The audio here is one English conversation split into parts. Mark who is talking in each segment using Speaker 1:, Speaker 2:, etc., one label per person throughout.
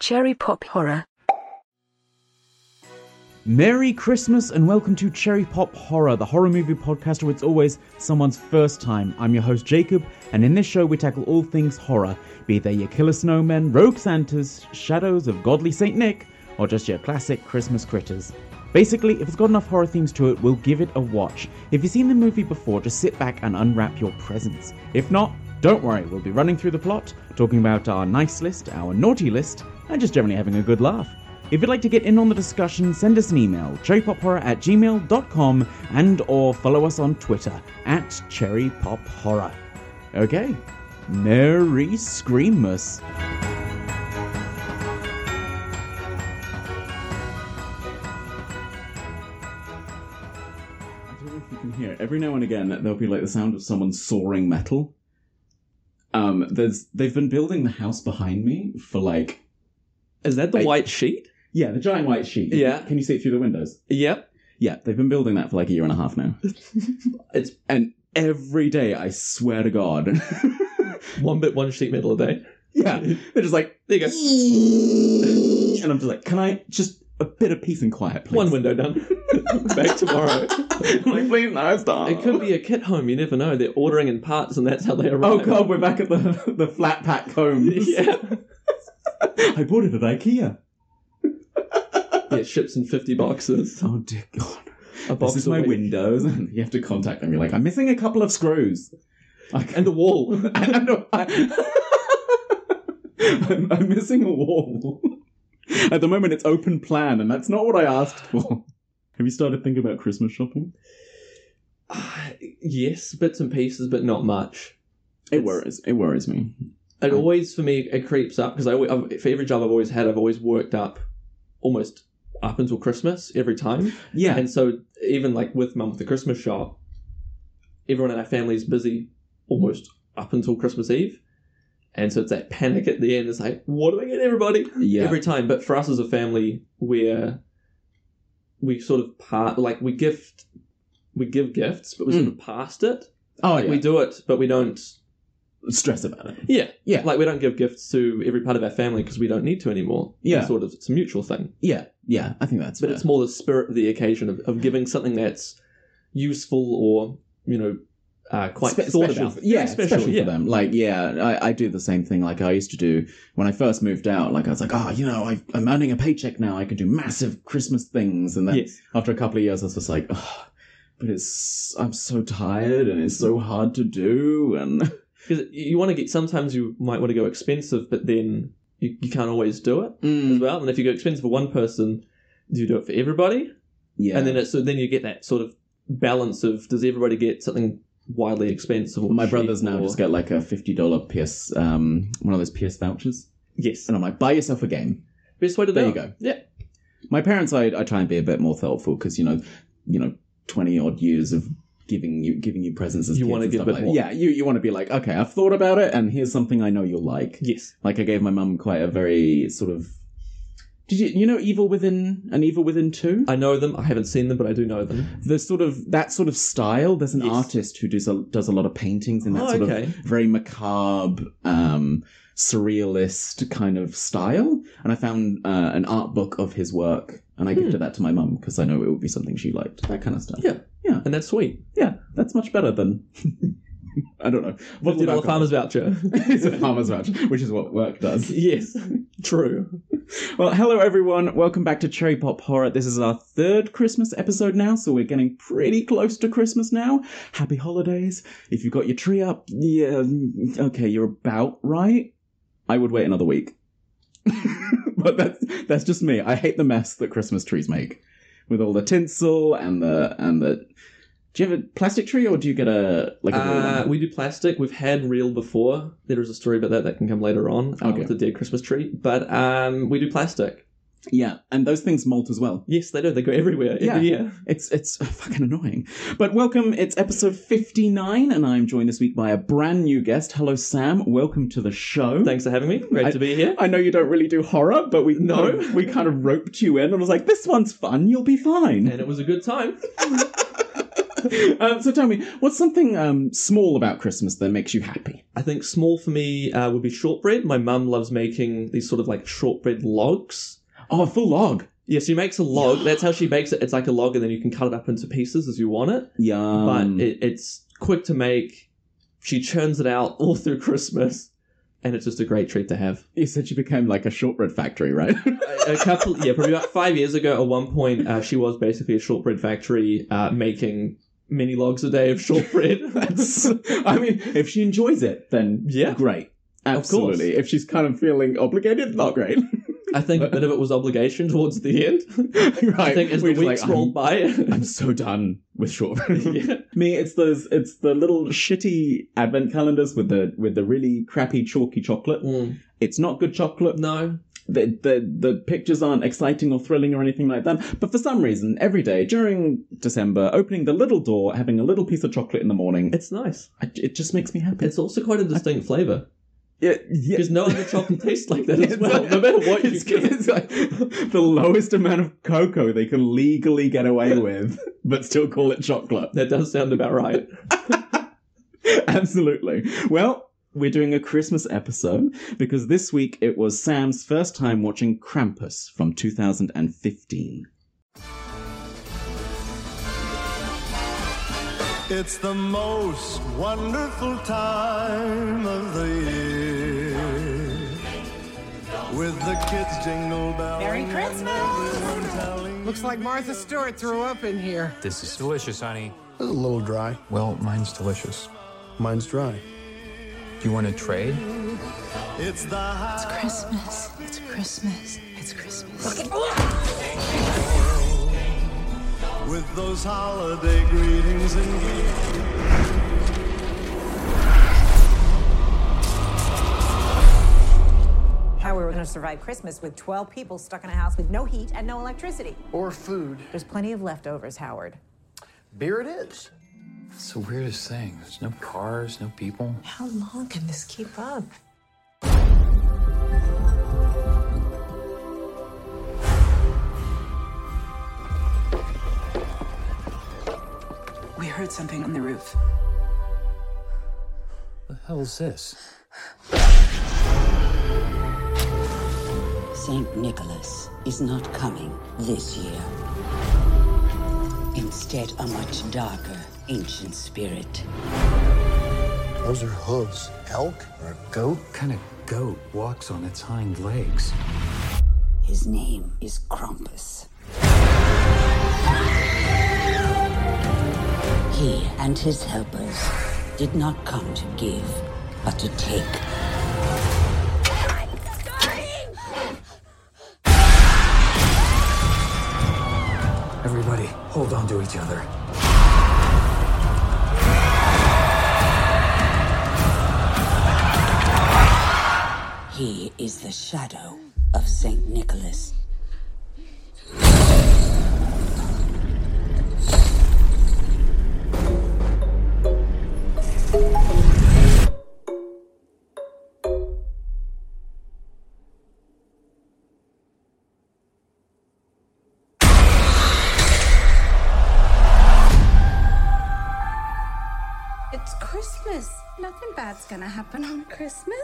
Speaker 1: Cherry Pop Horror.
Speaker 2: Merry Christmas and welcome to Cherry Pop Horror, the horror movie podcast where it's always someone's first time. I'm your host Jacob, and in this show we tackle all things horror, be they your killer snowmen, rogue Santas, shadows of godly Saint Nick, or just your classic Christmas critters. Basically, if it's got enough horror themes to it, we'll give it a watch. If you've seen the movie before, just sit back and unwrap your presents. If not, don't worry, we'll be running through the plot, talking about our nice list, our naughty list, and just generally having a good laugh. If you'd like to get in on the discussion, send us an email, cherrypophorror at gmail.com, and or follow us on Twitter at cherrypophorror. Okay, Merry Screamus. I don't know if you can hear it. Every now and again, there'll be like the sound of someone sawing metal. Um, there's they've been building the house behind me for like
Speaker 3: Is that the
Speaker 2: I-
Speaker 3: white sheet?
Speaker 2: yeah, the giant white sheet.
Speaker 3: Yeah.
Speaker 2: Can you see it through the windows?
Speaker 3: Yep.
Speaker 2: Yeah, they've been building that for like a year and a half now. it's and every day I swear to God.
Speaker 3: One bit, one sheet, middle of day.
Speaker 2: yeah. They're just like
Speaker 3: There you go.
Speaker 2: and I'm just like, can I just a bit of peace and quiet, please?
Speaker 3: One window done. Back tomorrow.
Speaker 2: I'm like, please no, stop.
Speaker 3: It could be a kit home. You never know. They're ordering in parts, and that's how they arrive.
Speaker 2: Oh god, we're back at the the flat pack combs.
Speaker 3: Yeah.
Speaker 2: I bought it at IKEA.
Speaker 3: Yeah. Ships in fifty boxes.
Speaker 2: Oh dear god.
Speaker 3: A box
Speaker 2: this is
Speaker 3: a
Speaker 2: my
Speaker 3: week.
Speaker 2: windows, and you have to contact them. You're like, I'm missing a couple of screws. I
Speaker 3: and the wall.
Speaker 2: I, I know, I, I'm, I'm missing a wall. At the moment, it's open plan, and that's not what I asked for. Have you started thinking about Christmas shopping?
Speaker 3: Ah, yes, bits and pieces, but not much.
Speaker 2: It
Speaker 3: It's-
Speaker 2: worries. It worries me.
Speaker 3: It
Speaker 2: Mm.
Speaker 3: always for me it creeps up because I alwa- I've, for every job I've always had, I've always worked up almost up until Christmas every time.
Speaker 2: Yeah,
Speaker 3: And so even like with mum with the Christmas shop, everyone in our family is busy almost up until Christmas Eve. And so it's that panic at the end. It's like, what do I get everybody?
Speaker 2: yeah,
Speaker 3: Every time. But for us as a family, we're we sort of part like we gift we give gifts, but we sort of past it.
Speaker 2: Hmm. oh,
Speaker 3: Like
Speaker 2: yeah.
Speaker 3: we do it, but we don't
Speaker 2: stress about it.
Speaker 3: Yeah.
Speaker 2: Yeah.
Speaker 3: Like we don't give gifts to every part of our family because we don't need to anymore.
Speaker 2: Yeah.
Speaker 3: It's sort of it's a mutual thing.
Speaker 2: Yeah, yeah. I think that's.
Speaker 3: But
Speaker 2: fair.
Speaker 3: it's more the spirit of the occasion of, of giving something that's useful or you know uh, quite
Speaker 2: Spe-
Speaker 3: thought
Speaker 2: special,
Speaker 3: about.
Speaker 2: for- yeah,
Speaker 3: Very
Speaker 2: special,
Speaker 3: yeah.
Speaker 2: for them. Like, yeah, I, I do the same thing. Like I used to do when I first moved out. Like I was like, oh, you know, I, I'm earning a paycheck now. I can do massive Christmas things, and then
Speaker 3: Yes.
Speaker 2: after a couple of years, I was just like, oh, but it's I'm so tired and it's so hard to do and
Speaker 3: Because you want to get sometimes you might want to go expensive, but then you, you can't always do it as
Speaker 2: Mm.
Speaker 3: well. And if you go expensive for one person, do you do it for everybody?
Speaker 2: yeah.
Speaker 3: And then it's, so then you get that sort of balance of does everybody get something wildly expensive? Or
Speaker 2: my
Speaker 3: cheap
Speaker 2: brothers now
Speaker 3: or-
Speaker 2: just get like a fifty dollar PS um one of those PS vouchers,
Speaker 3: yes.
Speaker 2: and I'm like, buy yourself a game.
Speaker 3: Best way to do
Speaker 2: There you
Speaker 3: it.
Speaker 2: go.
Speaker 3: Yeah.
Speaker 2: My parents, I, I try and be a bit more thoughtful because you know, you know, twenty odd years of giving you giving you presents as
Speaker 3: You
Speaker 2: kids
Speaker 3: wanna
Speaker 2: and
Speaker 3: give
Speaker 2: stuff
Speaker 3: a bit
Speaker 2: like
Speaker 3: more.
Speaker 2: yeah, you you want to be like, okay, I've thought about it, and here's something I know you'll like.
Speaker 3: Yes.
Speaker 2: Like I gave my mum quite a very sort of. Did you you know Evil Within and Evil Within Two?
Speaker 3: I know them. I haven't seen them, but I do know them.
Speaker 2: the sort of that sort of style. There's an
Speaker 3: Yes.
Speaker 2: artist who does a, does a lot of paintings in that
Speaker 3: Oh,
Speaker 2: sort
Speaker 3: okay.
Speaker 2: of very macabre, um, surrealist kind of style. And I found uh, an art book of his work, and I
Speaker 3: Hmm.
Speaker 2: gifted that to my mum because I know it would be something she liked. That kind of stuff.
Speaker 3: Yeah.
Speaker 2: yeah,
Speaker 3: And that's sweet.
Speaker 2: yeah. That's much better than I don't know. What
Speaker 3: Fifty dollar farmer's voucher.
Speaker 2: it's a farmer's match, which is what work does.
Speaker 3: yes. True.
Speaker 2: Well, hello everyone. Welcome back to Cherry Pop Horror. This is our third Christmas episode now, so we're getting pretty close to Christmas now. Happy holidays. If you've got your tree up, yeah, mm, okay, you're about right. I would wait another week. but that's that's just me. I hate the mess that Christmas trees make with all the tinsel and the and the Do you have a plastic tree or do you get a like a real
Speaker 3: Uh,
Speaker 2: one?
Speaker 3: we do plastic. We've had real before. There is a story about that that can come later on uh,
Speaker 2: Okay.
Speaker 3: with the dead Christmas tree. But um, we do plastic.
Speaker 2: Yeah, and those things molt as well.
Speaker 3: Yes, they do. They go everywhere.
Speaker 2: Yeah.
Speaker 3: Every year.
Speaker 2: It's it's fucking annoying. But welcome, it's episode 59 and I'm joined this week by a brand new guest. Hello Sam, welcome to the show.
Speaker 3: Thanks for having me. Great
Speaker 2: I-
Speaker 3: to be here.
Speaker 2: I know you don't really do horror, but we
Speaker 3: No.
Speaker 2: kind of- we kind of roped you in and was like this one's fun, you'll be fine.
Speaker 3: and it was a good time.
Speaker 2: um, so tell me, what's something um, small about Christmas that makes you happy?
Speaker 3: I think small for me uh, would be shortbread. My mum loves making these sort of like shortbread logs.
Speaker 2: Oh, a full log.
Speaker 3: Yeah, she makes a log. That's how she makes it. It's like a log, and then you can cut it up into pieces as you want it.
Speaker 2: Yum.
Speaker 3: but it, it's quick to make. She churns it out all through Christmas, and it's just a great treat to have.
Speaker 2: you said she became like a shortbread factory, right?
Speaker 3: a, a couple, yeah, probably about five years ago, at one point, uh, she was basically a shortbread factory uh, making many logs a day of shortbread.
Speaker 2: That's, I mean, if she enjoys it, then
Speaker 3: Yeah.
Speaker 2: great.
Speaker 3: course.
Speaker 2: Absolutely. If she's kind of feeling obligated, not great.
Speaker 3: I think a bit of it was obligation towards the end.
Speaker 2: right.
Speaker 3: I think as
Speaker 2: we're
Speaker 3: the
Speaker 2: just
Speaker 3: weeks
Speaker 2: like,
Speaker 3: rolled by,
Speaker 2: I'm, I'm so done with shortbread.
Speaker 3: yeah.
Speaker 2: Me, it's those, it's the little shitty advent calendars with the with the really crappy chalky chocolate.
Speaker 3: Mm.
Speaker 2: It's not good chocolate.
Speaker 3: no,
Speaker 2: the, the the pictures aren't exciting or thrilling or anything like that. But for some reason, every day during December, opening the little door, having a little piece of chocolate in the morning, it,
Speaker 3: it's nice.
Speaker 2: it just makes me happy.
Speaker 3: It's also quite a distinct flavour
Speaker 2: yeah, yeah.
Speaker 3: because no other chocolate tastes like that
Speaker 2: It's
Speaker 3: as well. No matter what you
Speaker 2: it's-
Speaker 3: get,
Speaker 2: it's like the lowest amount of cocoa they can legally get away with, but still call it chocolate.
Speaker 3: that does sound about right.
Speaker 2: Absolutely. Well, we're doing a Christmas episode because this week it was Sam's first time watching Krampus from 2015.
Speaker 4: It's the most wonderful time of the year. With the kids jingle bells.
Speaker 5: Merry Christmas!
Speaker 4: Looks
Speaker 6: Looks like Martha Stewart threw up in here.
Speaker 7: This is delicious, honey.
Speaker 4: a little dry.
Speaker 7: Well, mine's delicious.
Speaker 4: Mine's dry.
Speaker 7: Do you want to trade?
Speaker 4: It's the high
Speaker 8: Christmas. It's Christmas. It's Christmas.
Speaker 4: with those holiday greetings and gifts.
Speaker 5: How we were going to survive Christmas with 12 people stuck in a house with no heat and no electricity.
Speaker 9: or food.
Speaker 5: There's plenty of leftovers, Howard.
Speaker 9: Beer it is.
Speaker 7: It's the weirdest thing. There's no cars, no people.
Speaker 8: How long can this keep up?
Speaker 6: We heard something on the roof.
Speaker 7: The hell is this?
Speaker 10: St. Nicholas is not coming this year. Instead, a much darker ancient spirit.
Speaker 9: Those are hooves. Elk or goat?
Speaker 7: What kind of goat walks on its hind legs?
Speaker 10: His name is Krampus. He and his helpers did not come to give, but to take.
Speaker 7: Everybody, hold on to each other.
Speaker 10: He is the shadow of St. Nicholas.
Speaker 8: It's Christmas. Nothing bad's gonna happen on Christmas.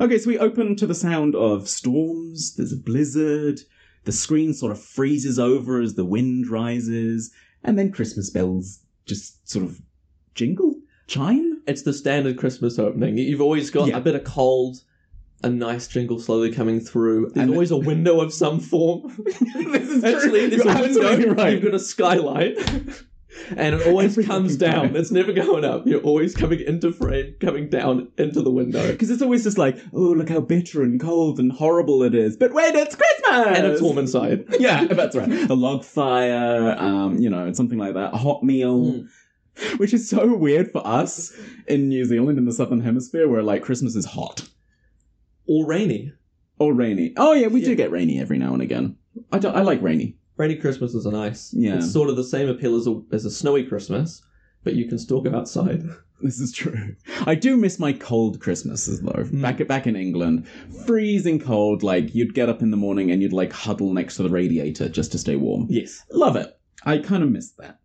Speaker 2: Okay, so we open to the sound of storms, there's a blizzard, the screen sort of freezes over as the wind rises, and then Christmas bells just sort of jingle, chime.
Speaker 3: it's the standard Christmas opening. You've always got
Speaker 2: Yeah.
Speaker 3: a bit of cold, a nice jingle slowly coming through. There's
Speaker 2: And-
Speaker 3: always a window of some form.
Speaker 2: this is
Speaker 3: Actually, there's
Speaker 2: You're
Speaker 3: a window.
Speaker 2: absolutely
Speaker 3: You've got a skylight. And it always
Speaker 2: Every
Speaker 3: comes
Speaker 2: fucking
Speaker 3: down.
Speaker 2: time.
Speaker 3: It's never going up. You're always coming into frame, coming down into the window.
Speaker 2: Because it's always just like, oh, look how bitter and cold and horrible it is. But wait, it's Christmas!
Speaker 3: And it's warm inside.
Speaker 2: Yeah, that's right. A log fire, um, you know, something like that. A hot meal. Which is so weird for us in New Zealand, in the Southern Hemisphere, where like Christmas is hot.
Speaker 3: Or rainy.
Speaker 2: Or rainy. Oh yeah, we do
Speaker 3: Yeah.
Speaker 2: get rainy every now and again. I don't. I like rainy.
Speaker 3: Rainy Christmases are nice.
Speaker 2: Yeah.
Speaker 3: It's sort of the same appeal as a, as a snowy Christmas, but you can still go outside.
Speaker 2: This is true. I do miss my cold Christmases though. Back back in England, freezing cold. Like you'd get up in the morning and you'd like huddle next to the radiator just to stay warm.
Speaker 3: Yes.
Speaker 2: Love it. I kind of miss that.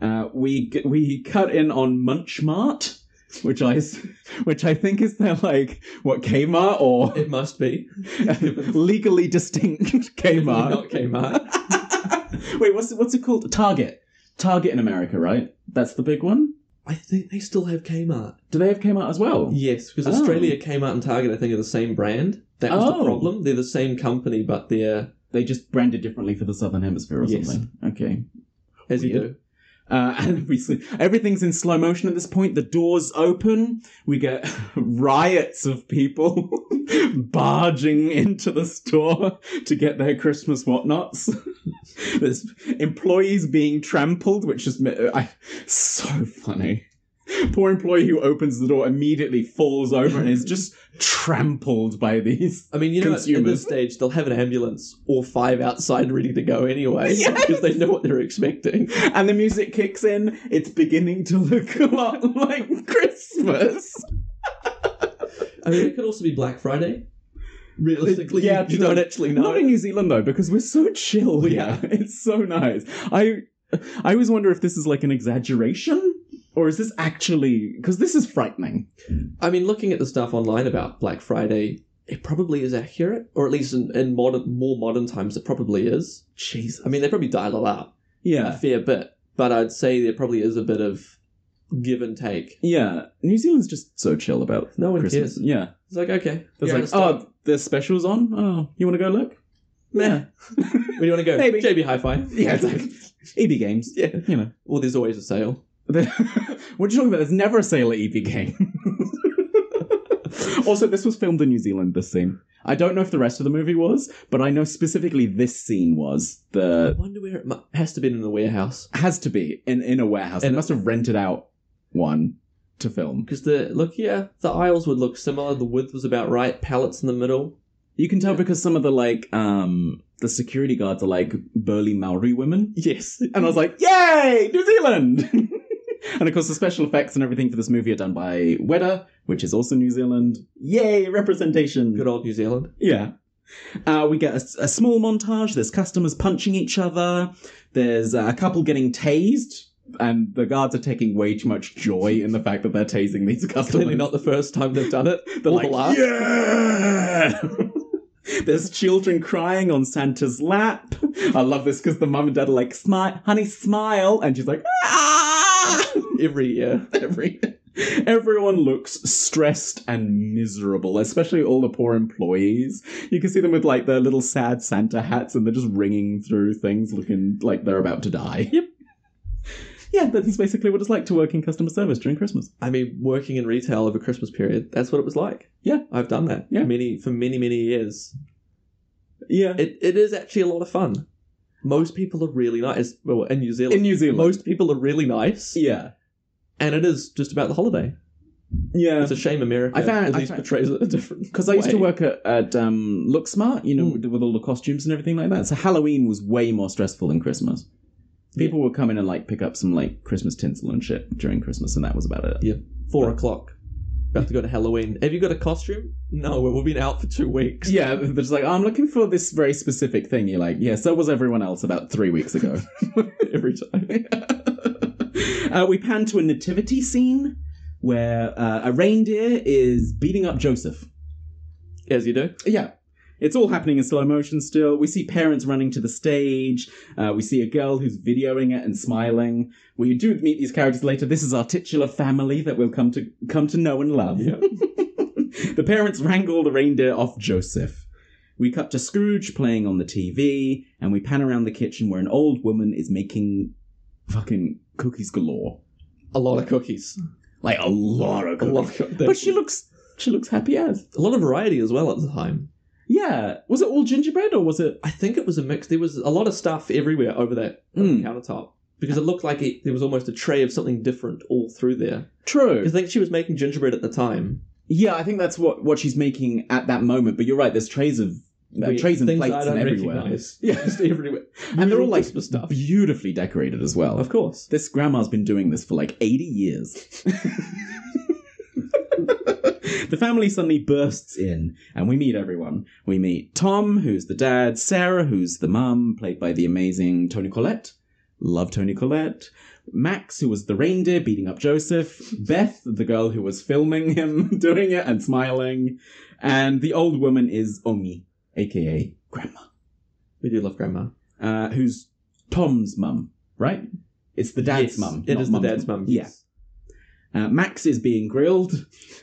Speaker 2: Uh, we g- we cut in on Munch Mart, which I s- which I think is their like what Kmart or
Speaker 3: It must be.
Speaker 2: legally distinct Kmart.
Speaker 3: Not Kmart.
Speaker 2: Wait, what's what's it called? Target. Target in America, right? That's the big one.
Speaker 3: I think they still have Kmart.
Speaker 2: Do they have Kmart as well?
Speaker 3: Yes, because
Speaker 2: Oh.
Speaker 3: Australia, Kmart, and Target, I think, are the same brand. That was
Speaker 2: Oh.
Speaker 3: the problem. They're the same company, but they're
Speaker 2: They just branded differently for the Southern Hemisphere or
Speaker 3: Yes.
Speaker 2: something. Okay.
Speaker 3: as you
Speaker 2: Weird.
Speaker 3: do.
Speaker 2: Uh, and we see everything's in slow motion at this point. The doors open. We get riots of people barging into the store to get their Christmas whatnots. There's employees being trampled, which is I, so funny. Poor employee who opens the door immediately falls over and is just trampled by these.
Speaker 3: I mean, you know, at- at
Speaker 2: Consumers.
Speaker 3: this stage, they'll have an ambulance or five outside ready to go anyway, because they know what they're expecting.
Speaker 2: and the music kicks in. It's beginning to look a lot like Christmas.
Speaker 3: I mean, it could also be Black Friday. Realistically,
Speaker 2: Yeah,
Speaker 3: you
Speaker 2: true.
Speaker 3: don't actually know.
Speaker 2: Not in New Zealand though, because we're so chill. here.
Speaker 3: Yeah.
Speaker 2: it's so nice. I I always wonder if this is like an exaggeration or is this actually because this is frightening.
Speaker 3: I mean, looking at the stuff online about Black Friday, it probably is accurate, or at least in, in modern, more modern times, it probably is.
Speaker 2: Jesus.
Speaker 3: I mean, they probably dial it up a
Speaker 2: Yeah.
Speaker 3: fair bit, but I'd say there probably is a bit of give and take.
Speaker 2: Yeah. New Zealand's just so chill about
Speaker 3: No one
Speaker 2: Christmas.
Speaker 3: cares.
Speaker 2: Yeah.
Speaker 3: It's like okay,
Speaker 2: There's
Speaker 3: you're out
Speaker 2: like,
Speaker 3: of stock.
Speaker 2: oh, the special's on. Oh, you want to go look?
Speaker 3: Meh. where do you want to go?
Speaker 2: Maybe.
Speaker 3: JB Hi-Fi.
Speaker 2: Yeah, it's like EB Games.
Speaker 3: Yeah.
Speaker 2: You know.
Speaker 3: Well, there's always a sale.
Speaker 2: The- what are you talking about? There's never a sale at EB Game. also, this was filmed in New Zealand. This scene. I don't know if the rest of the movie was, but I know specifically this scene was.
Speaker 3: I
Speaker 2: The
Speaker 3: wonder where it mu- has to be in the warehouse
Speaker 2: has to be in in a warehouse. And
Speaker 3: And-
Speaker 2: they must have rented out one to film.
Speaker 3: because the look, yeah, the aisles would look similar. The width was about right. Pallets in the middle.
Speaker 2: You can tell because some of the like um the security guards are like burly Maori women.
Speaker 3: Yes,
Speaker 2: And I was like, yay, New Zealand! and of course, the special effects and everything for this movie are done by Weta, which is also New Zealand. Yay, representation!
Speaker 3: good old New Zealand.
Speaker 2: Yeah. Uh, we get a, a small montage. There's customers punching each other. There's uh, a couple getting tased, and the guards are taking way too much joy in the fact that they're tasing these customers.
Speaker 3: Clearly not the first time they've done it.
Speaker 2: They're
Speaker 3: Or
Speaker 2: like,
Speaker 3: the last.
Speaker 2: yeah. There's children crying on Santa's lap. I love this because the mum and dad are like, smile, honey, smile, and she's like, ah.
Speaker 3: Every year.
Speaker 2: Every, everyone looks stressed and miserable, especially all the poor employees. You can see them with like their little sad Santa hats and they're just ringing through things looking like they're about to die. Yep. Yeah, that's basically what it's like to work in customer service during Christmas.
Speaker 3: I mean, working in retail over Christmas period, that's what it was like.
Speaker 2: Yeah.
Speaker 3: I've done that.
Speaker 2: Yeah.
Speaker 3: Many for many, many years.
Speaker 2: Yeah.
Speaker 3: It it is actually a lot of fun. Most people are really nice. Well, in New Zealand.
Speaker 2: In New Zealand.
Speaker 3: Most people are really nice.
Speaker 2: yeah.
Speaker 3: And it is just about the holiday.
Speaker 2: Yeah.
Speaker 3: It's a shame America
Speaker 2: I found-
Speaker 3: at
Speaker 2: I
Speaker 3: least
Speaker 2: found-
Speaker 3: portrays it a different
Speaker 2: Because I used to
Speaker 3: way.
Speaker 2: work at, at um, Look Smart, you know,
Speaker 3: Hmm.
Speaker 2: with, with all the costumes and everything like that. So Halloween was way more stressful than Christmas. People would come in and like pick up some like Christmas tinsel and shit during Christmas, and that was about it.
Speaker 3: Yeah. Four o'clock. About to go to Halloween. Have you got a costume? No, we've been out for two weeks.
Speaker 2: Yeah, they're just like, oh, I'm looking for this very specific thing. You're like, yeah, so was everyone else about three weeks ago.
Speaker 3: Every time.
Speaker 2: uh, we pan to a nativity scene where uh, a reindeer is beating up Joseph.
Speaker 3: As you do.
Speaker 2: Yeah. It's all happening in slow motion still. We see parents running to the stage. Uh, we see a girl who's videoing it and smiling. We do meet these characters later. This is our titular family that we'll come to come to know and love. the parents wrangle the reindeer off Joseph. We cut to Scrooge playing on the TV, and we pan around the kitchen where an old woman is making fucking cookies galore.
Speaker 3: A lot of cookies.
Speaker 2: Like a lot of
Speaker 3: A lot
Speaker 2: cookies.
Speaker 3: of cookies.
Speaker 2: But she looks she looks happy as.
Speaker 3: a lot of variety as well at the time.
Speaker 2: Yeah. Was it all gingerbread or was it
Speaker 3: I think it was a mix. There was a lot of stuff everywhere over that over the
Speaker 2: Mm.
Speaker 3: countertop because it looked like it, there was almost a tray of something different all through there.
Speaker 2: True.
Speaker 3: 'Cause I think she was making gingerbread at the time.
Speaker 2: Yeah, I think that's what what she's making at that moment. But you're right. There's trays of uh,
Speaker 3: Weird
Speaker 2: trays and
Speaker 3: things
Speaker 2: plates
Speaker 3: I
Speaker 2: and
Speaker 3: don't
Speaker 2: everywhere.
Speaker 3: recognise.
Speaker 2: Yeah,
Speaker 3: Just everywhere.
Speaker 2: and they're all like
Speaker 3: Christmas stuff.
Speaker 2: beautifully decorated as well.
Speaker 3: Of course.
Speaker 2: This grandma's been doing this for like 80 years. The family suddenly bursts in, and we meet everyone. We meet Tom, who's the dad, Sarah, who's the mum, played by the amazing Tony Collette. Love Tony Collette. Max, who was the reindeer beating up Joseph. Beth, the girl who was filming him doing it and smiling. And the old woman is Omi, aka Grandma,
Speaker 3: We do love grandma.
Speaker 2: uh, who's Tom's mum, right? It's the dad's
Speaker 3: Yes,
Speaker 2: mum.
Speaker 3: It
Speaker 2: not
Speaker 3: is
Speaker 2: mum's
Speaker 3: the dad's mum.
Speaker 2: Yeah.
Speaker 3: Yes.
Speaker 2: Uh, Max is being grilled,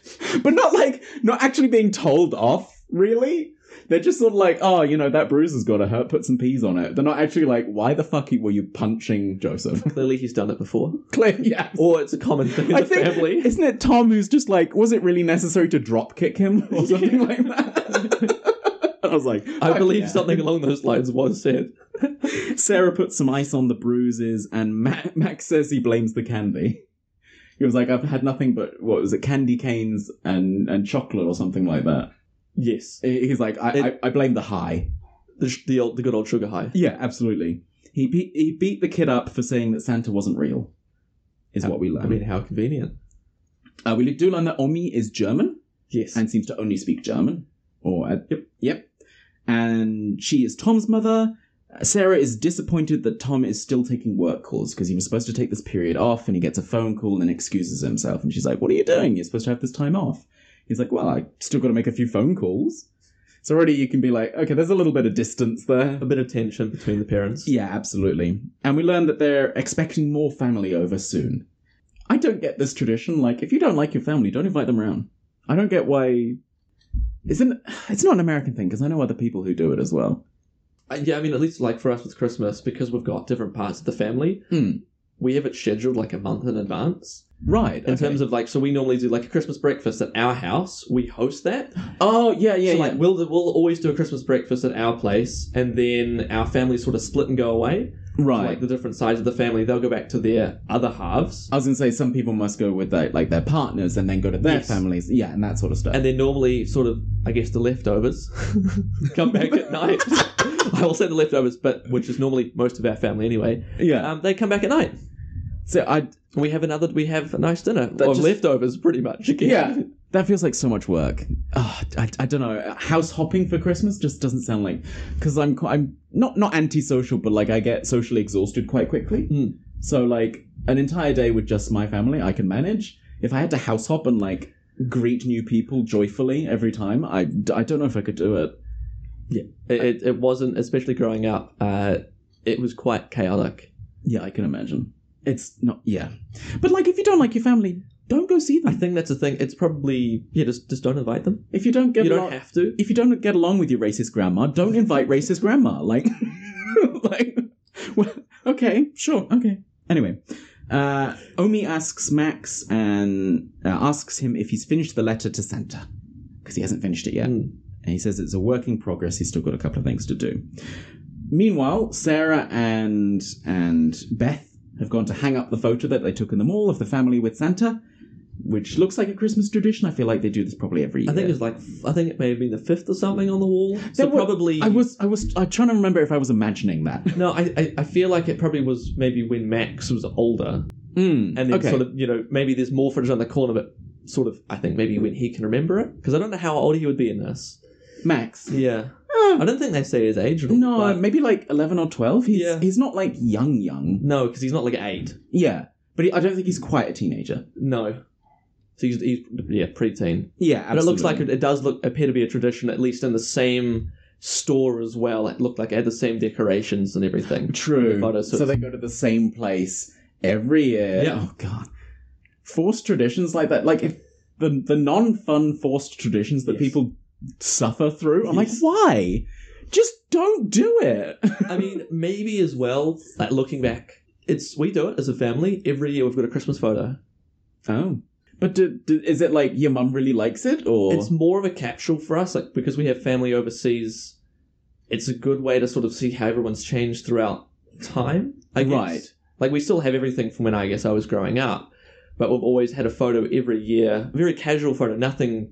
Speaker 2: but not like, not actually being told off, really. They're just sort of like, oh, you know, that bruise has got to hurt, put some peas on it. They're not actually like, why the fuck were you punching Joseph?
Speaker 3: Clearly he's done it before.
Speaker 2: Clearly, yeah.
Speaker 3: Or it's a common thing in
Speaker 2: I
Speaker 3: the
Speaker 2: think,
Speaker 3: family.
Speaker 2: isn't it Tom who's just like, was it really necessary to drop kick him or something like that? I was like,
Speaker 3: I
Speaker 2: fuck
Speaker 3: believe
Speaker 2: yeah.
Speaker 3: something along those lines was said.
Speaker 2: Sarah puts some ice on the bruises, and Ma- Max says he blames the candy. He was like, I've had nothing but what was it, candy canes and and chocolate or something like that.
Speaker 3: Yes.
Speaker 2: He- He's like, I I, I blame the high.
Speaker 3: The, sh- the, old, the good old sugar high.
Speaker 2: Yeah, absolutely. He be- he beat the kid up for saying that Santa wasn't real. Is what we learn.
Speaker 3: I mean, how convenient.
Speaker 2: uh, we do learn that Omi is German.
Speaker 3: Yes.
Speaker 2: and seems to only speak German. Or uh, yep, yep. And she is Tom's mother. Uh, Sarah is disappointed that Tom is still taking work calls because he was supposed to take this period off, and he gets a phone call and excuses himself. And she's like, "What are you doing? You're supposed to have this time off." He's like, "Well, I still got to make a few phone calls." So already you can be like, "Okay, there's a little bit of distance there."
Speaker 3: a bit of tension between the parents.
Speaker 2: Yeah, absolutely. And we learn that they're expecting more family over soon. I don't get this tradition. Like, if you don't like your family, don't invite them around. I don't get why. Isn't it's not an American thing because I know other people who do it as well.
Speaker 3: Uh, yeah, I mean, at least like for us with Christmas, because we've got different parts of the family,
Speaker 2: Hmm.
Speaker 3: we have it scheduled like a month in advance.
Speaker 2: Right.
Speaker 3: In terms of like, so we normally do like a Christmas breakfast at our house. We host that.
Speaker 2: oh yeah yeah
Speaker 3: so
Speaker 2: yeah.
Speaker 3: like, we'll we'll always do a Christmas breakfast at our place, and then our family sort of split and go away. So,
Speaker 2: right.
Speaker 3: like the different sides of the family, they'll go back to their other halves,
Speaker 2: I was gonna say some people must go with their, like their partners and then go to their
Speaker 3: Yes.
Speaker 2: families. Yeah, and that sort of stuff.
Speaker 3: and then normally sort of, I guess, the leftovers come back at night. I will say the leftovers, but which is normally most of our family anyway.
Speaker 2: yeah.
Speaker 3: Um, they come back at night.
Speaker 2: so I
Speaker 3: We have another. We have a nice dinner of
Speaker 2: just-
Speaker 3: leftovers, pretty much. Again.
Speaker 2: yeah. That feels like so much work. Ah, I, I don't know. House hopping for Christmas just doesn't sound like because I'm qui- I'm not not antisocial, but like I get socially exhausted quite quickly.
Speaker 3: Mm.
Speaker 2: So like an entire day with just my family, I can manage. If I had to house hop and like greet new people joyfully every time, I, I don't know if I could do it.
Speaker 3: It, it, it wasn't, especially growing up. Uh, it was quite chaotic.
Speaker 2: Yeah, I can imagine. It's not yeah, but like if you don't like your family, don't go see
Speaker 3: I
Speaker 2: them.
Speaker 3: think that's the thing. It's probably yeah. Just just don't invite them.
Speaker 2: If you don't get
Speaker 3: you don't
Speaker 2: along-
Speaker 3: have to.
Speaker 2: if you don't get along with your racist grandma, don't invite racist grandma. Like, like, well, okay, sure, okay. Anyway, uh, Omi asks Max and uh, asks him if he's finished the letter to Santa because he hasn't finished it yet,
Speaker 3: Mm.
Speaker 2: and he says it's a work in progress. He's still got a couple of things to do. Meanwhile, Sarah and and Beth have gone to hang up the photo that they took in the mall of the family with Santa. Which looks like a Christmas tradition. I feel like they do this probably every year.
Speaker 3: I think it was like I think it may have been the fifth or something on the wall. So
Speaker 2: There were-
Speaker 3: probably
Speaker 2: I was I was I'm trying to remember if I was imagining that.
Speaker 3: No, I, I I feel like it probably was maybe when Max was older,
Speaker 2: Mm,
Speaker 3: Hmm, and then sort of you know maybe there's more footage on the corner, but sort of I think maybe when he can remember it because I don't know how old he would be in this.
Speaker 2: Max.
Speaker 3: Yeah, I don't think they say his age. At all,
Speaker 2: No,
Speaker 3: but-
Speaker 2: maybe like eleven or twelve. He's
Speaker 3: Yeah.
Speaker 2: he's not like young young.
Speaker 3: No, because he's not like eight.
Speaker 2: Yeah, but he, I don't think he's quite a teenager.
Speaker 3: No. So he's, he's yeah, preteen.
Speaker 2: Yeah,
Speaker 3: But it looks like it, it does look appear to be a tradition, at least in the same store as well. It looked like it had the same decorations and everything.
Speaker 2: true.
Speaker 3: The photos,
Speaker 2: so
Speaker 3: so
Speaker 2: they go to the same place every year.
Speaker 3: Yeah.
Speaker 2: Oh god, forced traditions like that. Like if the the non fun forced traditions that
Speaker 3: Yes.
Speaker 2: people suffer through. I'm like,
Speaker 3: Yes.
Speaker 2: why? Just don't do it.
Speaker 3: I mean, maybe as well. Like looking back, it's we do it as a family every year. We've got a Christmas photo.
Speaker 2: Oh. But do, do, is it like your mum really likes it, or
Speaker 3: It's more of a catch-all for us, like because we have family overseas. It's a good way to sort of see how everyone's changed throughout time. I guess.
Speaker 2: Right.
Speaker 3: Like we still have everything from when I guess I was growing up, but we've always had a photo every year, very casual photo, nothing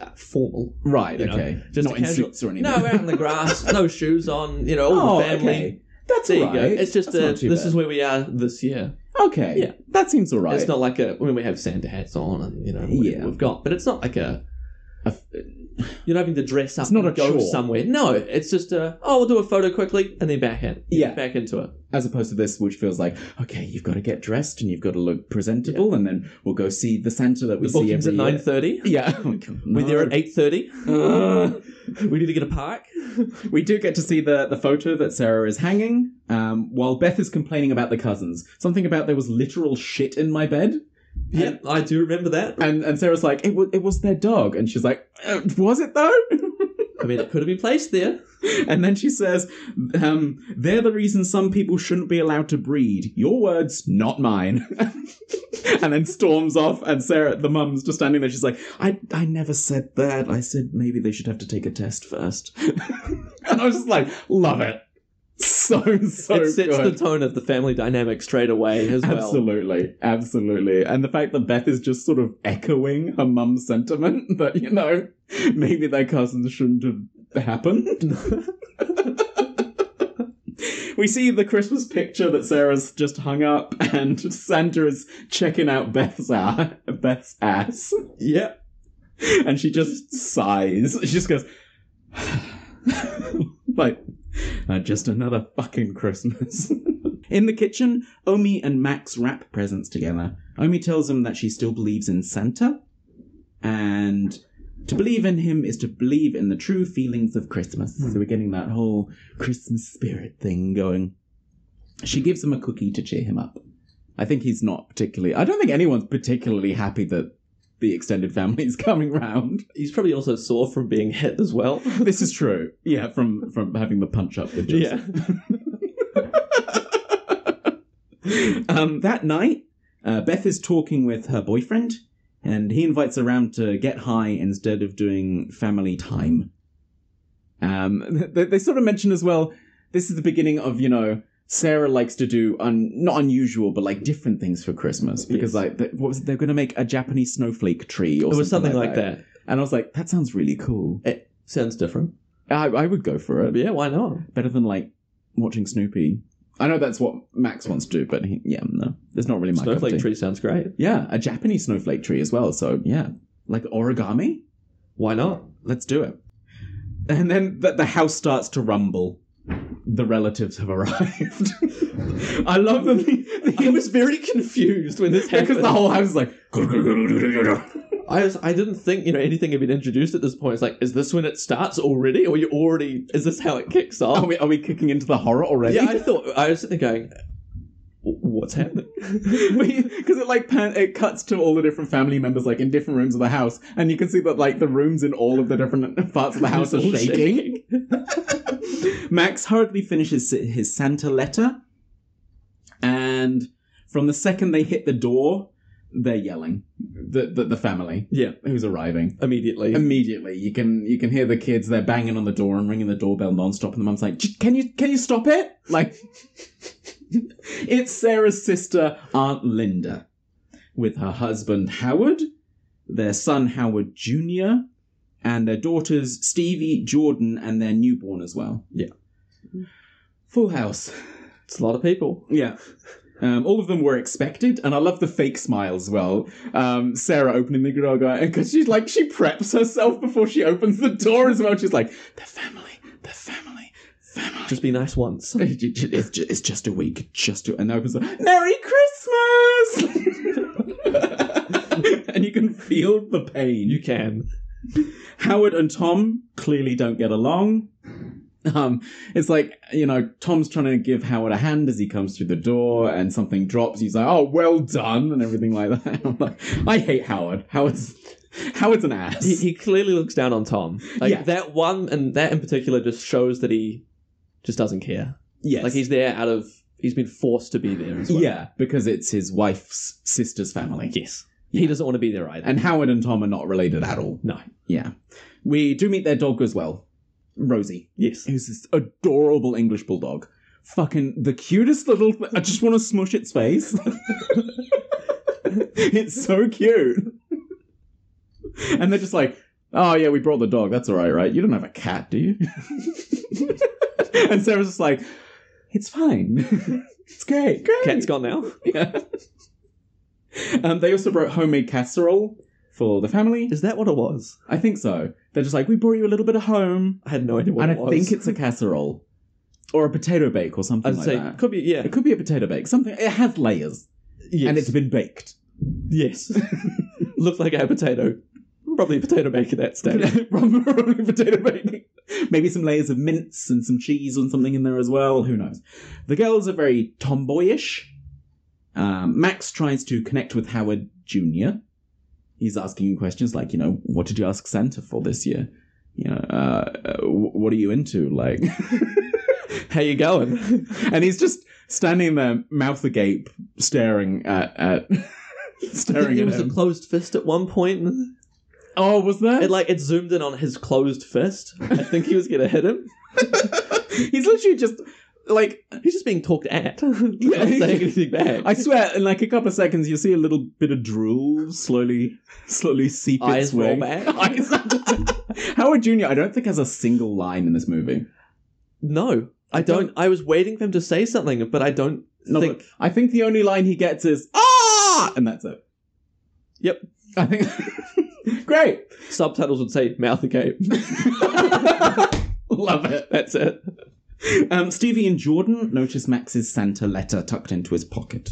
Speaker 3: uh, formal.
Speaker 2: right?
Speaker 3: you know,
Speaker 2: Okay,
Speaker 3: just
Speaker 2: not
Speaker 3: a
Speaker 2: in
Speaker 3: casual-
Speaker 2: suits or anything.
Speaker 3: No, we're out in the grass, no shoes on. You know, all
Speaker 2: oh,
Speaker 3: the family.
Speaker 2: okay. That's
Speaker 3: There you
Speaker 2: all
Speaker 3: go.
Speaker 2: right.
Speaker 3: It's just
Speaker 2: That's
Speaker 3: a,
Speaker 2: not too
Speaker 3: this
Speaker 2: bad.
Speaker 3: is where we are this year.
Speaker 2: Okay.
Speaker 3: Yeah.
Speaker 2: That seems all right.
Speaker 3: It's not like a when we have Santa hats on and you know whatever
Speaker 2: Yeah.
Speaker 3: we've got, but it's not like a. a you're not having to dress up.
Speaker 2: It's not
Speaker 3: and
Speaker 2: a
Speaker 3: go
Speaker 2: chore.
Speaker 3: somewhere. No, it's just a. Oh, we'll do a photo quickly and then back in.
Speaker 2: Yeah.
Speaker 3: back into it.
Speaker 2: As opposed to this, which feels like, okay, you've got to get dressed and you've got to look presentable, and then we'll go see the Santa that we
Speaker 3: The
Speaker 2: see
Speaker 3: booking's
Speaker 2: every
Speaker 3: at nine
Speaker 2: year.
Speaker 3: thirty.
Speaker 2: Yeah. Oh my God,
Speaker 3: We're there
Speaker 2: no.
Speaker 3: at eight thirty. we need to get a park.
Speaker 2: We do get to see the, the photo that Sarah is hanging um, while Beth is complaining about the cousins. Something about there was literal shit in my bed.
Speaker 3: Yeah, I do remember that.
Speaker 2: And, and Sarah's like, it, was it was their dog. And she's like, "Uh, was it though?
Speaker 3: I mean, it could have been placed there.
Speaker 2: and then she says, um, they're the reason some people shouldn't be allowed to breed. Your words, not mine. and then storms off. And Sarah, the mum's just standing there. She's like, I, I never said that. I said maybe they should have to take a test first. and I was just like, love it. So, so
Speaker 3: it sets
Speaker 2: good.
Speaker 3: the tone of the family dynamic straight away as well.
Speaker 2: Absolutely, absolutely. And the fact that Beth is just sort of echoing her mum's sentiment that, you know, maybe their cousins shouldn't have happened. we see the Christmas picture that Sarah's just hung up, and Santa is checking out Beth's, a- Beth's ass.
Speaker 3: Yep.
Speaker 2: And she just sighs. She just goes, like, uh, just another fucking Christmas. in the kitchen, Omi and Max wrap presents together. Omi tells him that she still believes in Santa, and to believe in him is to believe in the true feelings of Christmas. So we're getting that whole Christmas spirit thing going. She gives him a cookie to cheer him up. I think he's not particularly. I don't think anyone's particularly happy that the extended family is coming round.
Speaker 3: He's probably also sore from being hit as well.
Speaker 2: This is true. Yeah, from from having the punch up with Joseph.
Speaker 3: Yeah.
Speaker 2: um, that night, uh, Beth is talking with her boyfriend, and he invites her around to get high instead of doing family time. Um, they, they sort of mention as well. This is the beginning of you know Sarah likes to do un, not unusual but like different things for Christmas because
Speaker 3: Yes.
Speaker 2: like th- what was it? they're going to make a Japanese snowflake tree or
Speaker 3: It was
Speaker 2: something,
Speaker 3: something like that.
Speaker 2: And I was like, that sounds really cool.
Speaker 3: It sounds different.
Speaker 2: I, I would go for it.
Speaker 3: Yeah, why not?
Speaker 2: better than like watching Snoopy. I know that's what Max wants to do, but he, yeah, no, it's not really my cup of
Speaker 3: Snowflake
Speaker 2: tea.
Speaker 3: tree sounds great.
Speaker 2: Yeah, a Japanese snowflake tree as well. So yeah, like origami.
Speaker 3: Why not?
Speaker 2: Let's do it. And then the, the house starts to rumble. The relatives have arrived. I love that the, the
Speaker 3: I was very confused when this happened.
Speaker 2: because the whole house is like.
Speaker 3: I, was, I didn't think you know anything had been introduced at this point. It's like, is this when it starts already, or you already? Is this how it kicks off?
Speaker 2: Are we, are we kicking into the horror already?
Speaker 3: yeah, I thought I was sitting there going, "W- what's happening?
Speaker 2: because it like pan- it cuts to all the different family members like in different rooms of the house, and you can see that like the rooms in all of the different parts of the house are
Speaker 3: It's all
Speaker 2: shaking. Max hurriedly finishes s- his Santa letter, and from the second they hit the door, they're yelling. The the, the family
Speaker 3: yeah,
Speaker 2: who's arriving.
Speaker 3: immediately.
Speaker 2: Immediately, you can you can hear the kids. They're banging on the door and ringing the doorbell nonstop, and the mum's like, "J- "Can you can you stop it?" Like, it's Sarah's sister, Aunt Linda, with her husband Howard, their son Howard Jr., and their daughters Stevie, Jordan, and their newborn as well.
Speaker 3: Yeah.
Speaker 2: full house.
Speaker 3: it's a lot of people.
Speaker 2: Yeah. Um, all of them were expected, and I love the fake smile as well. Um, Sarah opening the door, because she's like she preps herself before she opens the door as well. She's like, "The family, the family, family."
Speaker 3: Just be nice once.
Speaker 2: It's ju- ju- it's ju- it's just a week, just a, and opens the Merry Christmas, and you can feel the pain.
Speaker 3: You can.
Speaker 2: Howard and Tom clearly don't get along. Um, it's like, you know, Tom's trying to give Howard a hand as he comes through the door and something drops. He's like, oh, well done, and everything like that. I'm like, I hate Howard. Howard's, Howard's an ass.
Speaker 3: He, he clearly looks down on Tom. Like
Speaker 2: Yeah.
Speaker 3: that one, and that in particular just shows that he just doesn't care.
Speaker 2: yes.
Speaker 3: Like he's there out of he's been forced to be there. As well.
Speaker 2: yeah, because it's his wife's sister's family.
Speaker 3: Yes. He doesn't want to be there either.
Speaker 2: And Howard and Tom are not related at all.
Speaker 3: no.
Speaker 2: Yeah. We do meet their dog as well, Rosie.
Speaker 3: Yes.
Speaker 2: who's this adorable English bulldog. Fucking the cutest little. Th- I just want to smush its face. it's so cute. And they're just like, oh yeah, we brought the dog. That's all right, right? You don't have a cat, do you? and Sarah's just like, it's fine. It's great. Great.
Speaker 3: Cat's gone now. Yeah.
Speaker 2: Um, they also brought homemade casserole for the family.
Speaker 3: Is that what it was?
Speaker 2: I think so. They're just like, we brought you a little bit of home,
Speaker 3: I had no idea what
Speaker 2: and
Speaker 3: it
Speaker 2: I
Speaker 3: was.
Speaker 2: think it's a casserole or a potato bake or something
Speaker 3: I'd
Speaker 2: like
Speaker 3: say
Speaker 2: that.
Speaker 3: could be yeah.
Speaker 2: It could be a potato bake. Something. It has layers,
Speaker 3: yes.
Speaker 2: and it's been baked.
Speaker 3: yes. Looked like a potato. Probably a potato maker that stage.
Speaker 2: Probably potato baking. Maybe some layers of mince and some cheese and something in there as well. Who knows? The girls are very tomboyish. Um, Max tries to connect with Howard Jr. He's asking him questions like, you know, what did you ask Santa for this year? You know, uh, uh, wh- what are you into? Like, how you going? and he's just standing there, mouth agape, staring at, at staring
Speaker 3: It
Speaker 2: at
Speaker 3: was a
Speaker 2: him.
Speaker 3: closed fist at one point.
Speaker 2: oh, was that?
Speaker 3: It like it zoomed in on his closed fist. I think he was gonna hit him.
Speaker 2: he's literally just like
Speaker 3: He's just being talked at.
Speaker 2: Yeah.
Speaker 3: Not saying anything back.
Speaker 2: I swear, in like a couple of seconds, you see a little bit of drool slowly, slowly seep its
Speaker 3: Eyes roll
Speaker 2: way.
Speaker 3: back.
Speaker 2: Eyes- Howard Jr. I don't think has a single line in this movie.
Speaker 3: no, I don't. I was waiting for him to say something, but I don't
Speaker 2: No,
Speaker 3: think.
Speaker 2: but I think the only line he gets is "ah," and that's it.
Speaker 3: Yep.
Speaker 2: I think great.
Speaker 3: Subtitles would say mouth agape.
Speaker 2: Love it.
Speaker 3: That's it.
Speaker 2: Um, Stevie and Jordan notice Max's Santa letter tucked into his pocket.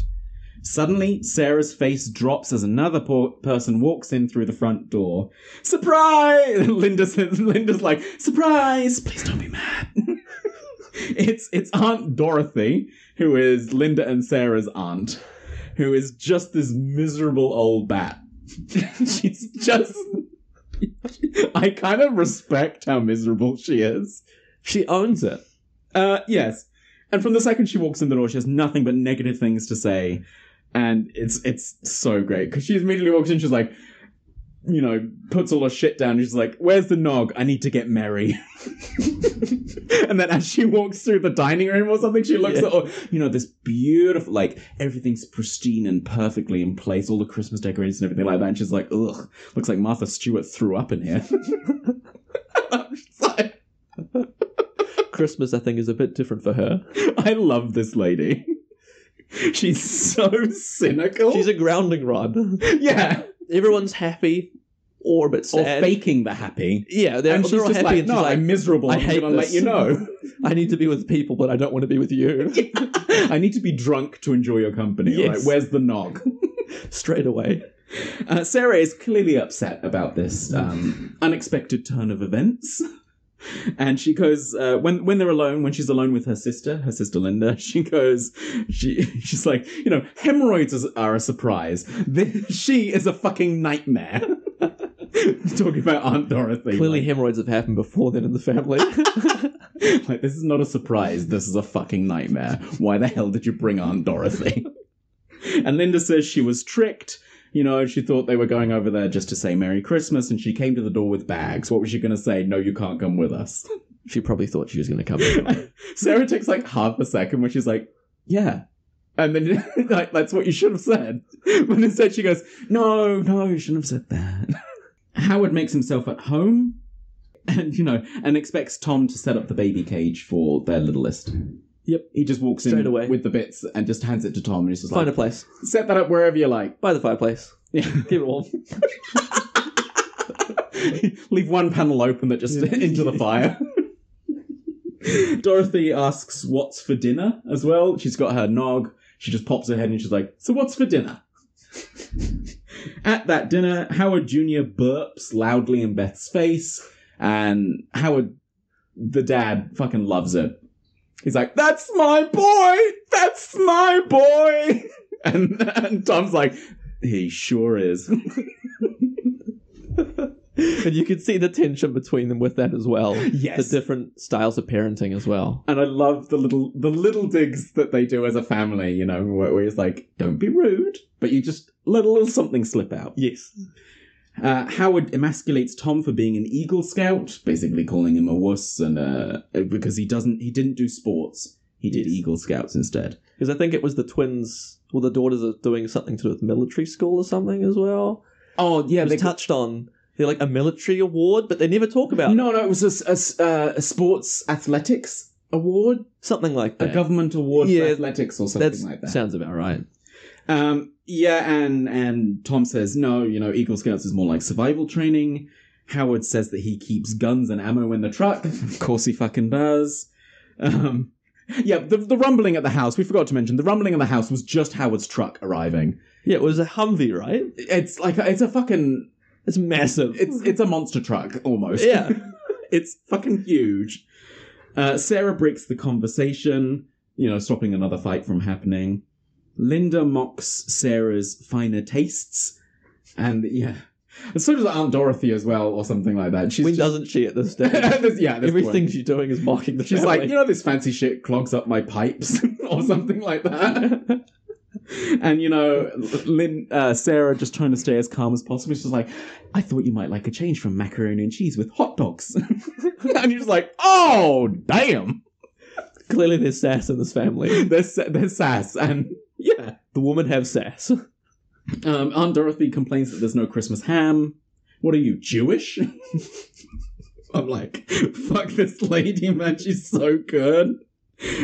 Speaker 2: Suddenly, Sarah's face drops as another por- person walks in through the front door. Surprise! Linda says, Linda's like, surprise! Please don't be mad. it's it's Aunt Dorothy, who is Linda and Sarah's aunt, who is just this miserable old bat. She's just. I kind of respect how miserable she is.
Speaker 3: She owns it.
Speaker 2: Uh, yes. And from the second she walks in the door, she has nothing but negative things to say, and it's it's so great because she immediately walks in. She's like, you know, puts all her shit down. And she's like, "Where's the nog? I need to get merry." and then as she walks through the dining room or something, she looks
Speaker 3: Yeah.
Speaker 2: at all, you know this beautiful like everything's pristine and perfectly in place, all the Christmas decorations and everything like that. And she's like, "Ugh, looks like Martha Stewart threw up in here." It's like-
Speaker 3: Christmas, I think, is a bit different for her.
Speaker 2: I love this lady. She's so cynical.
Speaker 3: She's a grounding rod.
Speaker 2: yeah,
Speaker 3: Everyone's happy or a bit
Speaker 2: or
Speaker 3: sad.
Speaker 2: faking the happy.
Speaker 3: Yeah, they're,
Speaker 2: and
Speaker 3: they're
Speaker 2: she's
Speaker 3: all
Speaker 2: just
Speaker 3: happy
Speaker 2: like,
Speaker 3: and
Speaker 2: no,
Speaker 3: she's like,
Speaker 2: I'm miserable.
Speaker 3: "I
Speaker 2: I'm
Speaker 3: hate
Speaker 2: gonna let
Speaker 3: this."
Speaker 2: you know.
Speaker 3: I need to be with people, but I don't want to be with you.
Speaker 2: I need to be drunk to enjoy your company. all
Speaker 3: Yes.
Speaker 2: right? where's the nog?
Speaker 3: Straight away.
Speaker 2: Uh, Sarah is clearly upset about this um, unexpected turn of events. And she goes uh, when when they're alone. When she's alone with her sister, her sister Linda, she goes. She she's like, you know, hemorrhoids is, are a surprise. This, she is a fucking nightmare. Talking about Aunt Dorothy,
Speaker 3: Clearly,
Speaker 2: like-
Speaker 3: hemorrhoids have happened before then in the family.
Speaker 2: like, this is not a surprise. This is a fucking nightmare. Why the hell did you bring Aunt Dorothy? and Linda says she was tricked. You know, she thought they were going over there just to say Merry Christmas, and she came to the door with bags. What was she going to say? No, you can't come with us.
Speaker 3: she probably thought she was going to come in.
Speaker 2: Sarah takes like half a second where she's like, yeah. And then like, that's what you should have said. But instead she goes, no, no, you shouldn't have said that. Howard makes himself at home and, you know, and expects Tom to set up the baby cage for their littlest.
Speaker 3: Yep.
Speaker 2: He just walks in
Speaker 3: Straight away.
Speaker 2: with the bits and just hands it to Tom and he's just
Speaker 3: Find a
Speaker 2: like,
Speaker 3: place.
Speaker 2: set that up wherever you like.
Speaker 3: By the fireplace. Keep it warm.
Speaker 2: Leave one panel open that just into the fire. Dorothy asks what's for dinner as well. She's got her nog. She just pops her head and she's like, So what's for dinner? At that dinner, Howard Jr. burps loudly in Beth's face, and Howard, the dad, fucking loves it. He's like, That's my boy! That's my boy! And, and Tom's like, He sure is.
Speaker 3: and you could see the tension between them with that as well.
Speaker 2: Yes.
Speaker 3: The different styles of parenting as well.
Speaker 2: And I love the little the little digs that they do as a family, you know, where, where it's like, don't be rude, but you just let a little something slip out.
Speaker 3: Yes.
Speaker 2: Uh, Howard emasculates Tom for being an Eagle Scout, basically calling him a wuss, and uh, because he doesn't he didn't do sports, he did Eagle Scouts instead.
Speaker 3: Because I think it was the twins, well, the daughters are doing something to do with military school or something as well.
Speaker 2: Oh yeah,
Speaker 3: It was touched on. They're like a military award, but they never talk about it.
Speaker 2: no, no, it was a, s- a s- uh, a sports athletics
Speaker 3: award, something like
Speaker 2: a
Speaker 3: that.
Speaker 2: government award
Speaker 3: Yeah,
Speaker 2: for athletics or something
Speaker 3: That
Speaker 2: like that.
Speaker 3: sounds about right.
Speaker 2: Um, yeah, and and Tom says no. You know, Eagle Scouts is more like survival training. Howard says that he keeps guns and ammo in the truck. of course, he fucking does. Um, yeah, the, the rumbling at the house. We forgot to mention the rumbling at the house was just Howard's truck arriving.
Speaker 3: Yeah, it was a Humvee, right?
Speaker 2: It's like it's a fucking
Speaker 3: It's massive.
Speaker 2: it's it's a monster truck almost.
Speaker 3: yeah.
Speaker 2: it's fucking huge. Uh, Sarah breaks the conversation, you know, stopping another fight from happening. Linda mocks Sarah's finer tastes, and yeah, and so does Aunt Dorothy as well, or something like that. She's
Speaker 3: when
Speaker 2: just-
Speaker 3: doesn't she at this stage?
Speaker 2: This- yeah, this
Speaker 3: Everything
Speaker 2: point.
Speaker 3: she's doing is mocking the
Speaker 2: She's
Speaker 3: family.
Speaker 2: like, you know, this fancy shit clogs up my pipes or something like that. and you know, Lynn, uh, Sarah just trying to stay as calm as possible. She's like, I thought you might like a change from macaroni and cheese with hot dogs. and you're just like, oh damn,
Speaker 3: clearly there's sass in this family.
Speaker 2: there's there's sass. And
Speaker 3: yeah. The woman have sass.
Speaker 2: um, Aunt Dorothy complains that there's no Christmas ham. What are you Jewish? I'm like, fuck this lady, man. She's so good.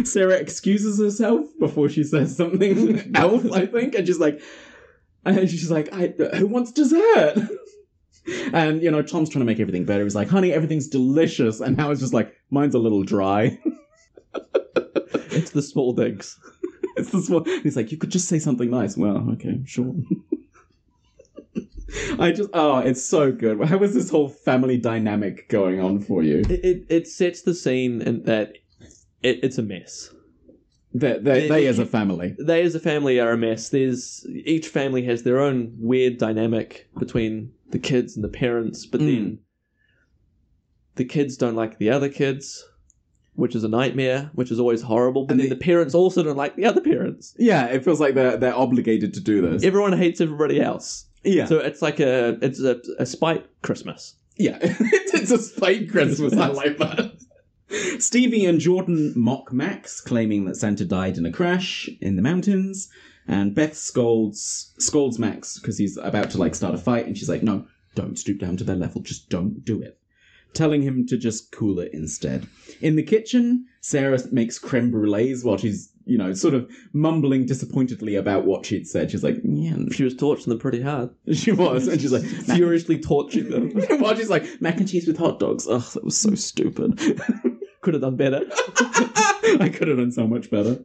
Speaker 2: Sarah excuses herself before she says something else, I think, and she's like, and she's like, I, who wants dessert? And you know, Tom's trying to make everything better. He's like, honey, everything's delicious, and Howard's just like, mine's a little dry.
Speaker 3: It's the small things.
Speaker 2: It's this one. He's like, you could just say something nice. Well, okay, sure. I just, oh, it's so good. How is this whole family dynamic going on for you?
Speaker 3: It, it, it sets the scene and that it, it's a mess.
Speaker 2: They, they, they as a family.
Speaker 3: They as a family are a mess. There's each family has their own weird dynamic between the kids and the parents,
Speaker 2: Hmm.
Speaker 3: but then the kids don't like the other kids, which is a nightmare, which is always horrible. But
Speaker 2: And
Speaker 3: then
Speaker 2: they-
Speaker 3: the parents also don't like the other parents.
Speaker 2: Yeah, it feels like they're they're obligated to do this.
Speaker 3: Everyone hates everybody else.
Speaker 2: yeah,
Speaker 3: So it's like a it's a, a spite Christmas.
Speaker 2: yeah. it's a spite Christmas. I like that. Stevie and Jordan mock Max, claiming that Santa died in a crash in the mountains, and Beth scolds scolds Max because he's about to like start a fight, and she's like, "No, don't stoop down to their level. Just don't do it." Telling him to just cool it instead. In the kitchen, Sarah makes creme brulees while she's you know sort of mumbling disappointedly about what she'd said. She's like, "Yeah."
Speaker 3: She was torturing them pretty hard,
Speaker 2: She was, and she's like,
Speaker 3: furiously torturing them.
Speaker 2: While she's like, mac and cheese with hot dogs. Ugh, that was so stupid.
Speaker 3: Could have done better.
Speaker 2: I could have done so much better.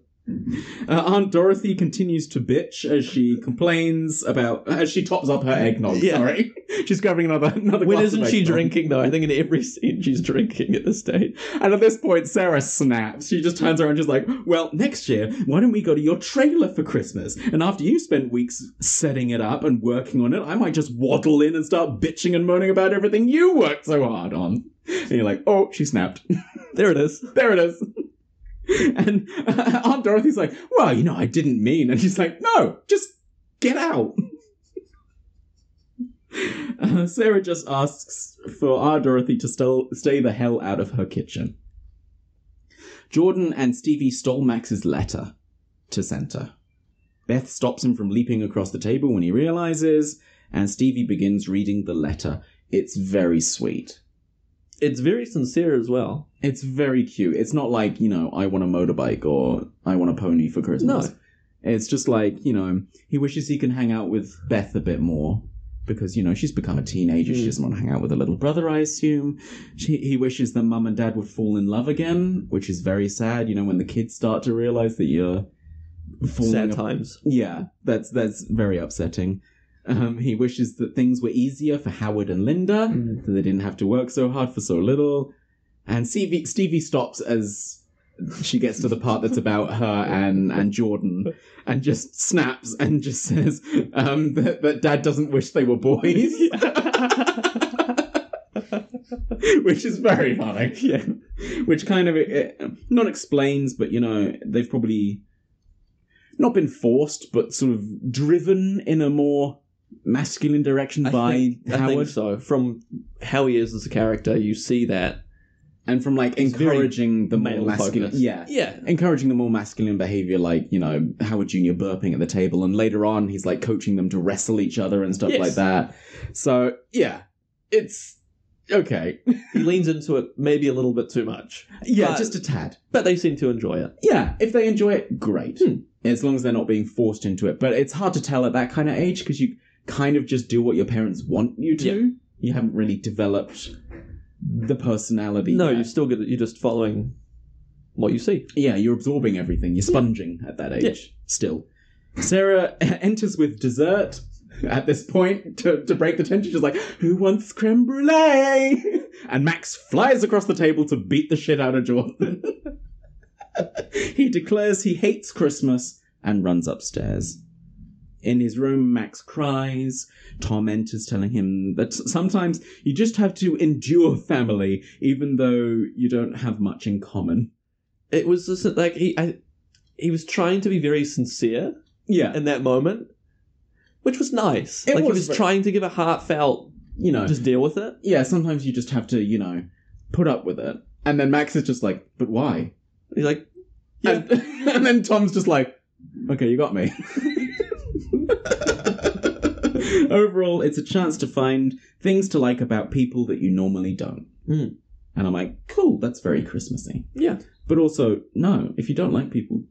Speaker 2: Uh, Aunt Dorothy continues to bitch as she complains about as she tops up her eggnog.
Speaker 3: Yeah.
Speaker 2: Sorry, she's grabbing another another.
Speaker 3: When
Speaker 2: glass of
Speaker 3: isn't she
Speaker 2: eggnog.
Speaker 3: drinking though? I think in every scene she's drinking at this stage.
Speaker 2: And at this point, Sarah snaps. She just turns around, and she's like, "Well, next year, why don't we go to your trailer for Christmas? And after you spend weeks setting it up and working on it, I might just waddle in and start bitching and moaning about everything you worked so hard on." And you're like, "Oh, she snapped."
Speaker 3: There it is.
Speaker 2: there it is. And uh, Aunt Dorothy's like, well, you know, I didn't mean. And she's like, no, just get out. Uh, Sarah just asks for Aunt Dorothy to stel- stay the hell out of her kitchen. Jordan and Stevie stole Max's letter to Santa. Beth stops him from leaping across the table when he realizes, and Stevie begins reading the letter. It's very sweet.
Speaker 3: It's very sincere as well.
Speaker 2: It's very cute. It's not like, you know, I want a motorbike or I want a pony for Christmas.
Speaker 3: No.
Speaker 2: It's just like, you know, he wishes he can hang out with Beth a bit more because, you know, she's become a teenager. She doesn't want to hang out with her little brother, I assume. She, he wishes that mum and dad would fall in love again, which is very sad, you know, when the kids start to realize that you're falling
Speaker 3: Sad
Speaker 2: apart.
Speaker 3: times.
Speaker 2: Yeah, that's that's very upsetting. Um, he wishes that things were easier for Howard and Linda, that they didn't have to work so hard for so little. And Stevie, Stevie stops as she gets to the part that's about her and, and Jordan, and just snaps and just says um, that, that Dad doesn't wish they were boys, which is very funny. Yeah, which kind of it, not explains, but you know they've probably not been forced, but sort of driven in a more masculine direction by
Speaker 3: think- I
Speaker 2: Howard,
Speaker 3: think so. From how he is as a character, you see that.
Speaker 2: and from like
Speaker 3: very
Speaker 2: encouraging the more
Speaker 3: male
Speaker 2: masculine,
Speaker 3: focused.
Speaker 2: yeah,
Speaker 3: Yeah.
Speaker 2: encouraging the more masculine behavior, like you know Howard Junior burping at the table, and later on he's like coaching them to wrestle each other and stuff
Speaker 3: Yes.
Speaker 2: like that. So yeah, it's Okay.
Speaker 3: He leans into it maybe a little bit too much.
Speaker 2: Yeah,
Speaker 3: But-
Speaker 2: just a tad.
Speaker 3: But they seem to enjoy it.
Speaker 2: Yeah, if they enjoy it, great.
Speaker 3: Hmm.
Speaker 2: As long as they're not being forced into it. But it's hard to tell at that kind of age because you kind of just do what your parents want you to.
Speaker 3: Yeah.
Speaker 2: You haven't really developed the personality.
Speaker 3: No,
Speaker 2: yet.
Speaker 3: you still get it. You're just following what you see.
Speaker 2: Yeah, you're absorbing everything. You're sponging at that age. Still. Sarah enters with dessert at this point to, to break the tension. She's like, Who wants creme brulee? And Max flies across the table to beat the shit out of Jordan. he declares he hates Christmas and runs upstairs. In his room, Max cries. Tom enters telling him that s- sometimes you just have to endure family, even though you don't have much in common.
Speaker 3: It was just that, like he I, he was trying to be very sincere
Speaker 2: Yeah.
Speaker 3: in that moment, which was nice.
Speaker 2: It
Speaker 3: like
Speaker 2: was
Speaker 3: he was
Speaker 2: very-
Speaker 3: trying to give a heartfelt,
Speaker 2: you know,
Speaker 3: just deal with it.
Speaker 2: yeah, sometimes you just have to, you know, put up with it. And then Max is just like, but why?
Speaker 3: He's like,
Speaker 2: And, and then Tom's just like, okay, you got me. Overall, it's a chance to find things to like about people that you normally don't.
Speaker 3: Mm.
Speaker 2: And I'm like, cool, that's very Christmassy.
Speaker 3: yeah,
Speaker 2: But also, no, if you don't like people,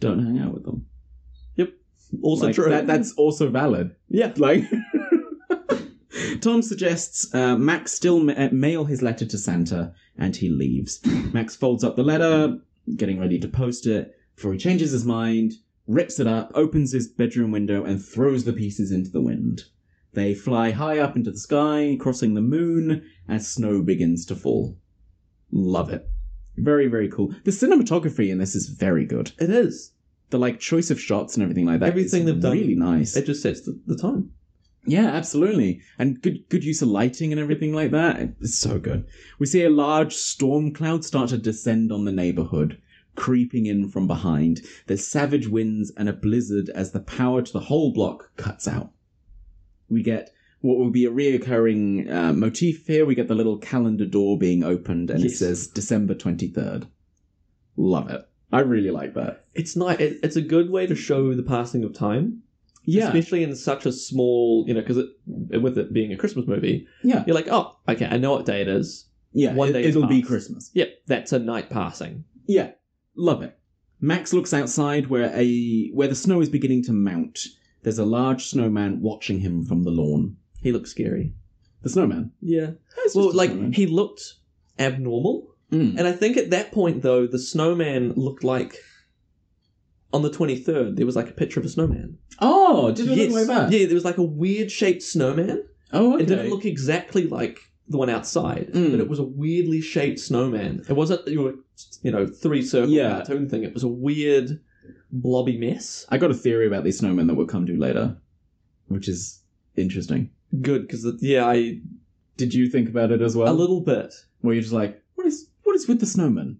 Speaker 2: don't hang out with them.
Speaker 3: also
Speaker 2: Like,
Speaker 3: true.
Speaker 2: That, that's also valid.
Speaker 3: yeah,
Speaker 2: Like, Tom suggests uh, Max still ma- uh, mail his letter to Santa, and he leaves. Max folds up the letter, getting ready to post it, before he changes his mind, rips it up, opens his bedroom window, and throws the pieces into the wind. They fly high up into the sky, crossing the moon as snow begins to fall. Love it. Very, very cool. The cinematography in this is very good.
Speaker 3: it is.
Speaker 2: The like choice of shots and everything like that.
Speaker 3: Everything
Speaker 2: is
Speaker 3: they've done-
Speaker 2: really nice.
Speaker 3: It just sets the, the tone.
Speaker 2: Yeah, absolutely. And good good use of lighting and everything like that. It's so good. We see a large storm cloud start to descend on the neighborhood, creeping in from behind. There's savage winds and a blizzard as the power to the whole block cuts out. We get what will be a reoccurring uh, motif here. We get the little calendar door being opened and it
Speaker 3: Yes.
Speaker 2: says December 23rd. Love it. I really like that.
Speaker 3: It's nice. It, it's a good way to show the passing of time, especially in such a small, you know, because it, with it being a Christmas movie,
Speaker 2: Yeah.
Speaker 3: you're like, oh, okay, I know what day it is.
Speaker 2: Yeah.
Speaker 3: One
Speaker 2: it-
Speaker 3: day
Speaker 2: it'll be
Speaker 3: passed.
Speaker 2: Christmas.
Speaker 3: Yep, that's a night passing.
Speaker 2: Yeah, love it. Max looks outside where a where the snow is beginning to mount. There's a large snowman watching him from the lawn.
Speaker 3: He looks scary.
Speaker 2: The snowman.
Speaker 3: Yeah.
Speaker 2: It's
Speaker 3: Well,
Speaker 2: just a
Speaker 3: like
Speaker 2: snowman.
Speaker 3: he looked abnormal,
Speaker 2: Mm.
Speaker 3: and I think at that point though, the snowman looked like. On the twenty third, there was like a picture of a snowman.
Speaker 2: Oh, did it
Speaker 3: Yes.
Speaker 2: look like that?
Speaker 3: Yeah, there was like a weird shaped snowman.
Speaker 2: Oh, okay.
Speaker 3: It didn't look exactly like the one outside,
Speaker 2: Mm.
Speaker 3: but it was a weirdly shaped snowman. It wasn't your, you know, three circle
Speaker 2: Yeah.
Speaker 3: cartoon thing. It was a weird blobby mess.
Speaker 2: I got a theory about these snowmen that we'll come to later, which is interesting.
Speaker 3: Good because yeah, I
Speaker 2: Did you think about it as well?
Speaker 3: a little bit,
Speaker 2: Where you're just like, what is what is with the snowman?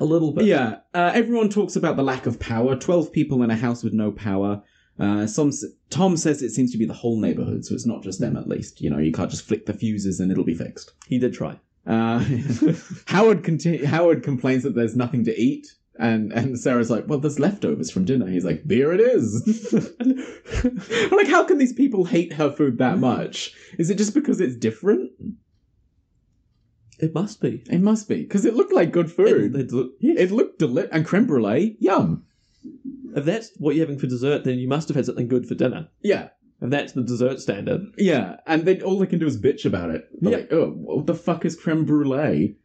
Speaker 3: a little bit.
Speaker 2: yeah, uh, everyone talks about the lack of power. Twelve people in a house with no power. Uh, some s- Tom says it seems to be the whole neighborhood, so it's not just them. At least you know you can't just flick the fuses and it'll be fixed.
Speaker 3: he did try.
Speaker 2: Uh, Howard conti- Howard complains that there's nothing to eat, and and Sarah's like, "Well, there's leftovers from dinner." He's like, "There it is." I'm like, how can these people hate her food that much? Is it just because it's different?
Speaker 3: It must be.
Speaker 2: It must be because it looked like good food.
Speaker 3: It- it look-
Speaker 2: It looked deli- and creme brulee, yum.
Speaker 3: if that's what you're having for dessert, then you must have had something good for dinner.
Speaker 2: Yeah,
Speaker 3: If that's the dessert standard,
Speaker 2: Yeah, and then all they can do is bitch about it. They're
Speaker 3: Yeah.
Speaker 2: Like, oh, what the fuck is creme brulee?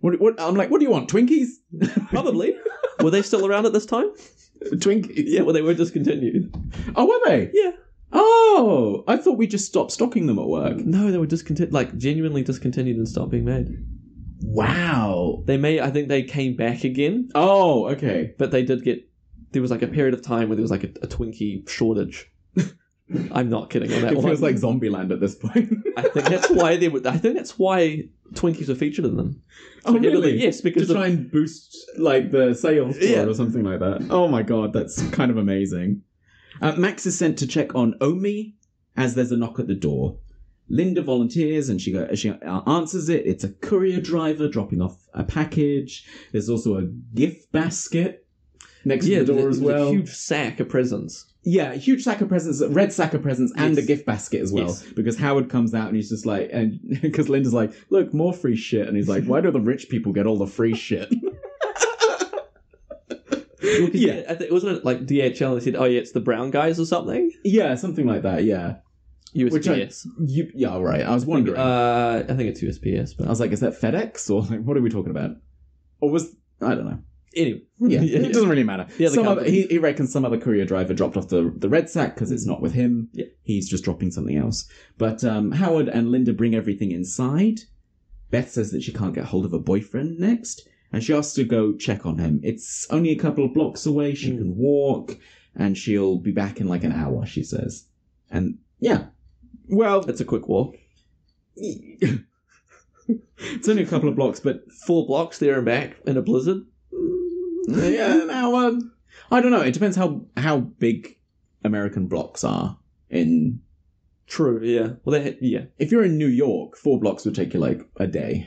Speaker 2: What, what? I'm like, what do you want? Twinkies?
Speaker 3: probably. were they still around at this time?
Speaker 2: Twinkies?
Speaker 3: Yeah, well, they were discontinued.
Speaker 2: Oh, were they?
Speaker 3: Yeah.
Speaker 2: Oh, I thought we just stopped stocking them at work.
Speaker 3: No, they were discontinued, like genuinely discontinued and stopped being made.
Speaker 2: Wow.
Speaker 3: They may, I think they came back again,
Speaker 2: Oh, okay.
Speaker 3: but they did get. There was like a period of time where there was like a, a Twinkie shortage. I'm not kidding on that
Speaker 2: It
Speaker 3: one.
Speaker 2: feels like Zombieland at this point.
Speaker 3: I think that's why they were. I think that's why Twinkies were featured in them.
Speaker 2: oh,
Speaker 3: Regularly,
Speaker 2: really?
Speaker 3: Yes, because
Speaker 2: to
Speaker 3: of-
Speaker 2: try and boost like the sales for it
Speaker 3: Yeah.
Speaker 2: or something like that. Oh my god, that's kind of amazing. Uh, Max is sent to check on Omi as there's a knock at the door. Linda volunteers and she go, she uh, answers it. It's a courier driver dropping off a package. There's also a gift basket next
Speaker 3: yeah,
Speaker 2: to the
Speaker 3: there
Speaker 2: door
Speaker 3: was
Speaker 2: as well.
Speaker 3: a huge sack of presents.
Speaker 2: Yeah, a huge sack of presents, a red sack of presents, and a gift basket as well.
Speaker 3: Yes.
Speaker 2: Because Howard comes out and he's just like, and because Linda's like, look, more free shit, and he's like, why do the rich people get all the free shit?
Speaker 3: yeah, I think, wasn't it like DHL? They said, "Oh yeah, it's the brown guys or something."
Speaker 2: yeah, something like that. Yeah,
Speaker 3: USPS.
Speaker 2: which I, you, yeah, all right. I was wondering.
Speaker 3: Uh, I think it's USPS, but
Speaker 2: I was like, is that FedEx or like, what are we talking about? Or was I don't know.
Speaker 3: anyway,
Speaker 2: Yeah, it doesn't really matter.
Speaker 3: The other
Speaker 2: Some other,
Speaker 3: company. Mm.
Speaker 2: he, he reckons some other courier driver dropped off the the red sack because it's not with him.
Speaker 3: Yeah.
Speaker 2: He's just dropping something else. But um, Howard and Linda bring everything inside. Beth says that she can't get hold of her boyfriend next, and she asks to go check on him. It's only a couple of blocks away. She
Speaker 3: Mm.
Speaker 2: can walk, and she'll be back in like an hour. She says, and yeah, well,
Speaker 3: it's a quick walk.
Speaker 2: it's only a couple of blocks, but
Speaker 3: Four blocks there and back in a blizzard.
Speaker 2: yeah, an hour. I don't know. It depends how how big American blocks are. In
Speaker 3: True. Yeah. Well, that yeah.
Speaker 2: if you're in New York, four blocks would take you like a day.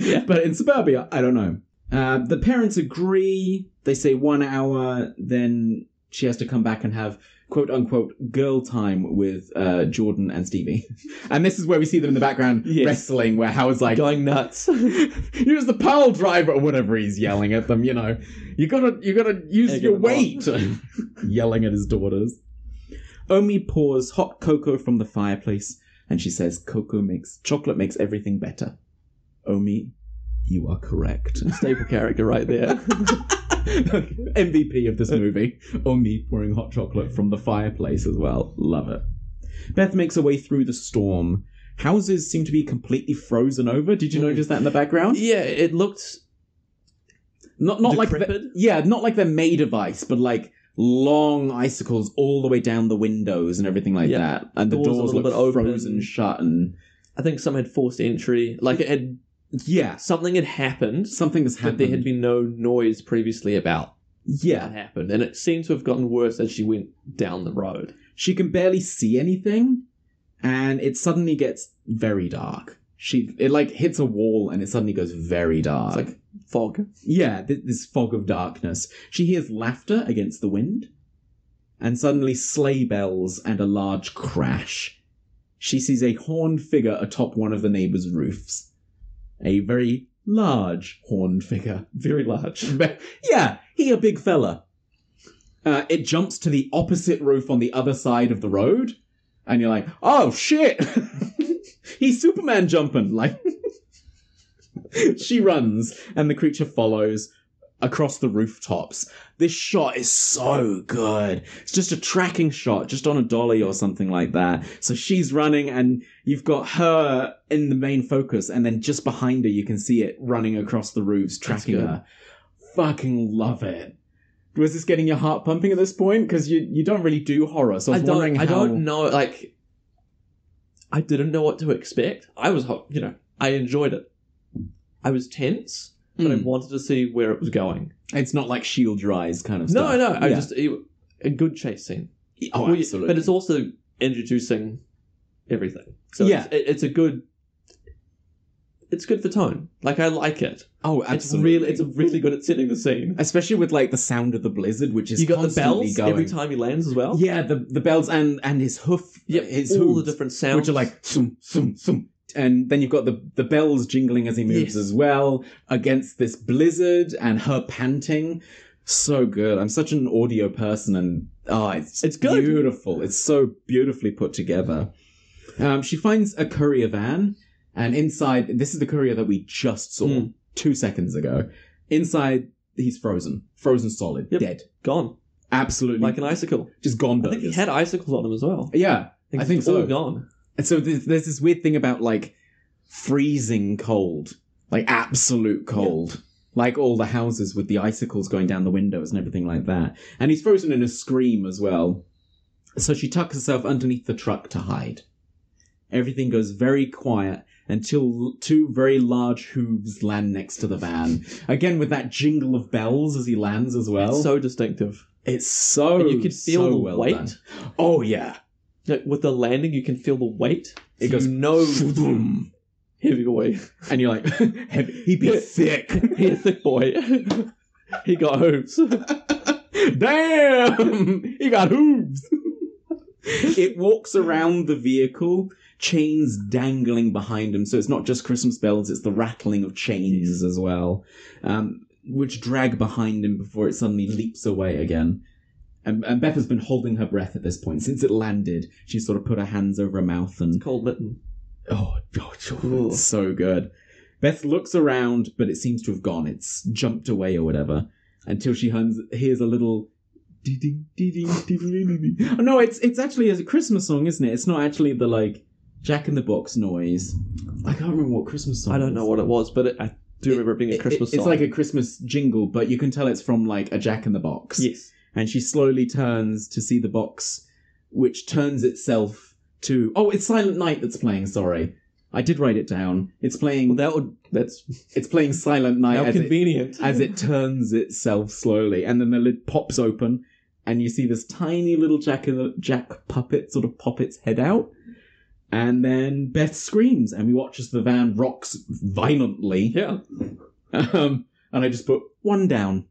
Speaker 3: Yeah.
Speaker 2: But in suburbia, I don't know. Uh, the parents agree. They say one hour. Then she has to come back and have quote unquote girl time with uh, Jordan and Stevie. and this is where we see them in the background
Speaker 3: Yes.
Speaker 2: wrestling, where Howard's like,
Speaker 3: Going nuts.
Speaker 2: use the pile driver or whatever he's yelling at them you know you gotta you gotta use
Speaker 3: Yeah,
Speaker 2: your
Speaker 3: get
Speaker 2: weight yelling at his daughters omi pours hot cocoa from the fireplace and she says cocoa makes chocolate makes everything better omi you are correct
Speaker 3: Staple character right there.
Speaker 2: mvp of this movie omi pouring hot chocolate from the fireplace as well love it beth makes her way through the storm houses seem to be completely frozen over did you notice that in the background
Speaker 3: yeah, it looked
Speaker 2: Not not like
Speaker 3: Decrepit?
Speaker 2: the, yeah, not like the May device, but like long icicles all the way down the windows and everything like
Speaker 3: Yeah.
Speaker 2: that, and the
Speaker 3: Doors a
Speaker 2: doors,
Speaker 3: little
Speaker 2: look
Speaker 3: bit open.
Speaker 2: frozen shut and
Speaker 3: I think some had forced entry. Like it had
Speaker 2: yeah,
Speaker 3: something had happened
Speaker 2: something has
Speaker 3: that
Speaker 2: happened.
Speaker 3: there had been no noise previously about that
Speaker 2: yeah,
Speaker 3: happened, and it seemed to have gotten worse as she went down the road.
Speaker 2: she can barely see anything, and it suddenly gets very dark. She it like hits a wall and it suddenly goes very dark.
Speaker 3: like- Fog.
Speaker 2: Yeah, th- this fog of darkness. She hears laughter against the wind, and suddenly sleigh bells and a large crash. She sees a horned figure atop one of the neighbors' roofs. A very large horned figure.
Speaker 3: Very large.
Speaker 2: Ve- yeah, he a big fella. Uh, it jumps to the opposite roof on the other side of the road, and you're like, oh shit! He's Superman jumping! Like, she runs, and the creature follows across the rooftops. This shot is so good. It's just a tracking shot, just on a dolly or something like that. So she's running, and you've got her in the main focus, and then just behind her, you can see it running across the roofs, tracking
Speaker 3: good.
Speaker 2: her. Fucking love it. Was this getting your heart pumping at this point? Because you you don't really do horror, so I
Speaker 3: I
Speaker 2: was wondering
Speaker 3: don't. I
Speaker 2: how.
Speaker 3: don't know. Like, I didn't know what to expect. I was, ho- you know, I enjoyed it. I was tense, but I
Speaker 2: Mm.
Speaker 3: wanted to see where it was going.
Speaker 2: It's not like shield your eyes kind of
Speaker 3: No,
Speaker 2: stuff.
Speaker 3: no. I
Speaker 2: Yeah.
Speaker 3: just it, a good chase scene.
Speaker 2: oh,
Speaker 3: Well, yeah,
Speaker 2: absolutely.
Speaker 3: But it's also introducing everything. So
Speaker 2: Yeah.
Speaker 3: it's, it, it's a good. It's good for tone. Like I like it.
Speaker 2: oh, absolutely.
Speaker 3: It's really, it's really good at setting the scene.
Speaker 2: especially with like the sound of the blizzard, which is
Speaker 3: You got the
Speaker 2: constantly
Speaker 3: bells
Speaker 2: going.
Speaker 3: every time he lands as well.
Speaker 2: Yeah, the the bells and and his hoof.
Speaker 3: Yep,
Speaker 2: his
Speaker 3: all
Speaker 2: hooves,
Speaker 3: the different sounds.
Speaker 2: which are like thum, thum, thum. and then you've got the the bells jingling as he moves
Speaker 3: Yes.
Speaker 2: as well against this blizzard and her panting. So good. I'm such an audio person, and oh, it's
Speaker 3: It's good.
Speaker 2: beautiful. It's so beautifully put together. Um, she finds a courier van, and inside, this is the courier that we just saw
Speaker 3: Mm.
Speaker 2: two seconds ago. Inside, he's frozen, frozen solid,
Speaker 3: Yep.
Speaker 2: dead,
Speaker 3: gone
Speaker 2: absolutely
Speaker 3: like an icicle.
Speaker 2: just gone
Speaker 3: I
Speaker 2: burgers.
Speaker 3: think he had icicles on him as well.
Speaker 2: yeah, I
Speaker 3: it's
Speaker 2: think so.
Speaker 3: All gone.
Speaker 2: And so there's, there's this weird thing about like freezing cold, like absolute cold, like all the houses with the icicles going down the windows and everything like that. And he's frozen in a scream as well. So she tucks herself underneath the truck to hide. Everything goes very quiet until two very large hooves land next to the van. Again, with that jingle of bells as he lands as well.
Speaker 3: so distinctive.
Speaker 2: it's so
Speaker 3: And you could feel
Speaker 2: so
Speaker 3: the
Speaker 2: well
Speaker 3: weight.
Speaker 2: done. Oh yeah,
Speaker 3: Like, with the landing, you can feel the weight.
Speaker 2: It
Speaker 3: So
Speaker 2: goes
Speaker 3: you know
Speaker 2: Vroom.
Speaker 3: heavyweight.
Speaker 2: and you're like, he'd be thick.
Speaker 3: He's a thick boy. he got hooves.
Speaker 2: Damn! He got hooves! it walks around the vehicle, chains dangling behind him. So it's not just Christmas bells, it's the rattling of chains as well, um, which drag behind him before it suddenly leaps away again. And, and Beth has been holding her breath at this point. Since it landed, she's sort of put her hands over her mouth and
Speaker 3: Cold mitten.
Speaker 2: Oh, God, oh, it's so good. Beth looks around, but it seems to have gone. It's jumped away or whatever. Until she hums, hears a little. dee-ding, dee-ding, dee-ding, dee-ding. Oh, no, it's it's actually a Christmas song, isn't it? It's not actually the like Jack in the Box noise. I can't remember what Christmas song.
Speaker 3: I don't know what it was, but it, I do remember it being a Christmas
Speaker 2: It's
Speaker 3: song.
Speaker 2: like a Christmas jingle, but you can tell it's from like a Jack in the Box
Speaker 3: yes.
Speaker 2: and she slowly turns to see the box, which turns itself to. Oh, it's Silent Night that's playing. Sorry, I did write it down. It's playing.
Speaker 3: Well, that would that's
Speaker 2: it's playing Silent Night
Speaker 3: how
Speaker 2: as it,
Speaker 3: convenient.
Speaker 2: as it turns itself slowly, and then the lid pops open, and you see this tiny little Jack in the, Jack puppet sort of pop its head out. And then Beth screams, and we watch as the van rocks violently.
Speaker 3: yeah.
Speaker 2: Um, and I just put one down.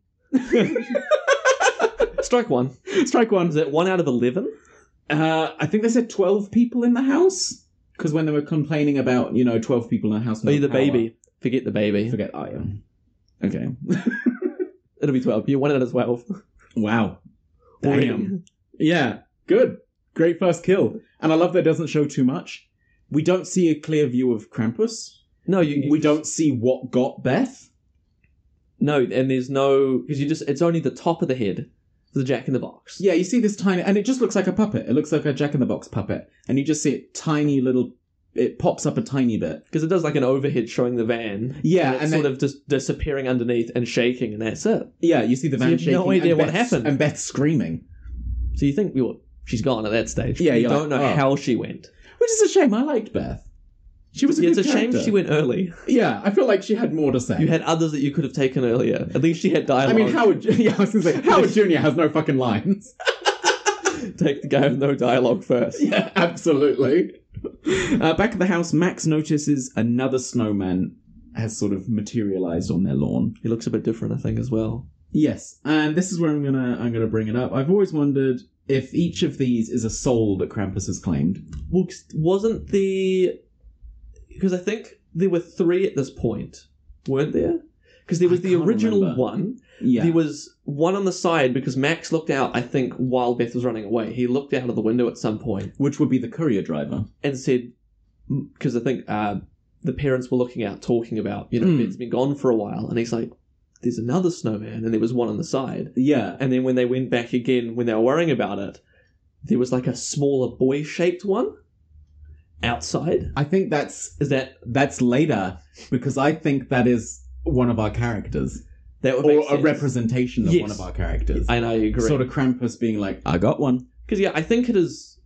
Speaker 3: Strike one.
Speaker 2: Strike one.
Speaker 3: Is that one out of eleven?
Speaker 2: Uh, I think they said 12 people in the house. Because when they were complaining about, you know, 12 people in a house.
Speaker 3: Are
Speaker 2: no
Speaker 3: you the
Speaker 2: power.
Speaker 3: baby? Forget the baby.
Speaker 2: Forget that, yeah. Okay.
Speaker 3: It'll be twelve. You're one out of twelve.
Speaker 2: Wow.
Speaker 3: Already.
Speaker 2: Damn. yeah. Good. Great first kill. And I love that it doesn't show too much. We don't see a clear view of Krampus.
Speaker 3: No, you, you
Speaker 2: We don't see what got Beth.
Speaker 3: No, and there's no because you just it's only the top of the head for the Jack in the Box.
Speaker 2: Yeah, you see this tiny, and it just looks like a puppet. It looks like a Jack in the Box puppet. And you just see it tiny little, it pops up a tiny bit.
Speaker 3: Because it does like an overhead showing the van.
Speaker 2: Yeah,
Speaker 3: and, it's
Speaker 2: and
Speaker 3: sort
Speaker 2: then-
Speaker 3: of just disappearing underneath and shaking, and that's it.
Speaker 2: Yeah, you see the
Speaker 3: So
Speaker 2: van
Speaker 3: you have
Speaker 2: shaking.
Speaker 3: no idea
Speaker 2: and
Speaker 3: what
Speaker 2: Beth's-
Speaker 3: happened.
Speaker 2: And Beth screaming.
Speaker 3: So you think well, she's gone at that stage.
Speaker 2: Yeah,
Speaker 3: you
Speaker 2: you're
Speaker 3: don't
Speaker 2: like,
Speaker 3: know
Speaker 2: oh.
Speaker 3: how she went.
Speaker 2: Which is a shame. I liked Beth. She was a
Speaker 3: Yeah, it's
Speaker 2: good
Speaker 3: a shame
Speaker 2: character.
Speaker 3: she went early.
Speaker 2: Yeah, I feel like she had more to say.
Speaker 3: You had others that you could have taken earlier. At least she had
Speaker 2: I
Speaker 3: dialogue.
Speaker 2: mean, Howard. Yeah, I was gonna say Howard Junior has no fucking lines.
Speaker 3: take the guy with no dialogue first?
Speaker 2: yeah, absolutely. Uh, back at the house, Max notices another snowman has sort of materialized on their lawn.
Speaker 3: He looks a bit different, I think, as well.
Speaker 2: Yes, and this is where I'm gonna I'm gonna bring it up. I've always wondered if each of these is a soul that Krampus has claimed.
Speaker 3: Well, 'cause wasn't the because I think there were three at this point, weren't there? Because there was
Speaker 2: I
Speaker 3: the
Speaker 2: can't
Speaker 3: original
Speaker 2: remember.
Speaker 3: one.
Speaker 2: Yeah,
Speaker 3: There was one on the side because Max looked out. I think while Beth was running away, he looked out of the window at some point
Speaker 2: which would be the courier driver.
Speaker 3: and said, "Because I think uh, the parents were looking out, talking about you know
Speaker 2: Hmm.
Speaker 3: Beth's been gone for a while," and he's like, "There's another snowman," and there was one on the side.
Speaker 2: Yeah,
Speaker 3: And then when they went back again, when they were worrying about it, there was like a smaller boy-shaped one outside.
Speaker 2: I think that's
Speaker 3: Is that
Speaker 2: that's later because I think that is one of our characters
Speaker 3: that would
Speaker 2: or
Speaker 3: make
Speaker 2: a
Speaker 3: sense.
Speaker 2: representation of
Speaker 3: Yes.
Speaker 2: one of our characters.
Speaker 3: And I agree.
Speaker 2: Sort of Krampus being like, I got one,
Speaker 3: Because yeah, I think it is.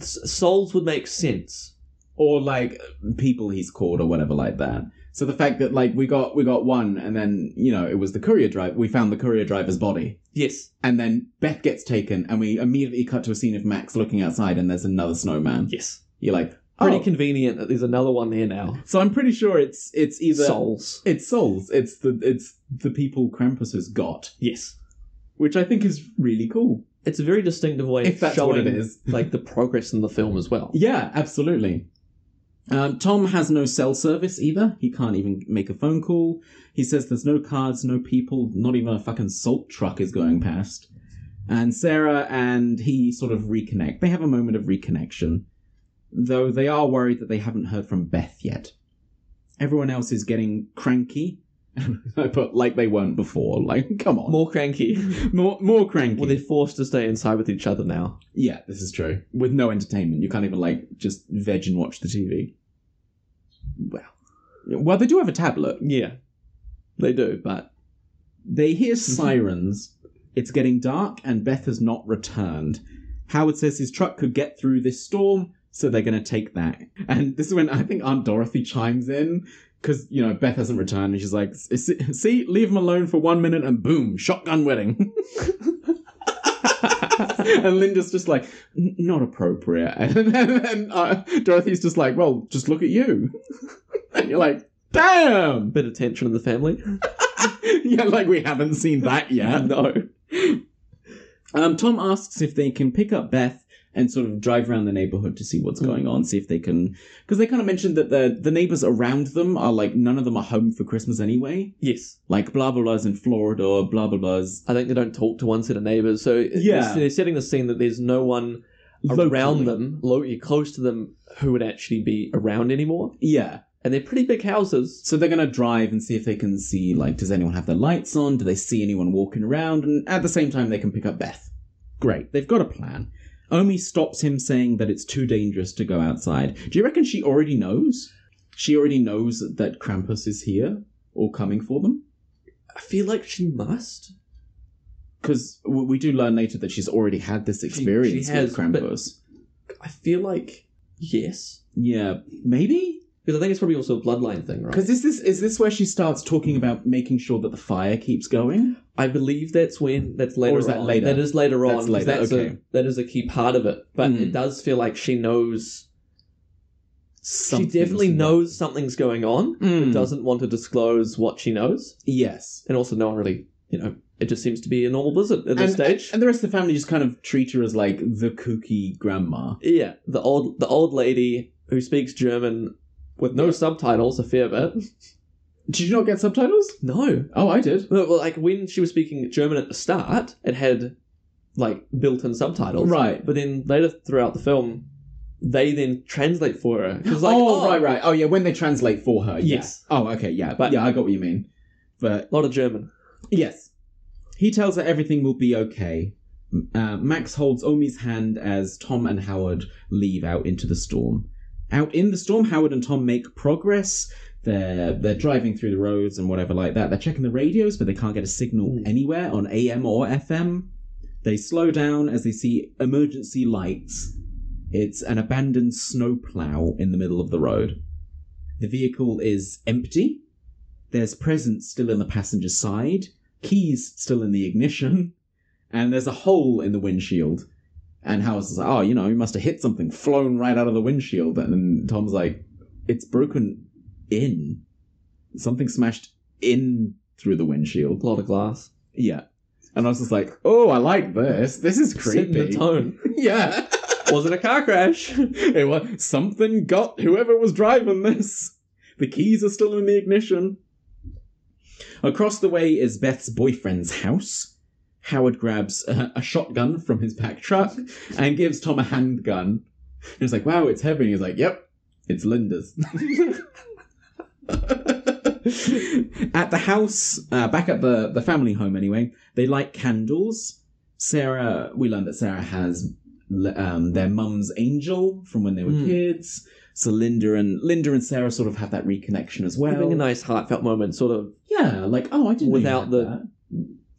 Speaker 3: s- Souls would make sense.
Speaker 2: or like people he's called or whatever like that. So the fact that like we got we got one, and then you know it was the courier driver. We found the courier driver's body,
Speaker 3: Yes.
Speaker 2: and then Beth gets taken, and we immediately cut to a scene of Max looking outside, and there's another snowman.
Speaker 3: Yes.
Speaker 2: You're like,
Speaker 3: Pretty
Speaker 2: oh.
Speaker 3: convenient that there's another one there now.
Speaker 2: so I'm pretty sure it's it's either
Speaker 3: Souls.
Speaker 2: it's souls. It's the it's the people Krampus has got,
Speaker 3: Yes.
Speaker 2: which I think is really cool.
Speaker 3: It's a very distinctive way
Speaker 2: If
Speaker 3: of
Speaker 2: that's what
Speaker 3: showing
Speaker 2: it is.
Speaker 3: like the progress in the film as well.
Speaker 2: Yeah, absolutely. Um, Tom has no cell service either. He can't even make a phone call. He says there's no cards, no people, not even a fucking salt truck is going past. And Sarah and he sort of reconnect. They have a moment of reconnection, though they are worried that they haven't heard from Beth yet. Everyone else is getting cranky. I put like they weren't before. Like, come on,
Speaker 3: More cranky.
Speaker 2: more, more cranky.
Speaker 3: well, they're forced to stay inside with each other now.
Speaker 2: Yeah, this is true. With no entertainment, you can't even like just veg and watch the TV. Well, well, they do have a tablet.
Speaker 3: Yeah. They do, but
Speaker 2: They hear sirens. It's getting dark, and Beth has not returned. Howard says his truck could get through this storm, so they're going to take that. And this is when I think Aunt Dorothy chimes in because you know Beth hasn't returned, and she's like, "S- "See, leave him alone for one minute, and boom, shotgun wedding." and Linda's just like, "N- not appropriate. And then and, uh, Dorothy's just like, well, just look at you. and you're like, damn.
Speaker 3: bit of tension in the family.
Speaker 2: yeah, like we haven't seen that yet.
Speaker 3: no.
Speaker 2: Um, Tom asks if they can pick up Beth and sort of drive around the neighborhood to see what's
Speaker 3: Hmm.
Speaker 2: going on, see if they can, because they kind of mentioned that the the neighbors around them are like none of them are home for Christmas anyway.
Speaker 3: Yes.
Speaker 2: Like blah blah blahs in Florida, or blah blah blahs.
Speaker 3: I think they don't talk to one set of neighbors. So it-
Speaker 2: Yeah.
Speaker 3: they're- they're setting the scene that there's no one
Speaker 2: Locally.
Speaker 3: around them, locally close to them, who would actually be around anymore.
Speaker 2: Yeah.
Speaker 3: And they're pretty big houses.
Speaker 2: So they're gonna drive and see if they can see like does anyone have their lights on? Do they see anyone walking around? And at the same time they can pick up Beth. Great, they've got a plan. Omi stops him saying that it's too dangerous to go outside. Do you reckon she already knows? She already knows that Krampus is here or coming for them?
Speaker 3: I feel like she must.
Speaker 2: Because we do learn later that she's already had this experience
Speaker 3: has,
Speaker 2: with
Speaker 3: but-
Speaker 2: Krampus.
Speaker 3: I feel like yes.
Speaker 2: Yeah, maybe.
Speaker 3: Because I think it's probably also a bloodline thing, right?
Speaker 2: Because is this is this where she starts talking about making sure that the fire keeps going?
Speaker 3: I believe that's when that's later.
Speaker 2: Or is that
Speaker 3: on.
Speaker 2: later?
Speaker 3: That is later on.
Speaker 2: That's
Speaker 3: 'cause
Speaker 2: later,
Speaker 3: a,
Speaker 2: okay.
Speaker 3: that is a key part of it. But
Speaker 2: Mm.
Speaker 3: it does feel like she knows.
Speaker 2: Something's
Speaker 3: she definitely
Speaker 2: not-
Speaker 3: knows something's going on.
Speaker 2: Mm.
Speaker 3: But doesn't want to disclose what she knows,
Speaker 2: Yes.
Speaker 3: and also no one really, you know, it just seems to be a normal visit at this stage.
Speaker 2: And the rest of the family just kind of treat her as like the kooky grandma.
Speaker 3: yeah, the old the old lady who speaks German with no subtitles a fair bit.
Speaker 2: Did you not get subtitles?
Speaker 3: No,
Speaker 2: Oh, I did.
Speaker 3: Well, well, like when she was speaking German at the start, it had like built-in subtitles,
Speaker 2: Right.
Speaker 3: But then later throughout the film, they then translate for her. She was like,
Speaker 2: oh, right, right. Oh, yeah. When they translate for her. yeah.
Speaker 3: Yes.
Speaker 2: Oh, okay. Yeah. But
Speaker 3: But-
Speaker 2: yeah, I got what you mean. But
Speaker 3: A lot of German.
Speaker 2: yes, he tells her everything will be okay. Uh, Max holds Omi's hand as Tom and Howard leave out into the storm. Out in the storm, Howard and Tom make progress. They're they're driving through the roads and whatever like that. They're checking the radios, but they can't get a signal anywhere on AM or FM. They slow down as they see emergency lights. It's an abandoned snowplow in the middle of the road. The vehicle is empty. There's presents still in the passenger side, keys still in the ignition, and there's a hole in the windshield. And Howard's is like, oh, you know, you must have hit something, flown right out of the windshield. And then Tom's like, it's broken in. Something smashed in through the windshield.
Speaker 3: A lot of glass.
Speaker 2: Yeah. And I was just like, oh, I like this. This is
Speaker 3: Setting
Speaker 2: creepy.
Speaker 3: the tone.
Speaker 2: Yeah.
Speaker 3: was it a car crash?
Speaker 2: it was, something got whoever was driving this. The keys are still in the ignition. Across the way is Beth's boyfriend's house. Howard grabs a, a shotgun from his back truck and gives Tom a handgun. And he's like, wow, it's heavy. And he's like, yep, it's Linda's. at the house, uh, back at the, the family home anyway, they light candles. Sarah, we learned that Sarah has l- um, their mum's angel from when they were
Speaker 3: Mm.
Speaker 2: kids. So Linda and Linda and Sarah sort of have that reconnection as well.
Speaker 3: Having a nice heartfelt moment, sort of
Speaker 2: Yeah, like oh, I didn't know you
Speaker 3: Without
Speaker 2: had
Speaker 3: the-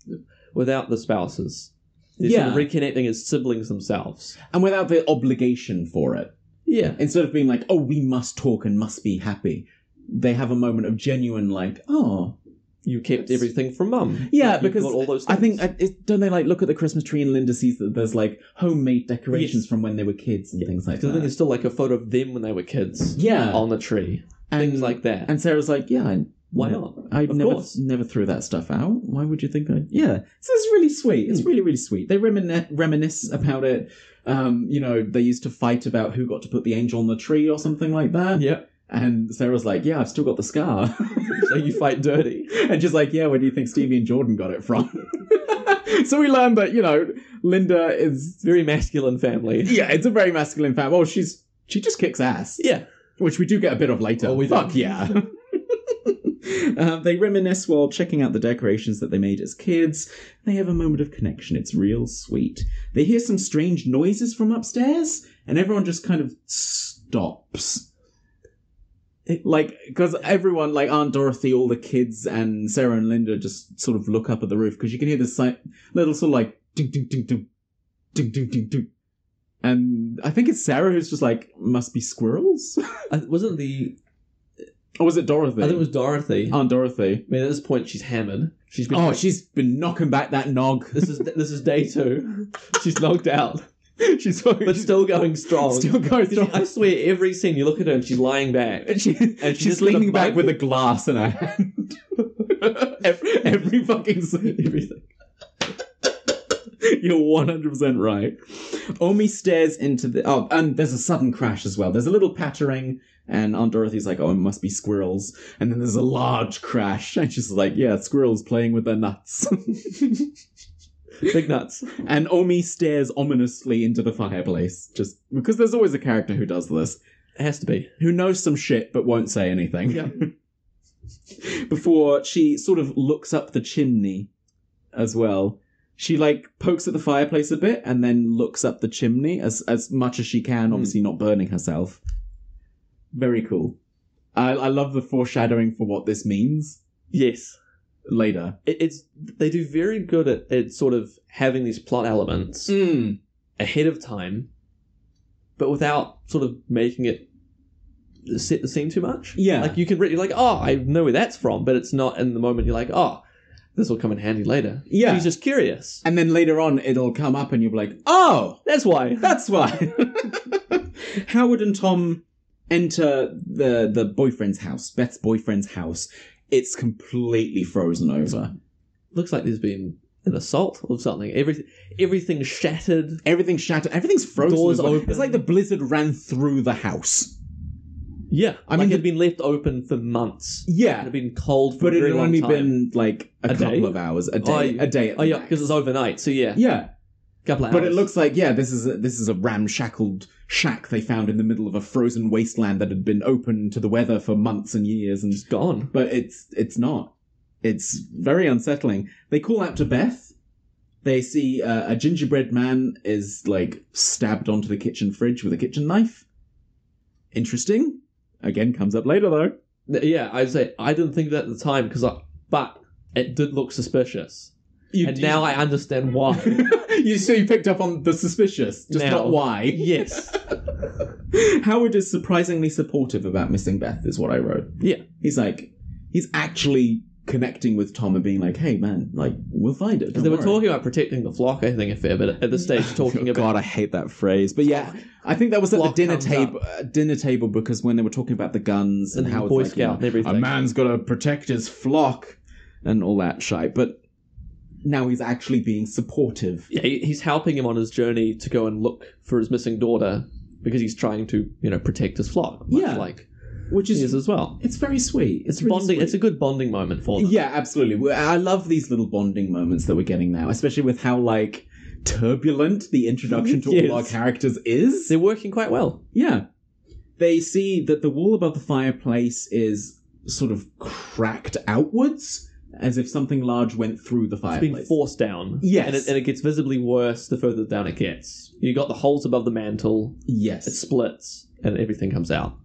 Speaker 2: that.
Speaker 3: without the spouses. They're
Speaker 2: Yeah.
Speaker 3: sort of reconnecting as siblings themselves.
Speaker 2: and without the obligation for it.
Speaker 3: Yeah.
Speaker 2: Instead of being like, oh, we must talk and must be happy, they have a moment of genuine like, oh,
Speaker 3: You kept everything from mum.
Speaker 2: yeah,
Speaker 3: You've
Speaker 2: because
Speaker 3: got all those
Speaker 2: I think
Speaker 3: things.
Speaker 2: I- it, don't they like look at the Christmas tree and Linda sees that there's like homemade decorations
Speaker 3: Yes.
Speaker 2: from when they were kids and things like
Speaker 3: Because I think
Speaker 2: that.
Speaker 3: there's still like a photo of them when they were kids.
Speaker 2: Yeah.
Speaker 3: On the tree. things like that.
Speaker 2: And Sarah's like, yeah, I,
Speaker 3: Why not?
Speaker 2: I
Speaker 3: Of
Speaker 2: never
Speaker 3: course.
Speaker 2: never threw that stuff out. Why would you think Hmm. I? Yeah, so it's really sweet. It's really really sweet. They remine- reminisce about it. Um, you know, they used to fight about who got to put the angel on the tree or something like that.
Speaker 3: yeah.
Speaker 2: And Sarah's like, yeah, I've still got the scar.
Speaker 3: So you fight dirty.
Speaker 2: and she's like, yeah, where do you think Stevie and Jordan got it from? so we learned that you know Linda is
Speaker 3: Very masculine family.
Speaker 2: yeah, it's a very masculine fan. Well, she's she just kicks ass.
Speaker 3: Yeah.
Speaker 2: Which we do get a bit of later.
Speaker 3: Oh, we do.
Speaker 2: Fuck yeah. um, they reminisce while checking out the decorations that they made as kids. They have a moment of connection. It's real sweet. They hear some strange noises from upstairs, and everyone just kind of stops. It- like, because everyone, like Aunt Dorothy, all the kids, and Sarah and Linda just sort of look up at the roof because you can hear this si- little sort of like ding, ding, ding, ding, ding, ding, ding, ding. And I think it's Sarah who's just like, must be squirrels?
Speaker 3: I, wasn't the
Speaker 2: Or was it Dorothy?
Speaker 3: I think it was Dorothy.
Speaker 2: Aunt Oh, Dorothy.
Speaker 3: I mean, at this point, she's hammered. She's been.
Speaker 2: Oh, she's been knocking back that nog.
Speaker 3: this is this is day two. She's knocked out,
Speaker 2: she's
Speaker 3: but still going strong.
Speaker 2: still going
Speaker 3: Because
Speaker 2: strong.
Speaker 3: I swear, every scene you look at her and she's lying back.
Speaker 2: And she,
Speaker 3: and she
Speaker 2: she's
Speaker 3: just got a
Speaker 2: leaning back
Speaker 3: mic.
Speaker 2: with a glass in her hand. every, every fucking scene. Everything. You're 100% right. Omi stares into the. Oh, and there's a sudden crash as well. There's a little pattering, and Aunt Dorothy's like, oh, it must be squirrels. And then there's a large crash, and she's like, yeah, squirrels playing with their nuts.
Speaker 3: Big nuts.
Speaker 2: and Omi stares ominously into the fireplace, just because there's always a character who does this
Speaker 3: It has to be.
Speaker 2: who knows some shit but won't say anything. Before she sort of looks up the chimney as well. She like pokes at the fireplace a bit and then looks up the chimney as as much as she can, obviously not burning herself. Very cool. I, I love the foreshadowing for what this means
Speaker 3: Yes.
Speaker 2: later.
Speaker 3: It, it's they do very good at, at sort of having these plot elements
Speaker 2: Mm.
Speaker 3: ahead of time, but without sort of making it set the scene too much.
Speaker 2: Yeah.
Speaker 3: Like you can really like, oh, I know where that's from, but it's not in the moment. You're like, oh, this will come in handy later.
Speaker 2: Yeah.
Speaker 3: She's just curious.
Speaker 2: And then later on it'll come up and you'll be like, oh,
Speaker 3: That's why.
Speaker 2: That's why. Howard and Tom enter the the boyfriend's house, Beth's boyfriend's house. It's completely frozen over.
Speaker 3: Looks like there's been an assault or something. Every everything's shattered.
Speaker 2: Everything's shattered. Everything's frozen.
Speaker 3: Doors
Speaker 2: as well.
Speaker 3: open.
Speaker 2: It's like the blizzard ran through the house.
Speaker 3: Yeah. I mean,
Speaker 2: mean,
Speaker 3: it'd been left open for months. It
Speaker 2: Yeah,
Speaker 3: had been cold for
Speaker 2: but
Speaker 3: a
Speaker 2: it
Speaker 3: very
Speaker 2: had
Speaker 3: long
Speaker 2: only
Speaker 3: time.
Speaker 2: been like a,
Speaker 3: A
Speaker 2: couple
Speaker 3: day?
Speaker 2: of hours, a
Speaker 3: Oh,
Speaker 2: day,
Speaker 3: yeah.
Speaker 2: a day. At
Speaker 3: Oh
Speaker 2: the
Speaker 3: yeah,
Speaker 2: max.
Speaker 3: because it's overnight. So yeah,
Speaker 2: yeah.
Speaker 3: couple of
Speaker 2: But it
Speaker 3: hours.
Speaker 2: looks like yeah, this is a, this is a ramshackled shack they found in the middle of a frozen wasteland that had been open to the weather for months and years, and
Speaker 3: it's gone.
Speaker 2: but it's it's not. It's very unsettling. They call out to Beth. They see uh, a gingerbread man is like stabbed onto the kitchen fridge with a kitchen knife. Interesting. Again, comes up later though.
Speaker 3: Th- Yeah, I'd say I didn't think that at the time because I, but it did look suspicious,
Speaker 2: You,
Speaker 3: and now I understand why.
Speaker 2: you so you picked up on the suspicious, just
Speaker 3: Now.
Speaker 2: not why.
Speaker 3: yes,
Speaker 2: Howard is surprisingly supportive about missing Beth, is what I wrote.
Speaker 3: yeah,
Speaker 2: He's like, he's actually connecting with Tom and being like, "Hey man, like we'll find it."
Speaker 3: 'Cause they were talking about protecting the flock. I think a fair bit at this stage, talking
Speaker 2: Oh,
Speaker 3: about
Speaker 2: God, I hate that phrase. But yeah, I think that was at the
Speaker 3: Block
Speaker 2: dinner
Speaker 3: comes
Speaker 2: table. Uh, dinner table because when they were talking about the guns and,
Speaker 3: And
Speaker 2: how
Speaker 3: Boy
Speaker 2: it's like, you
Speaker 3: Scout
Speaker 2: know,
Speaker 3: and everything.
Speaker 2: a man's got to protect his flock and all that shite. But now he's actually being supportive.
Speaker 3: yeah, he- he's helping him on his journey to go and look for his missing daughter because he's trying to you know protect his flock, much
Speaker 2: Yeah.
Speaker 3: like
Speaker 2: Which
Speaker 3: he
Speaker 2: is
Speaker 3: is as well.
Speaker 2: it's very sweet. It's, really
Speaker 3: bonding.
Speaker 2: sweet.
Speaker 3: It's a good bonding moment for them.
Speaker 2: yeah, absolutely. Well, I love these little bonding moments that we're getting now, especially with how like turbulent the introduction to
Speaker 3: Yes.
Speaker 2: all our characters is.
Speaker 3: they're working quite well.
Speaker 2: Yeah. They see that the wall above the fireplace is sort of cracked outwards, as if something large went through the
Speaker 3: It's
Speaker 2: fireplace.
Speaker 3: being forced down.
Speaker 2: Yes.
Speaker 3: And it, and it gets visibly worse the further down it gets. You got the holes above the mantle,
Speaker 2: Yes,
Speaker 3: it splits, and everything comes out.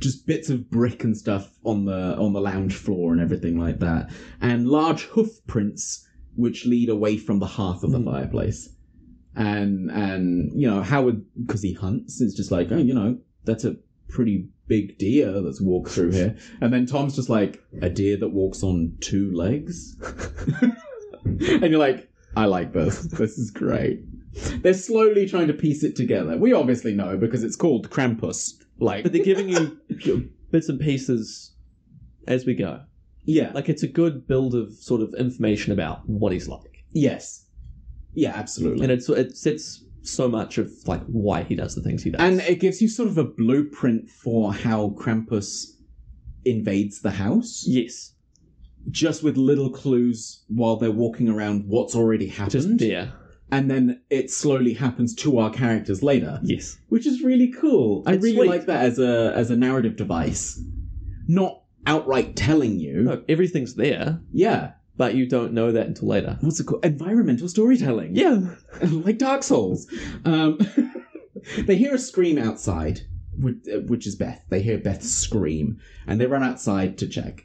Speaker 2: just bits of brick and stuff on the on the lounge floor and everything like that, and large hoof prints which lead away from the hearth
Speaker 3: Hmm.
Speaker 2: of the fireplace. And and you know Howard because he hunts is just like oh you know that's a pretty big deer that's walked through here, and then Tom's just like a deer that walks on two legs, and you're like I like this this is great. They're slowly trying to piece it together. We obviously know because it's called Krampus. Like,
Speaker 3: But they're giving you bits and pieces as we go.
Speaker 2: yeah,
Speaker 3: Like, it's a good build of sort of information about what he's like.
Speaker 2: Yes. Yeah, absolutely.
Speaker 3: And
Speaker 2: And it,
Speaker 3: it's, it sets so much of, like, why he does the things he does.
Speaker 2: gives you sort of a blueprint for how Krampus invades the house,
Speaker 3: yes,
Speaker 2: just with little clues while they're walking around what's already happened.
Speaker 3: just there.
Speaker 2: And then it slowly happens to our characters later,
Speaker 3: Yes.
Speaker 2: which is really cool. I
Speaker 3: It's
Speaker 2: really
Speaker 3: sweet.
Speaker 2: like that as a as a narrative device. Not outright telling you.
Speaker 3: No, everything's there,
Speaker 2: Yeah.
Speaker 3: but you don't know that until later.
Speaker 2: What's it called? Environmental storytelling.
Speaker 3: Yeah.
Speaker 2: like Dark Souls. Um, they hear a scream outside, which, uh, which is Beth. They hear Beth scream, and they run outside to check.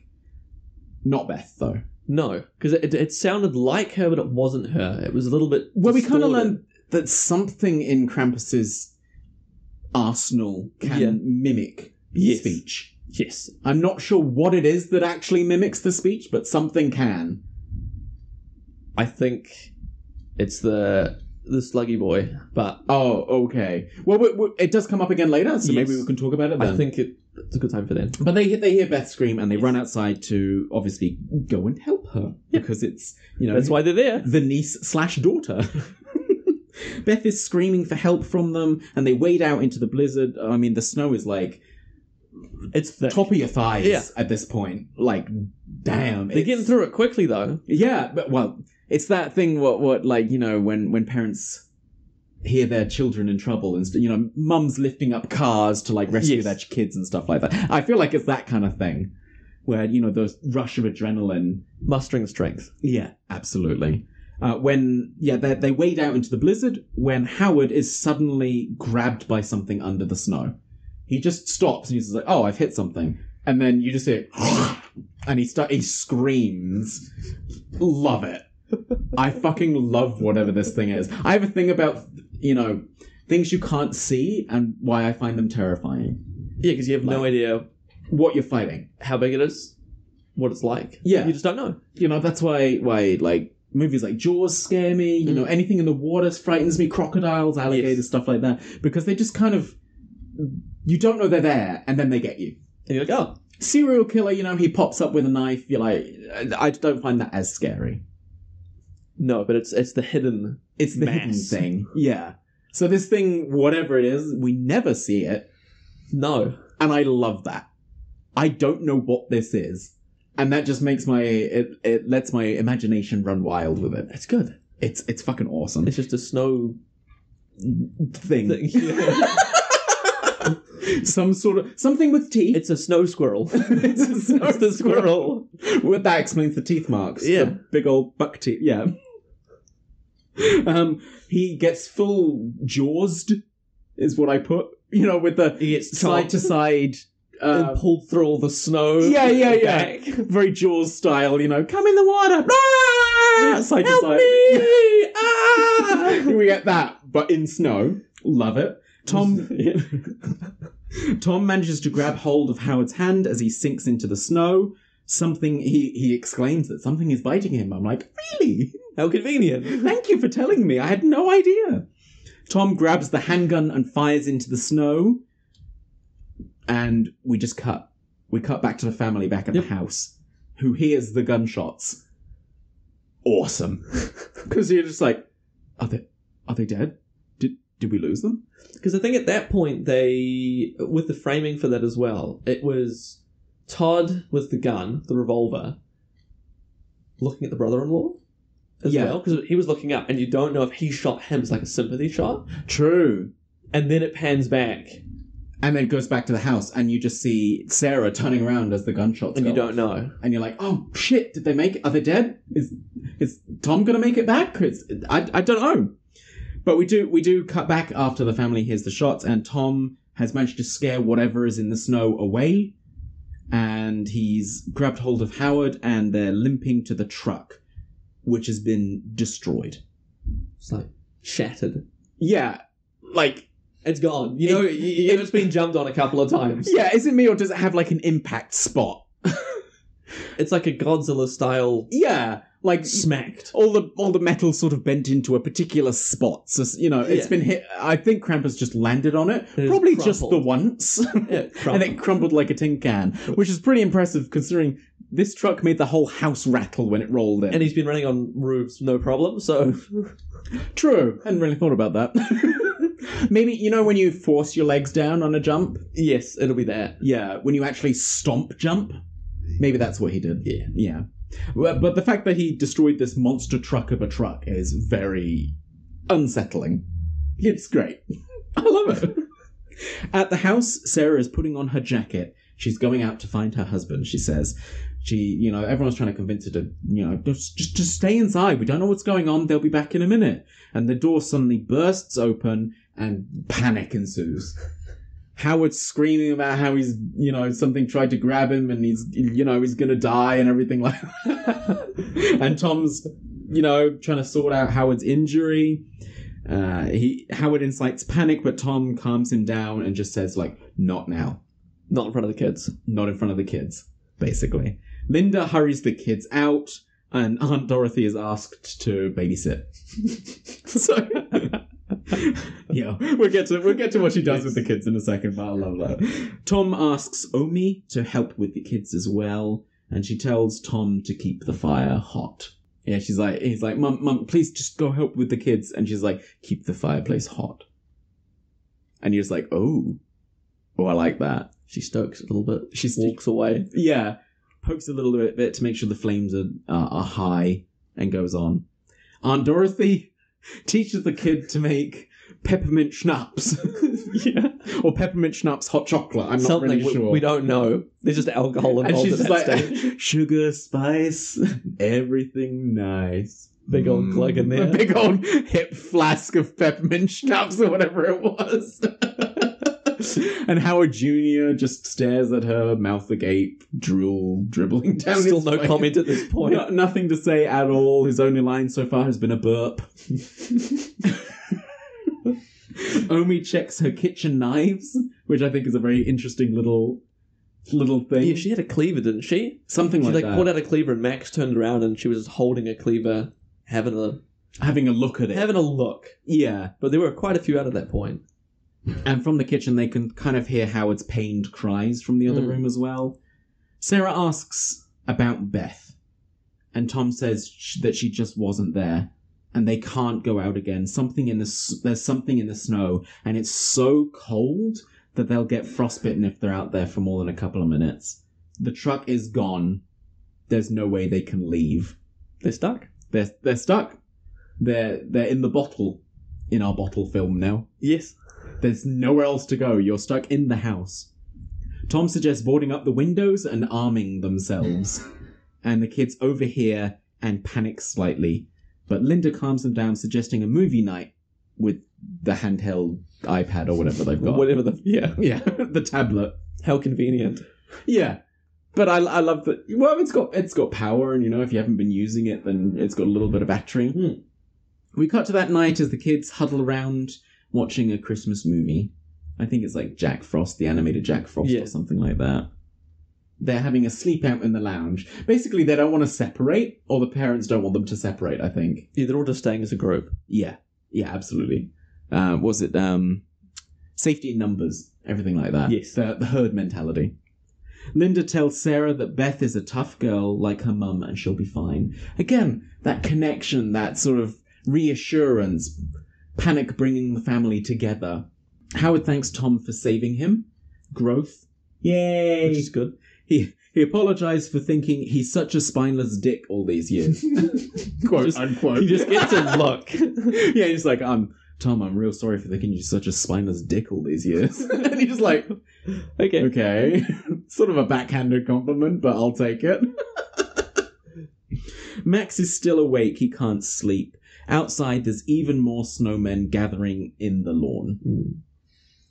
Speaker 2: Not Beth though.
Speaker 3: No, because it, it sounded like her, but it wasn't her. It was a little bit.
Speaker 2: Well, we kind of
Speaker 3: distorted.
Speaker 2: learn that something in Krampus's arsenal can
Speaker 3: Yeah.
Speaker 2: mimic
Speaker 3: Yes.
Speaker 2: speech.
Speaker 3: Yes,
Speaker 2: I'm not sure what it is that actually mimics the speech, but something can.
Speaker 3: I think it's the the sluggy boy, but
Speaker 2: Oh, okay. Well, we, we- it does come up again later, so maybe
Speaker 3: Yes.
Speaker 2: we can talk about it. Then.
Speaker 3: I think it, it's a good time for them.
Speaker 2: But they they hear Beth scream and they run outside to obviously go and help her because it's you know
Speaker 3: That's why they're there.
Speaker 2: the niece slash daughter. Beth is screaming for help from them, and they wade out into the blizzard. I mean, the snow is like
Speaker 3: It's thick.
Speaker 2: top of your thighs
Speaker 3: Yeah.
Speaker 2: at this point. Like, damn.
Speaker 3: They're
Speaker 2: it's-
Speaker 3: getting through it quickly though.
Speaker 2: Yeah, but well, it's that thing. What what like you know when when parents hear their children in trouble and st- you know mums lifting up cars to like rescue
Speaker 3: Yes.
Speaker 2: their ch- kids and stuff like that. I feel like it's that kind of thing where you know the rush of adrenaline.
Speaker 3: Mustering strength.
Speaker 2: Yeah, absolutely. Uh, when yeah they they wade out into the blizzard when Howard is suddenly grabbed by something under the snow. He just stops and he's just like, "Oh, I've hit something," and then you just hear, and he start he screams. Love it. I fucking love whatever this thing is. I have a thing about you know things you can't see and why I find them terrifying.
Speaker 3: Yeah, because you have no idea
Speaker 2: What you're fighting,
Speaker 3: how big it is, what it's like.
Speaker 2: Yeah.
Speaker 3: You just don't know.
Speaker 2: you know that's why why like movies like Jaws scare me. You know anything in the water frightens me. Crocodiles, alligators, stuff like that because they just kind of you don't know they're there and then they get you.
Speaker 3: And you're like, oh,
Speaker 2: Serial killer, you know, he pops up with a knife. You're like, I- I don't find that as scary.
Speaker 3: no, but it's it's the hidden
Speaker 2: It's the hidden
Speaker 3: Mass.
Speaker 2: thing. Yeah. So this thing, whatever it is, we never see it,
Speaker 3: no.
Speaker 2: and I love that. I don't know what this is, and that just makes my it, it lets my imagination run wild with it.
Speaker 3: It's good.
Speaker 2: It's it's fucking awesome.
Speaker 3: It's just a snow
Speaker 2: thing.
Speaker 3: thing. it's
Speaker 2: Some sort of something with teeth.
Speaker 3: a snow squirrel.
Speaker 2: It's a snow
Speaker 3: It's the squirrel.
Speaker 2: Well, that explains the teeth marks.
Speaker 3: Yeah.
Speaker 2: The big old buck teeth. Yeah. Um, he gets full jawsed, is what I put. You know, with the
Speaker 3: He gets
Speaker 2: side
Speaker 3: chopped.
Speaker 2: to side. uh,
Speaker 3: and pulled through all the snow.
Speaker 2: yeah, yeah, yeah.
Speaker 3: back.
Speaker 2: Very Jaws style, you know. Come in the water. Ah!
Speaker 3: Yeah,
Speaker 2: side
Speaker 3: help
Speaker 2: to side.
Speaker 3: me!
Speaker 2: Ah! we get that, but in snow. Love it. Tom.
Speaker 3: Yeah.
Speaker 2: Tom manages to grab hold of Howard's hand as he sinks into the snow. Something he he exclaims that something is biting him. I'm like, really?
Speaker 3: How convenient.
Speaker 2: Thank you for telling me. I had no idea. Tom grabs the handgun and fires into the snow. And we just cut. We cut back to the family back at the house, who hears the gunshots. Awesome, because you're just like, are they are they dead? Did did we lose them?
Speaker 3: Because I think at that point they, with the framing for that as well, it was Todd with the gun, the revolver, looking at the brother-in-law as
Speaker 2: Yeah.
Speaker 3: well, because he was looking up, and you don't know if he shot him. It's like a sympathy shot,
Speaker 2: True.
Speaker 3: and then it pans back,
Speaker 2: And then goes back to the house, and you just see Sarah turning around as the gunshots.
Speaker 3: and you
Speaker 2: go off.
Speaker 3: don't know.
Speaker 2: and you're like, oh shit, did they make it? Are they dead? Is is Tom gonna make it back? It's, I I don't know. But we do we do cut back after the family hears the shots, and Tom has managed to scare whatever is in the snow away, and he's grabbed hold of Howard, and they're limping to the truck, which has been destroyed.
Speaker 3: It's like shattered.
Speaker 2: Yeah, like
Speaker 3: It's gone. You know,
Speaker 2: It-
Speaker 3: it, it's been jumped on a couple of times.
Speaker 2: yeah, is it me or does it have like an impact spot?
Speaker 3: It's like a Godzilla style
Speaker 2: Yeah, like
Speaker 3: smacked.
Speaker 2: all the all the metal sort of bent into a particular spot. So you know, it's
Speaker 3: Yeah.
Speaker 2: been hit. I think Krampus just landed on it,
Speaker 3: It
Speaker 2: probably just the
Speaker 3: crumpled.
Speaker 2: once, and
Speaker 3: crumpled.
Speaker 2: it crumbled like a tin can, which is pretty impressive considering this truck made the whole house rattle when it rolled in.
Speaker 3: And he's been running on roofs, no problem. So
Speaker 2: True, hadn't really thought about that. Maybe you know when you force your legs down on a jump.
Speaker 3: yes, it'll be that.
Speaker 2: Yeah, when you actually stomp jump. Maybe that's what he did.
Speaker 3: Yeah.
Speaker 2: Yeah. Well, But the fact that he destroyed this monster truck of a truck is very unsettling. It's great. I love it. At the house, Sarah is putting on her jacket. She's going out to find her husband, she says. She, you know, everyone's trying to convince her to, you know, just, just, just stay inside. We don't know what's going on. They'll be back in a minute. And the door suddenly bursts open and panic ensues. Howard's screaming about how he's, you know, something tried to grab him and he's, you know, he's gonna die and everything like that. and Tom's, you know, trying to sort out Howard's injury. Uh, he Howard incites panic, but Tom calms him down and just says, like, not now,
Speaker 3: Not in front of the kids.
Speaker 2: not in front of the kids, basically. Linda hurries the kids out, and Aunt Dorothy is asked to babysit. so, yeah, we'll get to we'll get to what she does with the kids in a second. But I love that. Tom asks Omi to help with the kids as well, and she tells Tom to keep the fire hot. Yeah, she's like, he's like, mum, mum, please just go help with the kids. And she's like, keep the fireplace hot. And you're just like, oh, oh, I like that.
Speaker 3: She stokes it a little bit.
Speaker 2: She's
Speaker 3: walks away.
Speaker 2: yeah, pokes a little bit, bit to make sure the flames are, are are high, and goes on. Aunt Dorothy teaches the kid to make peppermint schnapps, yeah, or peppermint schnapps hot chocolate. I'm not
Speaker 3: Something
Speaker 2: really
Speaker 3: we,
Speaker 2: sure.
Speaker 3: we don't know. There's just alcohol
Speaker 2: And
Speaker 3: involved
Speaker 2: she's
Speaker 3: at
Speaker 2: just
Speaker 3: that
Speaker 2: like
Speaker 3: stage.
Speaker 2: sugar, spice, everything nice.
Speaker 3: Big old
Speaker 2: Mm.
Speaker 3: glug in
Speaker 2: A
Speaker 3: there.
Speaker 2: big old hip flask of peppermint schnapps or whatever it was. and Howard Jr. just stares at her, mouth agape, drool dribbling down.
Speaker 3: Still
Speaker 2: his
Speaker 3: no
Speaker 2: face.
Speaker 3: comment at this point.
Speaker 2: No- nothing to say at all. His only line so far has been a burp. Omi checks her kitchen knives, which I think is a very interesting little little thing.
Speaker 3: Yeah, she had a cleaver, didn't she?
Speaker 2: Something
Speaker 3: She
Speaker 2: like,
Speaker 3: like
Speaker 2: that.
Speaker 3: pulled out a cleaver and Max turned around and she was holding a cleaver, having a
Speaker 2: Having a look at it.
Speaker 3: having a look.
Speaker 2: yeah.
Speaker 3: But there were quite a few out at that point.
Speaker 2: And from the kitchen, they can kind of hear Howard's pained cries from the other
Speaker 3: Mm.
Speaker 2: room as well. Sarah asks about Beth, and Tom says sh- that she just wasn't there, and they can't go out again. Something in the s- there's something in the snow, and it's so cold that they'll get frostbitten if they're out there for more than a couple of minutes. The truck is gone. There's no way they can leave.
Speaker 3: They're stuck.
Speaker 2: They're they're stuck. They're they're in the bottle, in our bottle film now.
Speaker 3: Yes.
Speaker 2: There's nowhere else to go. You're stuck in the house. Tom suggests boarding up the windows and arming themselves. and the kids overhear and panic slightly. But Linda calms them down, suggesting a movie night with the handheld iPad or whatever they've got.
Speaker 3: Whatever the yeah.
Speaker 2: Yeah, the tablet.
Speaker 3: How convenient.
Speaker 2: Yeah. But I, I love that. Well, it's got it's got power, and you know, if you haven't been using it, then it's got a little bit of battery.
Speaker 3: Hmm.
Speaker 2: We cut to that night as the kids huddle around watching a Christmas movie. I think it's like Jack Frost, the animated Jack Frost,
Speaker 3: Yeah.
Speaker 2: or something like that. They're having a sleep out in the lounge. Basically, they don't want to separate, or the parents don't want them to separate. I think.
Speaker 3: Yeah, they're all just staying as a group.
Speaker 2: Yeah, yeah, absolutely. Uh, was it um, safety in numbers, everything like that?
Speaker 3: Yes.
Speaker 2: the, the herd mentality. Linda tells Sarah that Beth is a tough girl like her mum, and she'll be fine. Again, that connection, that sort of reassurance, panic bringing the family together. Howard thanks Tom for saving him. Growth. Yay!
Speaker 3: Which is good.
Speaker 2: He he apologized for thinking he's such a spineless dick all these years. Quote unquote.
Speaker 3: He just gets a look.
Speaker 2: yeah, he's like, um, Tom, I'm real sorry for thinking you're such a spineless dick all these years. and he's just like,
Speaker 3: okay.
Speaker 2: okay, sort of a backhanded compliment, but I'll take it. Max is still awake. He can't sleep. Outside, there's even more snowmen gathering in the lawn.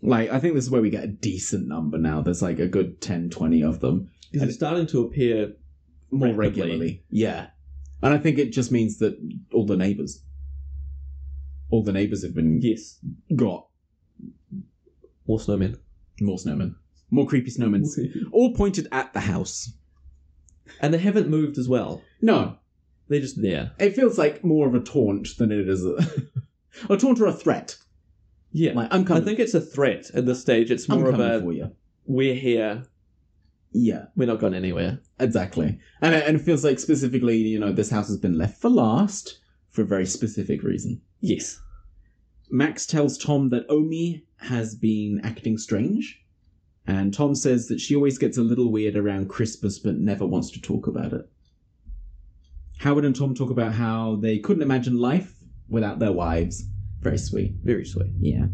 Speaker 2: Like, I think this is where we get a decent number now. There's like a good 10, 20 of them
Speaker 3: Because it's starting to appear
Speaker 2: more
Speaker 3: Rapidly.
Speaker 2: regularly. Yeah. And I think it just means that all the neighbors, all the neighbors have been
Speaker 3: yes.
Speaker 2: got
Speaker 3: More snowmen.
Speaker 2: more snowmen, more creepy snowmen, all pointed at the house.
Speaker 3: And they haven't moved as well.
Speaker 2: No,
Speaker 3: They're just there.
Speaker 2: it feels like more of a taunt than it is a, a taunt or a threat.
Speaker 3: Yeah.
Speaker 2: Like, I'm
Speaker 3: I
Speaker 2: coming.
Speaker 3: think it's a threat at this stage. It's
Speaker 2: I'm
Speaker 3: more of
Speaker 2: coming
Speaker 3: a
Speaker 2: for you.
Speaker 3: we're here,
Speaker 2: Yeah,
Speaker 3: we're not going anywhere.
Speaker 2: exactly. And it, and it feels like specifically, you know, this house has been left for last for a very specific reason.
Speaker 3: Yes.
Speaker 2: Max tells Tom that Omi has been acting strange, and Tom says that she always gets a little weird around Christmas but never wants to talk about it. Howard and Tom talk about how they couldn't imagine life without their wives. Very sweet.
Speaker 3: Very sweet.
Speaker 2: Yeah.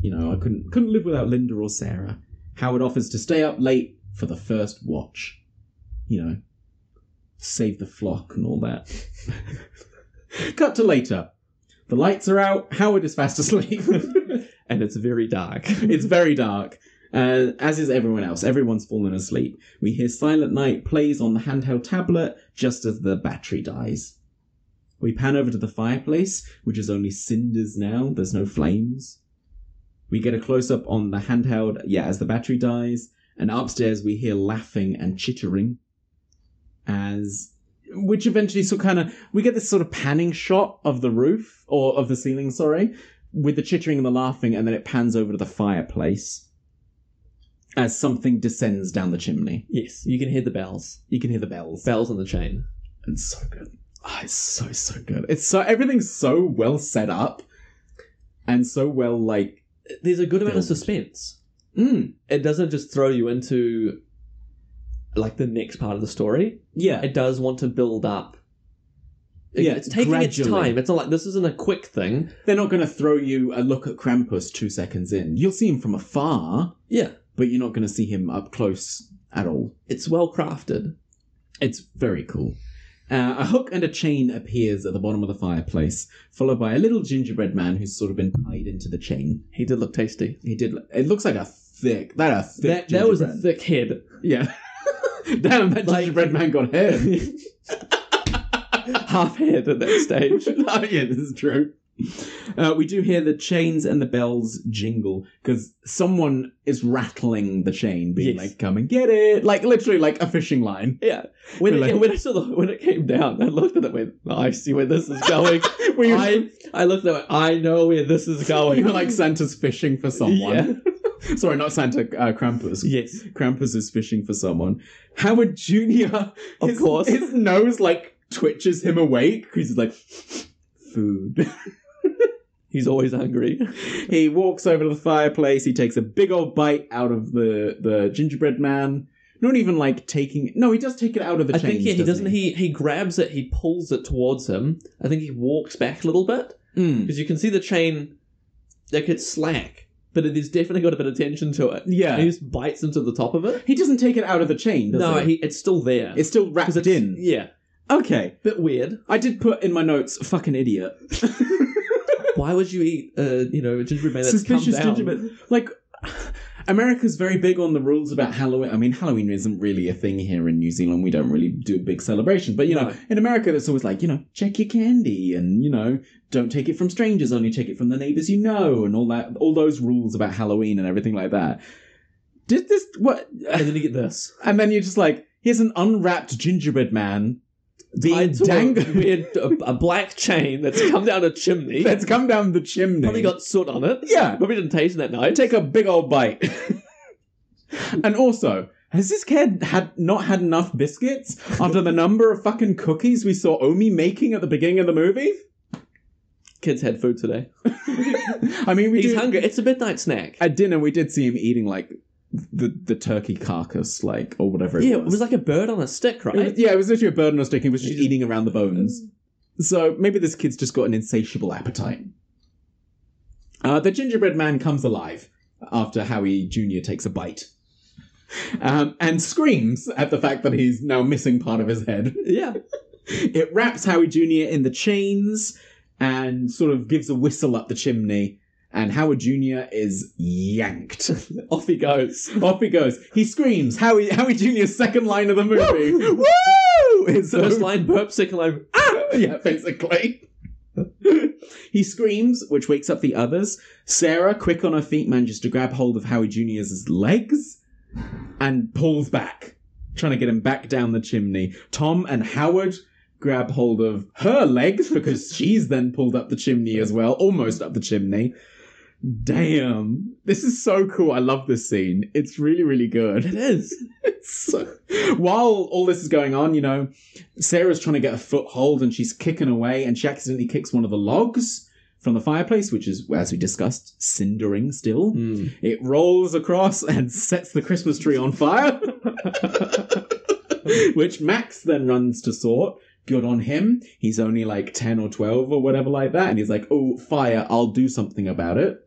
Speaker 2: You know, I couldn't couldn't live without Linda or Sarah. Howard offers to stay up late for the first watch. You know, save the flock and all that. Cut to later. The lights are out. Howard is fast asleep.
Speaker 3: And it's very dark.
Speaker 2: it's very dark. Uh, as is everyone else, everyone's fallen asleep. We hear Silent Night plays on the handheld tablet just as the battery dies. We pan over to the fireplace, which is only cinders now, there's no flames. We get a close up on the handheld, yeah, as the battery dies, and upstairs we hear laughing and chittering. As. Which eventually sort kind of. We get this sort of panning shot of the roof, or of the ceiling, sorry, with the chittering and the laughing, and then it pans over to the fireplace as something descends down the chimney.
Speaker 3: yes. You can hear the bells.
Speaker 2: You can hear the bells.
Speaker 3: Bells on the chain.
Speaker 2: It's so good. oh, it's so so good. It's so everything's so well set up, and so well like
Speaker 3: There's a good amount of
Speaker 2: Build.
Speaker 3: suspense.
Speaker 2: mm,
Speaker 3: It doesn't just throw you into like the next part of the story.
Speaker 2: yeah,
Speaker 3: It does want to build up. It-
Speaker 2: Yeah,
Speaker 3: it's taking its
Speaker 2: gradually.
Speaker 3: time. It's not like this isn't a quick thing.
Speaker 2: They're not going to throw you a look at Krampus two seconds in. You'll see him from afar,
Speaker 3: Yeah,
Speaker 2: but you're not going to see him up close at all.
Speaker 3: it's well crafted.
Speaker 2: It's very cool. Uh, a hook and a chain appears at the bottom of the fireplace, followed by a little gingerbread man who's sort of been tied into the chain.
Speaker 3: He did look tasty.
Speaker 2: He did. It looks like a thick. That a thick.
Speaker 3: That, that was a
Speaker 2: gingerbread.
Speaker 3: thick head.
Speaker 2: Yeah. Damn, that
Speaker 3: Like-
Speaker 2: gingerbread man got hair.
Speaker 3: Half head at that stage.
Speaker 2: oh, yeah, this is true. Uh, we do hear the chains and the bells jingle because someone is rattling the chain, being
Speaker 3: Yes.
Speaker 2: like, "Come and get it!" Like literally, like a fishing line.
Speaker 3: Yeah. When,
Speaker 2: Really?
Speaker 3: it, when I saw the when it came down, I looked at it and went, I see where this is going. I I looked at it, I know where this is
Speaker 2: You're
Speaker 3: going.
Speaker 2: like Santa's fishing for someone. Sorry, not Santa. Uh, Krampus.
Speaker 3: yes.
Speaker 2: Krampus is fishing for someone. Howard Junior,
Speaker 3: Of
Speaker 2: his,
Speaker 3: course.
Speaker 2: his nose like twitches him awake because he's like, "Food."
Speaker 3: He's always hungry.
Speaker 2: he walks over to the fireplace. He takes a big old bite out of the the gingerbread man. Not even like taking. No, he does take it out of the
Speaker 3: I
Speaker 2: chains.
Speaker 3: think yeah, he doesn't
Speaker 2: doesn't
Speaker 3: he? he grabs it, he pulls it towards him. I think he walks back a little bit.
Speaker 2: Mm.
Speaker 3: Because you can see the chain like it's slack, but it has definitely got a bit of tension to it.
Speaker 2: Yeah.
Speaker 3: And he just bites into the top of it.
Speaker 2: He doesn't take it out of the chain. Does
Speaker 3: No,
Speaker 2: he?
Speaker 3: he, it's still there.
Speaker 2: it's still wrapped
Speaker 3: 'Cause it's-
Speaker 2: in.
Speaker 3: Yeah.
Speaker 2: Okay,
Speaker 3: Bit weird.
Speaker 2: I did put in my notes. Fucking idiot.
Speaker 3: Why would you eat, uh, you know, a gingerbread man that's
Speaker 2: Suspicious
Speaker 3: come down?
Speaker 2: gingerbread. Like. America's very big on the rules about Halloween. I mean, Halloween isn't really a thing here in New Zealand. We don't really do a big celebration. But, you know,
Speaker 3: No.
Speaker 2: in America, it's always like, you know, check your candy and, you know, don't take it from strangers, only take it from the neighbors you know, and all that, all those rules about Halloween and everything like that. Did this, what?
Speaker 3: And then you get this.
Speaker 2: And then you're just like, here's an unwrapped gingerbread man
Speaker 3: I
Speaker 2: being
Speaker 3: saw a,
Speaker 2: dangled.
Speaker 3: weird, a, a black chain that's come down a chimney.
Speaker 2: That's come down the chimney.
Speaker 3: probably got soot on it.
Speaker 2: Yeah.
Speaker 3: probably didn't taste it that night.
Speaker 2: take a big old bite. and also, has this kid had not had enough biscuits after the number of fucking cookies we saw Omi making at the beginning of the movie?
Speaker 3: Kids had food today.
Speaker 2: I mean, we
Speaker 3: He's
Speaker 2: do-
Speaker 3: hungry. It's a midnight snack.
Speaker 2: at dinner. We did see him eating like the the turkey carcass, like or whatever. It
Speaker 3: yeah,
Speaker 2: was.
Speaker 3: it was like a bird on a stick, right? Mm.
Speaker 2: It was- yeah, it was literally a bird on a stick. He was just
Speaker 3: He's-
Speaker 2: eating around the bones. So maybe this kid's just got an insatiable appetite. Uh, the gingerbread man comes alive after Howie Jr. takes a bite um, and screams at the fact that he's now missing part of his head.
Speaker 3: Yeah.
Speaker 2: It wraps Howie Jr. in the chains and sort of gives a whistle up the chimney, and Howard Jr. is yanked.
Speaker 3: Off he goes.
Speaker 2: Off he goes. He screams. Howie, Howie Jr.'s second line of the movie. Woo! His
Speaker 3: First
Speaker 2: own-
Speaker 3: line burp, second line.
Speaker 2: Ah! Yeah, basically. he screams, which wakes up the others. Sarah, quick on her feet, manages to grab hold of Howie Jr.'s legs and pulls back, trying to get him back down the chimney. Tom and Howard grab hold of her legs because she's then pulled up the chimney as well, almost up the chimney. Damn. This is so cool. I love this scene. It's really, really good. It is. so, while all this is going on, you know, Sarah's trying to get a foothold and she's kicking away and she accidentally kicks one of the logs from the fireplace, which is, as we discussed, cindering still.
Speaker 3: mm.
Speaker 2: It rolls across and sets the Christmas tree on fire, which Max then runs to sort. Good on him. He's only like 10 or 12 or whatever like that. And he's like, oh, fire, I'll do something about it.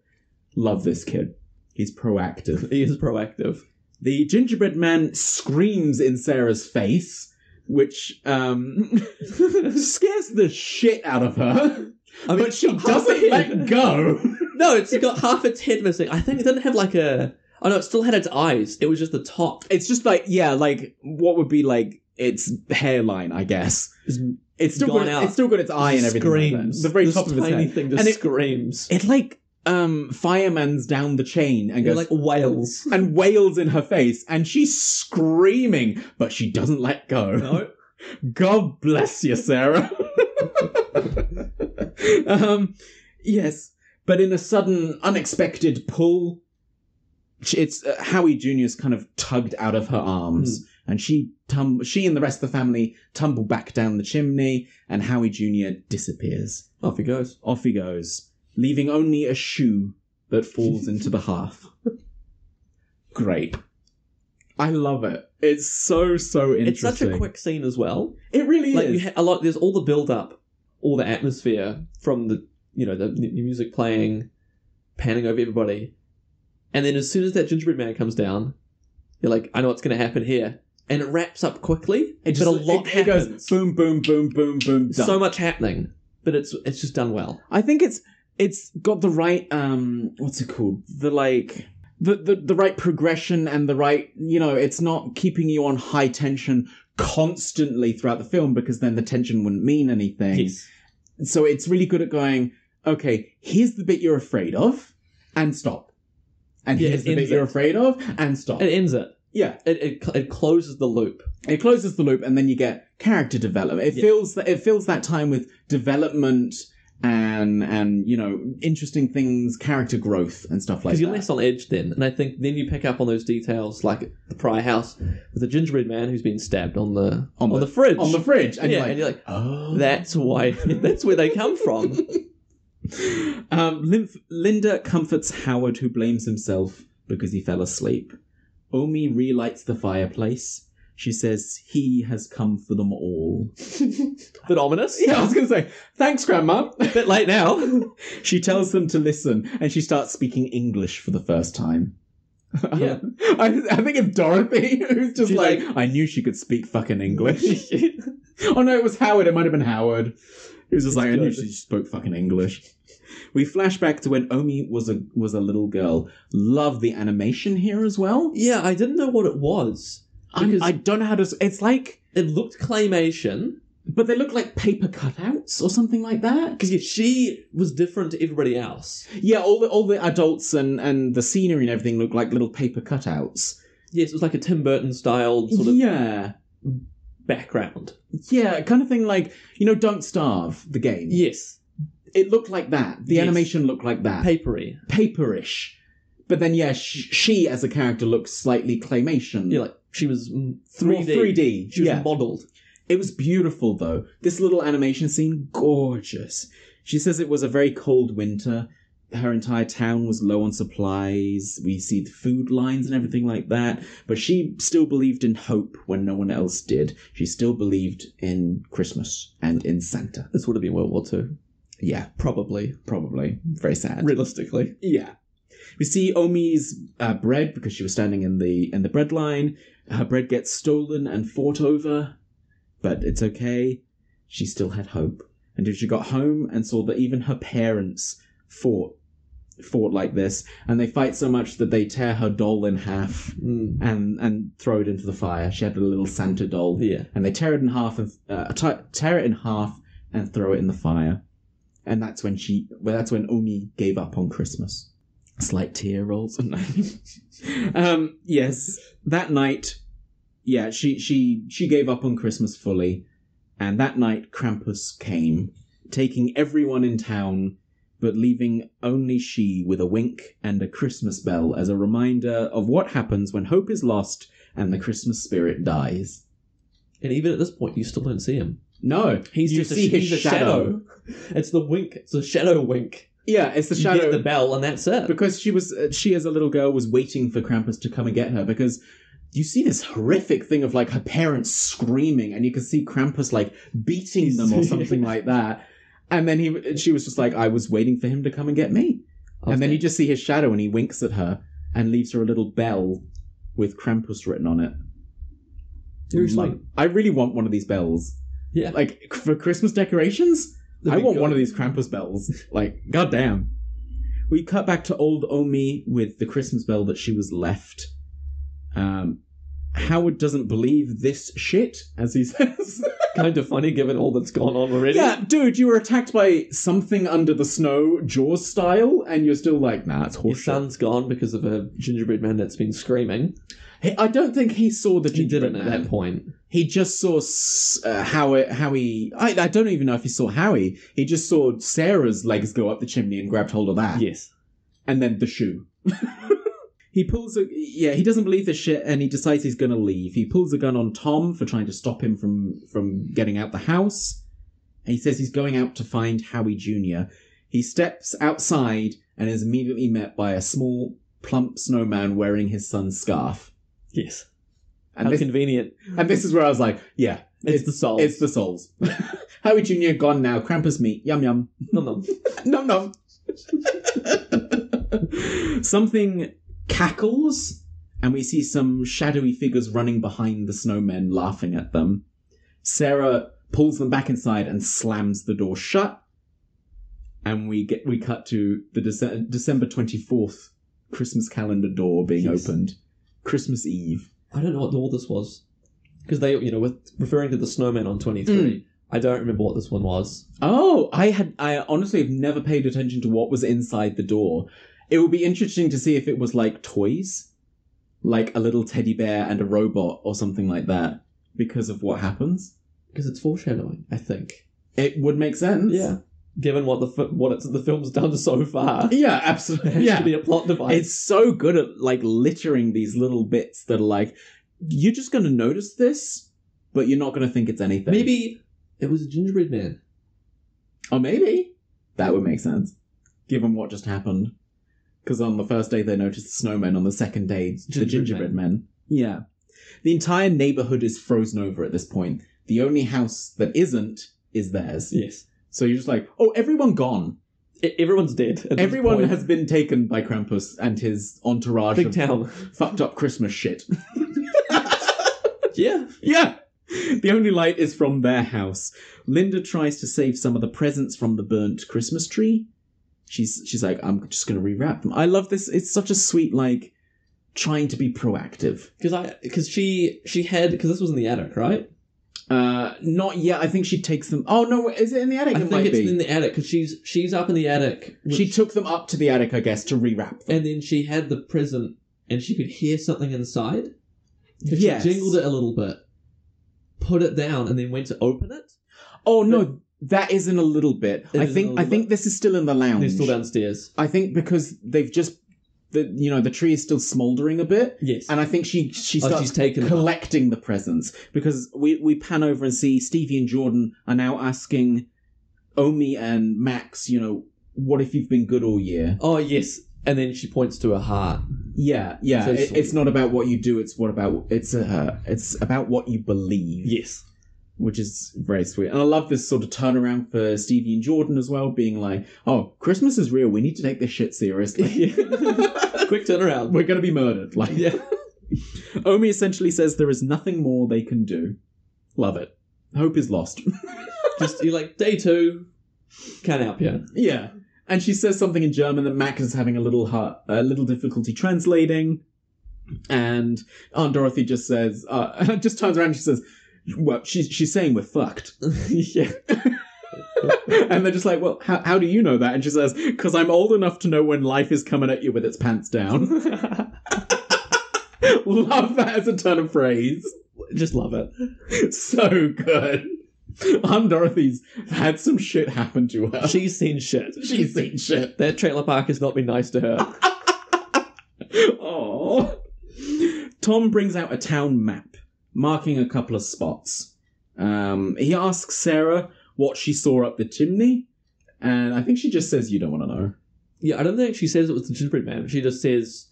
Speaker 2: Love this kid. He's proactive.
Speaker 3: He is proactive.
Speaker 2: The gingerbread man screams in Sarah's face, which um, scares the shit out of her.
Speaker 3: I mean,
Speaker 2: but she doesn't
Speaker 3: head.
Speaker 2: let go.
Speaker 3: No, it's got half its head missing. I think it didn't have like a. Oh no, it still had its eyes. It was just the top.
Speaker 2: It's just like, yeah, like what would be like its hairline, I guess. It's still
Speaker 3: Gone
Speaker 2: got,
Speaker 3: out.
Speaker 2: it's still got its eye and everything. like that.
Speaker 3: Screams.
Speaker 2: The very
Speaker 3: This
Speaker 2: top of its
Speaker 3: tiny
Speaker 2: head.
Speaker 3: thing just
Speaker 2: and it,
Speaker 3: screams.
Speaker 2: it like um fireman's down the chain and
Speaker 3: They're
Speaker 2: goes
Speaker 3: like whales.
Speaker 2: and wails in her face, and she's screaming, but she doesn't let go.
Speaker 3: No.
Speaker 2: God bless you, Sarah. um, yes, but in a sudden, unexpected pull, sh- it's uh, Howie Jr.'s kind of tugged out of her arms, and she tum- she and the rest of the family tumble back down the chimney, and Howie Jr. disappears.
Speaker 3: Off he goes.
Speaker 2: Off he goes, leaving only a shoe that falls into the hearth. Great. I love it. It's so so interesting.
Speaker 3: It's such a quick scene as well.
Speaker 2: It really
Speaker 3: like you
Speaker 2: is.
Speaker 3: ha- a lot. There's all the build up, all the atmosphere from the you know the, the music playing, panning over everybody, and then as soon as that gingerbread man comes down, you're like, I know what's going to happen here, and it wraps up quickly.
Speaker 2: It
Speaker 3: but a lot
Speaker 2: it, it goes
Speaker 3: happens.
Speaker 2: boom boom boom boom boom. Done.
Speaker 3: so much happening, but it's it's just done well.
Speaker 2: I think it's it's got the right um what's it called the like the, the the right progression and the right you know it's not keeping you on high tension constantly throughout the film because then the tension wouldn't mean anything. So it's really good at going okay here's the bit you're afraid of and stop, and
Speaker 3: Yeah,
Speaker 2: here's
Speaker 3: it
Speaker 2: the bit
Speaker 3: ends
Speaker 2: you're
Speaker 3: it.
Speaker 2: afraid of and stop.
Speaker 3: it ends it.
Speaker 2: yeah,
Speaker 3: It it, cl- it closes the loop.
Speaker 2: it closes the loop and then you get character development. It
Speaker 3: Yeah.
Speaker 2: fills that it fills that time with development and and you know interesting things, character growth and stuff like
Speaker 3: Because
Speaker 2: that.
Speaker 3: you're less on edge then, and I think then you pick up on those details, like the prior house with the gingerbread man who's been stabbed on the on, the, fridge.
Speaker 2: on the fridge, and,
Speaker 3: yeah,
Speaker 2: you're, like,
Speaker 3: and you're like,
Speaker 2: oh.
Speaker 3: that's why. That's where they come from.
Speaker 2: Um, Linf- Linda comforts Howard, who blames himself because he fell asleep. Omi relights the fireplace. She says he has come for them all.
Speaker 3: bit ominous.
Speaker 2: Yeah, I was gonna say thanks, Grandma.
Speaker 3: bit late now.
Speaker 2: she tells them to listen, and she starts speaking English for the first time.
Speaker 3: Yeah.
Speaker 2: I, I think it's Dorothy who's just
Speaker 3: She's
Speaker 2: like,
Speaker 3: like-
Speaker 2: I knew she could speak fucking English. oh no, it was Howard. It might have been Howard. He was just like, I knew
Speaker 3: good.
Speaker 2: she spoke fucking English. We flash back to when Omi was a was a little girl. Love the animation here as well.
Speaker 3: yeah, I didn't know what it was.
Speaker 2: I'm-
Speaker 3: Because-
Speaker 2: I don't know how to. s- It's like,
Speaker 3: It looked claymation
Speaker 2: but they look like paper cutouts or something like that.
Speaker 3: because she was different to everybody else.
Speaker 2: Yeah, all the all the adults and and the scenery and everything look like little paper cutouts.
Speaker 3: Yes, it was like a Tim Burton styled sort of
Speaker 2: yeah,
Speaker 3: background.
Speaker 2: yeah, kind of thing like you know, Don't Starve the game.
Speaker 3: Yes,
Speaker 2: It looked like that. The
Speaker 3: Yes.
Speaker 2: animation looked like that,
Speaker 3: papery.
Speaker 2: paperish. But then, yeah, sh- she as a character looks slightly claymation.
Speaker 3: Yeah, like she was mm,
Speaker 2: More
Speaker 3: 3D.
Speaker 2: 3D,
Speaker 3: She was
Speaker 2: yeah.
Speaker 3: modelled.
Speaker 2: It was beautiful though. This little animation scene, gorgeous. She says it was a very cold winter. Her entire town was low on supplies. We see the food lines and everything like that. But she still believed in hope when no one else did. She still believed in Christmas and in Santa.
Speaker 3: This would have been World War Two,
Speaker 2: Yeah,
Speaker 3: probably.
Speaker 2: probably. Very sad.
Speaker 3: Realistically,
Speaker 2: Yeah. We see Omi's uh, bread because she was standing in the in the bread line. Her bread gets stolen and fought over, but it's okay. She still had hope. And if she got home and saw that even her parents fought fought like this, and they fight so much that they tear her doll in half
Speaker 3: Mm.
Speaker 2: and and throw it into the fire. She had a little Santa doll,
Speaker 3: Yeah.
Speaker 2: and they tear it in half and uh, t- tear it in half and throw it in the fire. And that's when she, well, that's when Omi gave up on Christmas. A slight tear rolls. um, yes, that night, yeah, she she she gave up on Christmas fully, and that night Krampus came, taking everyone in town. But leaving only she with a wink and a Christmas bell as a reminder of what happens when hope is lost and the Christmas spirit dies.
Speaker 3: and even at this point, you still don't see him.
Speaker 2: No,
Speaker 3: He's
Speaker 2: you
Speaker 3: just a,
Speaker 2: see his
Speaker 3: he's a shadow. It's the wink. It's a shadow wink.
Speaker 2: Yeah, it's the
Speaker 3: You
Speaker 2: shadow.
Speaker 3: get the bell, and that's it.
Speaker 2: because she was uh, she as a little girl was waiting for Krampus to come and get her because you see this horrific thing of like her parents screaming and you can see Krampus like beating them or something like that and then he she was just like I was waiting for him to come and get me and then you just see his shadow and he winks at her and leaves her a little bell with Krampus written on it
Speaker 3: seriously,
Speaker 2: like I really want one of these bells
Speaker 3: yeah,
Speaker 2: like for Christmas decorations I
Speaker 3: That'd be
Speaker 2: want
Speaker 3: good.
Speaker 2: one of these Krampus bells. Like, goddamn. We cut back to old Omi with the Christmas bell that she was left. Um, Howard doesn't believe this shit, as he says.
Speaker 3: kind of funny given all that's gone on already.
Speaker 2: yeah, dude, you were attacked by something under the snow, Jaws style, and you're still like, nah, it's
Speaker 3: Your
Speaker 2: horseshit.
Speaker 3: son's gone because of a gingerbread man that's been screaming.
Speaker 2: He- I don't think he saw the
Speaker 3: He
Speaker 2: gingerbread
Speaker 3: didn't at
Speaker 2: man.
Speaker 3: that point.
Speaker 2: He just saw S- uh, Howie. Howie I, I don't even know if he saw Howie. He just saw Sarah's legs go up the chimney and grabbed hold of that.
Speaker 3: Yes.
Speaker 2: and then the shoe. He pulls a yeah. He doesn't believe this shit, and he decides he's gonna leave. He pulls a gun on Tom for trying to stop him from from getting out the house. And he says he's going out to find Howie Junior. He steps outside and is immediately met by a small, plump snowman wearing his son's scarf.
Speaker 3: Yes.
Speaker 2: And
Speaker 3: How
Speaker 2: this,
Speaker 3: convenient.
Speaker 2: and this is where I was like, yeah,
Speaker 3: It's the souls.
Speaker 2: It's the souls. Howie Junior gone now. Krampus meat. Yum yum.
Speaker 3: Nom nom.
Speaker 2: Nom nom. Something cackles, and we see some shadowy figures running behind the snowmen, laughing at them. Sarah pulls them back inside and slams the door shut. And we get we cut to the Dece- December twenty fourth Christmas calendar door being
Speaker 3: Yes.
Speaker 2: opened, Christmas Eve.
Speaker 3: I don't know what door this was. Because they, you know, with referring to the snowman on 23, I don't remember what this one was.
Speaker 2: Oh, I had I honestly have never paid attention to what was inside the door. It would be interesting to see if it was like toys, like a little teddy bear and a robot or something like that, because of what happens.
Speaker 3: Because it's foreshadowing, I think.
Speaker 2: It would make sense.
Speaker 3: Given what the fi- what it's, the film's done so far, it
Speaker 2: Yeah,
Speaker 3: has
Speaker 2: absolutely.
Speaker 3: to
Speaker 2: Yeah.
Speaker 3: be a plot device.
Speaker 2: It's so good at like littering these little bits that are like you're just going to notice this, but you're not going to think it's anything.
Speaker 3: Maybe it was a gingerbread man.
Speaker 2: Or Oh, maybe. That would make sense. Given what just happened. Because on the first day they noticed the snowmen, on the second day, the
Speaker 3: Gingerbread
Speaker 2: gingerbread men. Yeah. The entire neighborhood is frozen over at this point. The only house that isn't is theirs.
Speaker 3: Yes.
Speaker 2: So you're just like, oh, everyone gone.
Speaker 3: E- everyone's dead. at this
Speaker 2: Everyone
Speaker 3: point.
Speaker 2: has been taken by Krampus and his entourage
Speaker 3: Big
Speaker 2: of
Speaker 3: town.
Speaker 2: fucked up Christmas shit.
Speaker 3: yeah.
Speaker 2: Yeah. The only light is from their house. Linda tries to save some of the presents from the burnt Christmas tree. She's she's like, I'm just gonna rewrap them. I love this. It's such a sweet like trying to be proactive.
Speaker 3: Because I, because she, she had, because this was in the attic, right?
Speaker 2: Uh, not yet. I think she takes them. Oh no, is it in the attic?
Speaker 3: I
Speaker 2: it
Speaker 3: think
Speaker 2: might
Speaker 3: it's
Speaker 2: be.
Speaker 3: in the attic because she's she's up in the attic. which-
Speaker 2: she took them up to the attic, I guess, to rewrap them.
Speaker 3: and then she had the present and she could hear something inside. So
Speaker 2: Yes.
Speaker 3: She jingled it a little bit, put it down, and then went to open it.
Speaker 2: Oh no, that is in a little bit.
Speaker 3: It
Speaker 2: I
Speaker 3: is in a
Speaker 2: think I
Speaker 3: little
Speaker 2: think
Speaker 3: bit.
Speaker 2: this is still in the lounge.
Speaker 3: They're still downstairs.
Speaker 2: I think because they've just the you know the tree is still smoldering a bit.
Speaker 3: Yes.
Speaker 2: And I think she she
Speaker 3: Oh,
Speaker 2: starts
Speaker 3: she's taken them.
Speaker 2: collecting the presents because we we pan over and see Stevie and Jordan are now asking Omi and Max, you know, what if you've been good all year?
Speaker 3: oh yes. And then she points to her heart.
Speaker 2: Yeah, yeah.
Speaker 3: So
Speaker 2: it-
Speaker 3: sweet.
Speaker 2: it's not about what you do; it's what about it's uh, it's about what you believe.
Speaker 3: Yes.
Speaker 2: which is very sweet. And I love this sort of turnaround for Stevie and Jordan as well, being like, "Oh, Christmas is real. We need to take this shit seriously."
Speaker 3: Quick turnaround.
Speaker 2: we're going to be murdered. Like,
Speaker 3: Yeah.
Speaker 2: Omi essentially says there is nothing more they can do. Love it. Hope is lost.
Speaker 3: Just you're like day two. Can't help you.
Speaker 2: yeah. And she says something in German that Mac is having a little hard, a little difficulty translating. And Aunt Dorothy just says, uh, just turns around and she says, well, she's, she's saying we're fucked.
Speaker 3: yeah.
Speaker 2: and they're just like, well, how, how do you know that? And she says, because I'm old enough to know when life is coming at you with its pants down. Love that as a turn of phrase.
Speaker 3: Just love it.
Speaker 2: so good. Aunt Dorothy's had some shit happen to her.
Speaker 3: She's seen shit.
Speaker 2: she's seen shit.
Speaker 3: That trailer park has not been nice to her.
Speaker 2: Aww. Tom brings out a town map, marking a couple of spots. Um, he asks Sarah what she saw up the chimney, and I think she just says, You don't want to know.
Speaker 3: Yeah, I don't think she says it was the gingerbread man. She just says,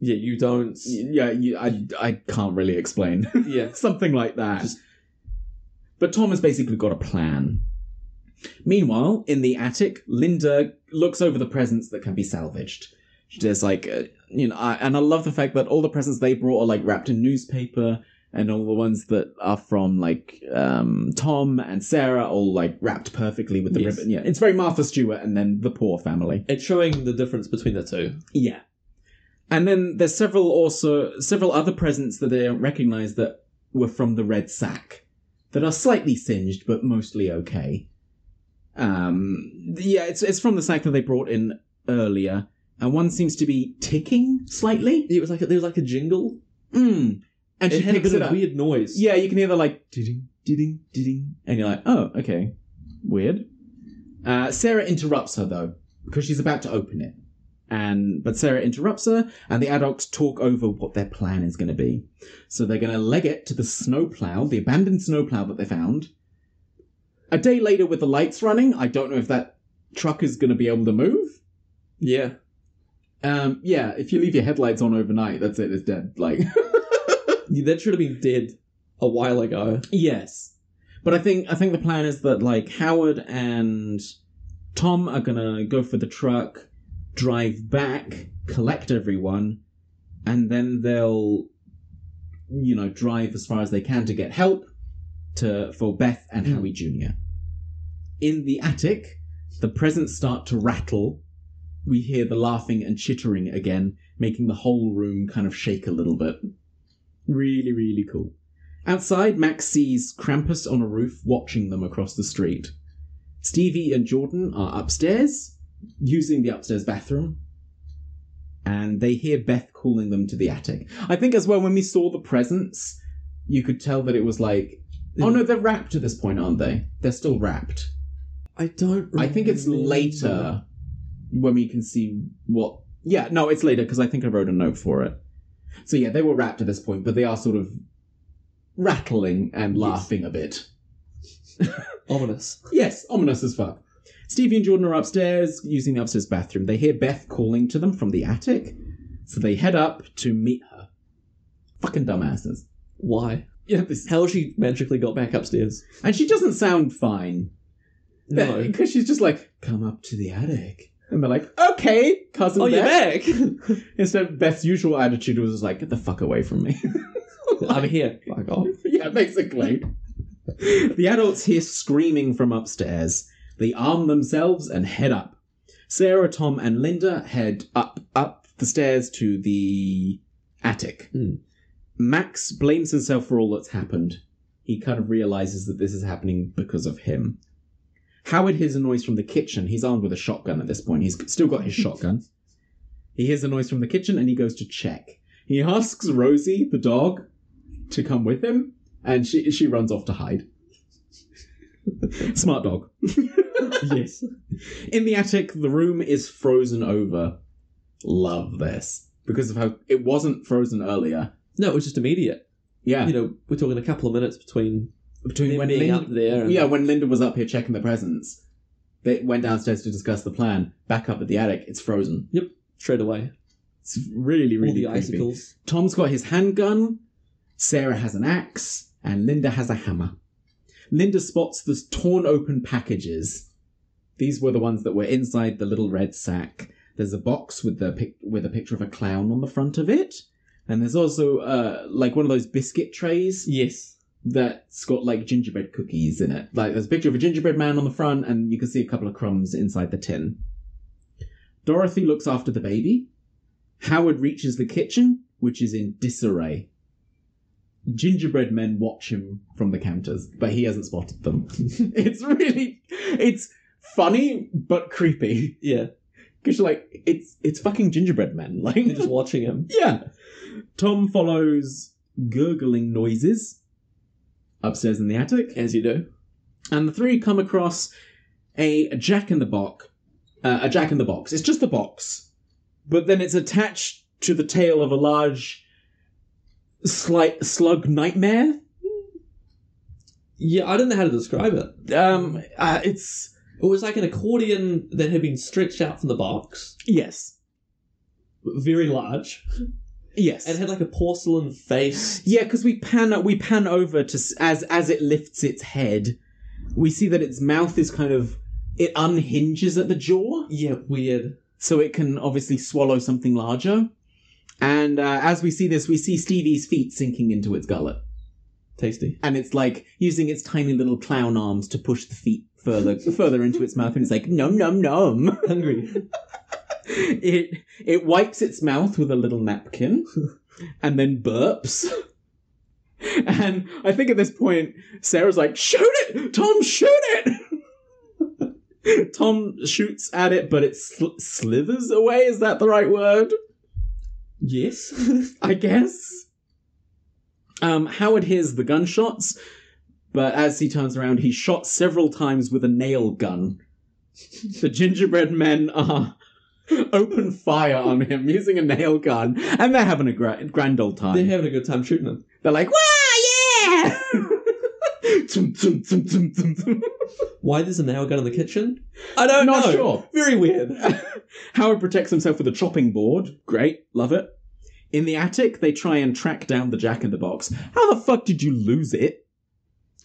Speaker 3: "Yeah, you don't."
Speaker 2: Yeah, you, I, I can't really explain.
Speaker 3: Yeah.
Speaker 2: Something like that.
Speaker 3: Just-
Speaker 2: But Tom has basically got a plan. Meanwhile, in the attic, Linda looks over the presents that can be salvaged. There's like, uh, you know, I, and I love the fact that all the presents they brought are like wrapped in newspaper, and all the ones that are from like um, Tom and Sarah are all like wrapped perfectly with the
Speaker 3: Yes.
Speaker 2: ribbon. Yeah, it's very Martha Stewart and then the poor family.
Speaker 3: It's showing the difference between the two.
Speaker 2: Yeah. And then there's several also several other presents that they don't recognize that were from the red sack that are slightly singed but mostly okay. Um yeah, it's it's from the sack that they brought in earlier. And one seems to be ticking slightly.
Speaker 3: It was like a, there was like a jingle.
Speaker 2: Mm. And
Speaker 3: It
Speaker 2: she
Speaker 3: had a
Speaker 2: picks
Speaker 3: bit
Speaker 2: it
Speaker 3: of
Speaker 2: up.
Speaker 3: weird noise.
Speaker 2: Yeah, you can hear the like ding ding ding, and you're like, oh, okay, weird. Uh, Sarah interrupts her though because she's about to open it, and but Sarah interrupts her, and the adults talk over what their plan is going to be. So they're going to leg it to the snowplow, the abandoned snowplow that they found. A day later, with the lights running, I don't know if that truck is going to be able to move.
Speaker 3: Yeah.
Speaker 2: Um, yeah, if you leave your headlights on overnight, that's it. It's dead. Like,
Speaker 3: That should have been dead a while ago.
Speaker 2: yes, but I think I think the plan is that like Howard and Tom are gonna go for the truck, drive back, collect everyone, and then they'll, you know, drive as far as they can to get help to for Beth and Howie Jr. In the attic, the presents start to rattle. We hear the laughing and chittering again, making the whole room kind of shake a little bit. Really, really cool. Outside, Max sees Krampus on a roof watching them across the street. Stevie and Jordan are upstairs, using the upstairs bathroom, and they hear Beth calling them to the attic. I think as well, when we saw the presents, you could tell that it was like, oh no, they're wrapped at this point, aren't they? They're still wrapped.
Speaker 3: I don't.
Speaker 2: I think it's
Speaker 3: remember.
Speaker 2: later when we can see what. Yeah, no, it's later because I think I wrote a note for it. So yeah, they were wrapped at this point, but they are sort of rattling and laughing a bit.
Speaker 3: Ominous.
Speaker 2: Yes, ominous as fuck. Stevie and Jordan are upstairs using the upstairs bathroom. They hear Beth calling to them from the attic, so they head up to meet her. Fucking dumbasses.
Speaker 3: Why?
Speaker 2: Yeah, this,
Speaker 3: How she magically got back upstairs?
Speaker 2: and she doesn't sound fine.
Speaker 3: No.
Speaker 2: Because she's just like, come up to the attic. And they're like, okay, cousin
Speaker 3: Oh,
Speaker 2: Beth.
Speaker 3: you're back.
Speaker 2: Instead, Beth's usual attitude was just like, get the fuck away from me.
Speaker 3: I'm here. Fuck off.
Speaker 2: yeah, basically. the adults hear screaming from upstairs. They arm themselves and head up. Sarah, Tom, and Linda head up up the stairs to the attic.
Speaker 3: Hmm.
Speaker 2: Max blames himself for all that's happened. He kind of realizes that this is happening because of him. Howard hears a noise from the kitchen. He's armed with a shotgun at this point. He's still got his shotgun. He hears a noise from the kitchen and he goes to check. He asks Rosie, the dog, to come with him, and she she runs off to hide. Smart dog. yes. In the attic, the room is frozen over. Love this because of how it wasn't frozen earlier.
Speaker 3: No, it was just immediate.
Speaker 2: Yeah,
Speaker 3: You know, we're talking a couple of minutes between
Speaker 2: between
Speaker 3: them being up there and-
Speaker 2: yeah, when Linda was up here checking the presents, they went downstairs to discuss the plan. Back up at the attic, it's frozen.
Speaker 3: straight away.
Speaker 2: It's really
Speaker 3: All
Speaker 2: really
Speaker 3: the
Speaker 2: creepy.
Speaker 3: icicles.
Speaker 2: Tom's got his handgun, Sarah has an axe, and Linda has a hammer. Linda spots the torn open packages. These were the ones that were inside the little red sack. There's a box with the pic- with a picture of a clown on the front of it, and there's also uh, like one of those biscuit trays
Speaker 3: Yes.
Speaker 2: that's got like gingerbread cookies in it. Like there's a picture of a gingerbread man on the front, and you can see a couple of crumbs inside the tin. Dorothy looks after the baby. Howard reaches the kitchen, which is in disarray. Gingerbread men watch him from the counters, but he hasn't spotted them. it's really, it's funny but creepy
Speaker 3: Yeah.
Speaker 2: because you're like, it's it's fucking gingerbread men. Like
Speaker 3: They're just watching him.
Speaker 2: yeah. Tom follows gurgling noises upstairs in the attic,
Speaker 3: As you do.
Speaker 2: and the three come across a jack in the box. Uh, a jack in the box. It's just a box, but then it's attached to the tail of a large slight slug nightmare.
Speaker 3: Yeah, I don't know how to describe it.
Speaker 2: Um, uh, it's
Speaker 3: It was like an accordion that had been stretched out from the box,
Speaker 2: yes,
Speaker 3: very large,
Speaker 2: yes.
Speaker 3: and it had like a porcelain face.
Speaker 2: Yeah, because we pan we pan over to s- as as it lifts its head, we see that its mouth is kind of it unhinges at the jaw,
Speaker 3: Yeah, weird.
Speaker 2: so it can obviously swallow something larger. And uh, as we see this, we see Stevie's feet sinking into its gullet,
Speaker 3: Tasty.
Speaker 2: and it's like using its tiny little clown arms to push the feet further further into its mouth, and it's like num num num.
Speaker 3: Hungry.
Speaker 2: It it wipes its mouth with a little napkin and then burps. And I think at this point, Sarah's like, shoot it! Tom, shoot it! Tom shoots at it, but it sl- slithers away. Is that the right word?
Speaker 3: yes.
Speaker 2: I guess. Um, Howard hears the gunshots, but as he turns around, he's shot several times with a nail gun. The gingerbread men are open fire on him using a nail gun, and they're having a gra- grand old time.
Speaker 3: They're
Speaker 2: They're,
Speaker 3: having a good time shooting him.
Speaker 2: like, "Wow, yeah!" Tum, tum, tum, tum, tum, tum.
Speaker 3: Why there's a nail gun in the kitchen? I don't
Speaker 2: Not
Speaker 3: know.
Speaker 2: sure.
Speaker 3: Very weird.
Speaker 2: Howard protects himself with a chopping board. Great, love it. In the attic, they try and track down the Jack in the Box. How the fuck did you lose it?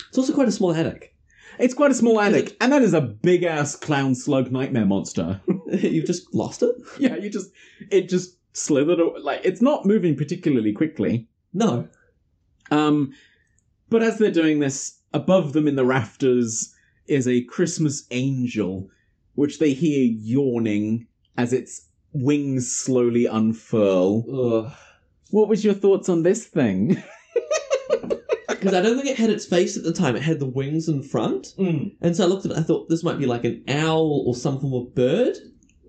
Speaker 3: It's also quite a small attic.
Speaker 2: It's quite a small attic, and that is a big ass clown slug nightmare monster.
Speaker 3: You've just lost it?
Speaker 2: yeah, you just it just slithered aw- like it's not moving particularly quickly.
Speaker 3: No.
Speaker 2: Um, but as they're doing this, above them in the rafters is a Christmas angel, which they hear yawning as its wings slowly unfurl.
Speaker 3: Ugh.
Speaker 2: What was your thoughts on this thing?
Speaker 3: Because I don't think it had its face at the time. It had the wings in front.
Speaker 2: Mm.
Speaker 3: And so I looked at it, I thought this might be like an owl or some form of bird.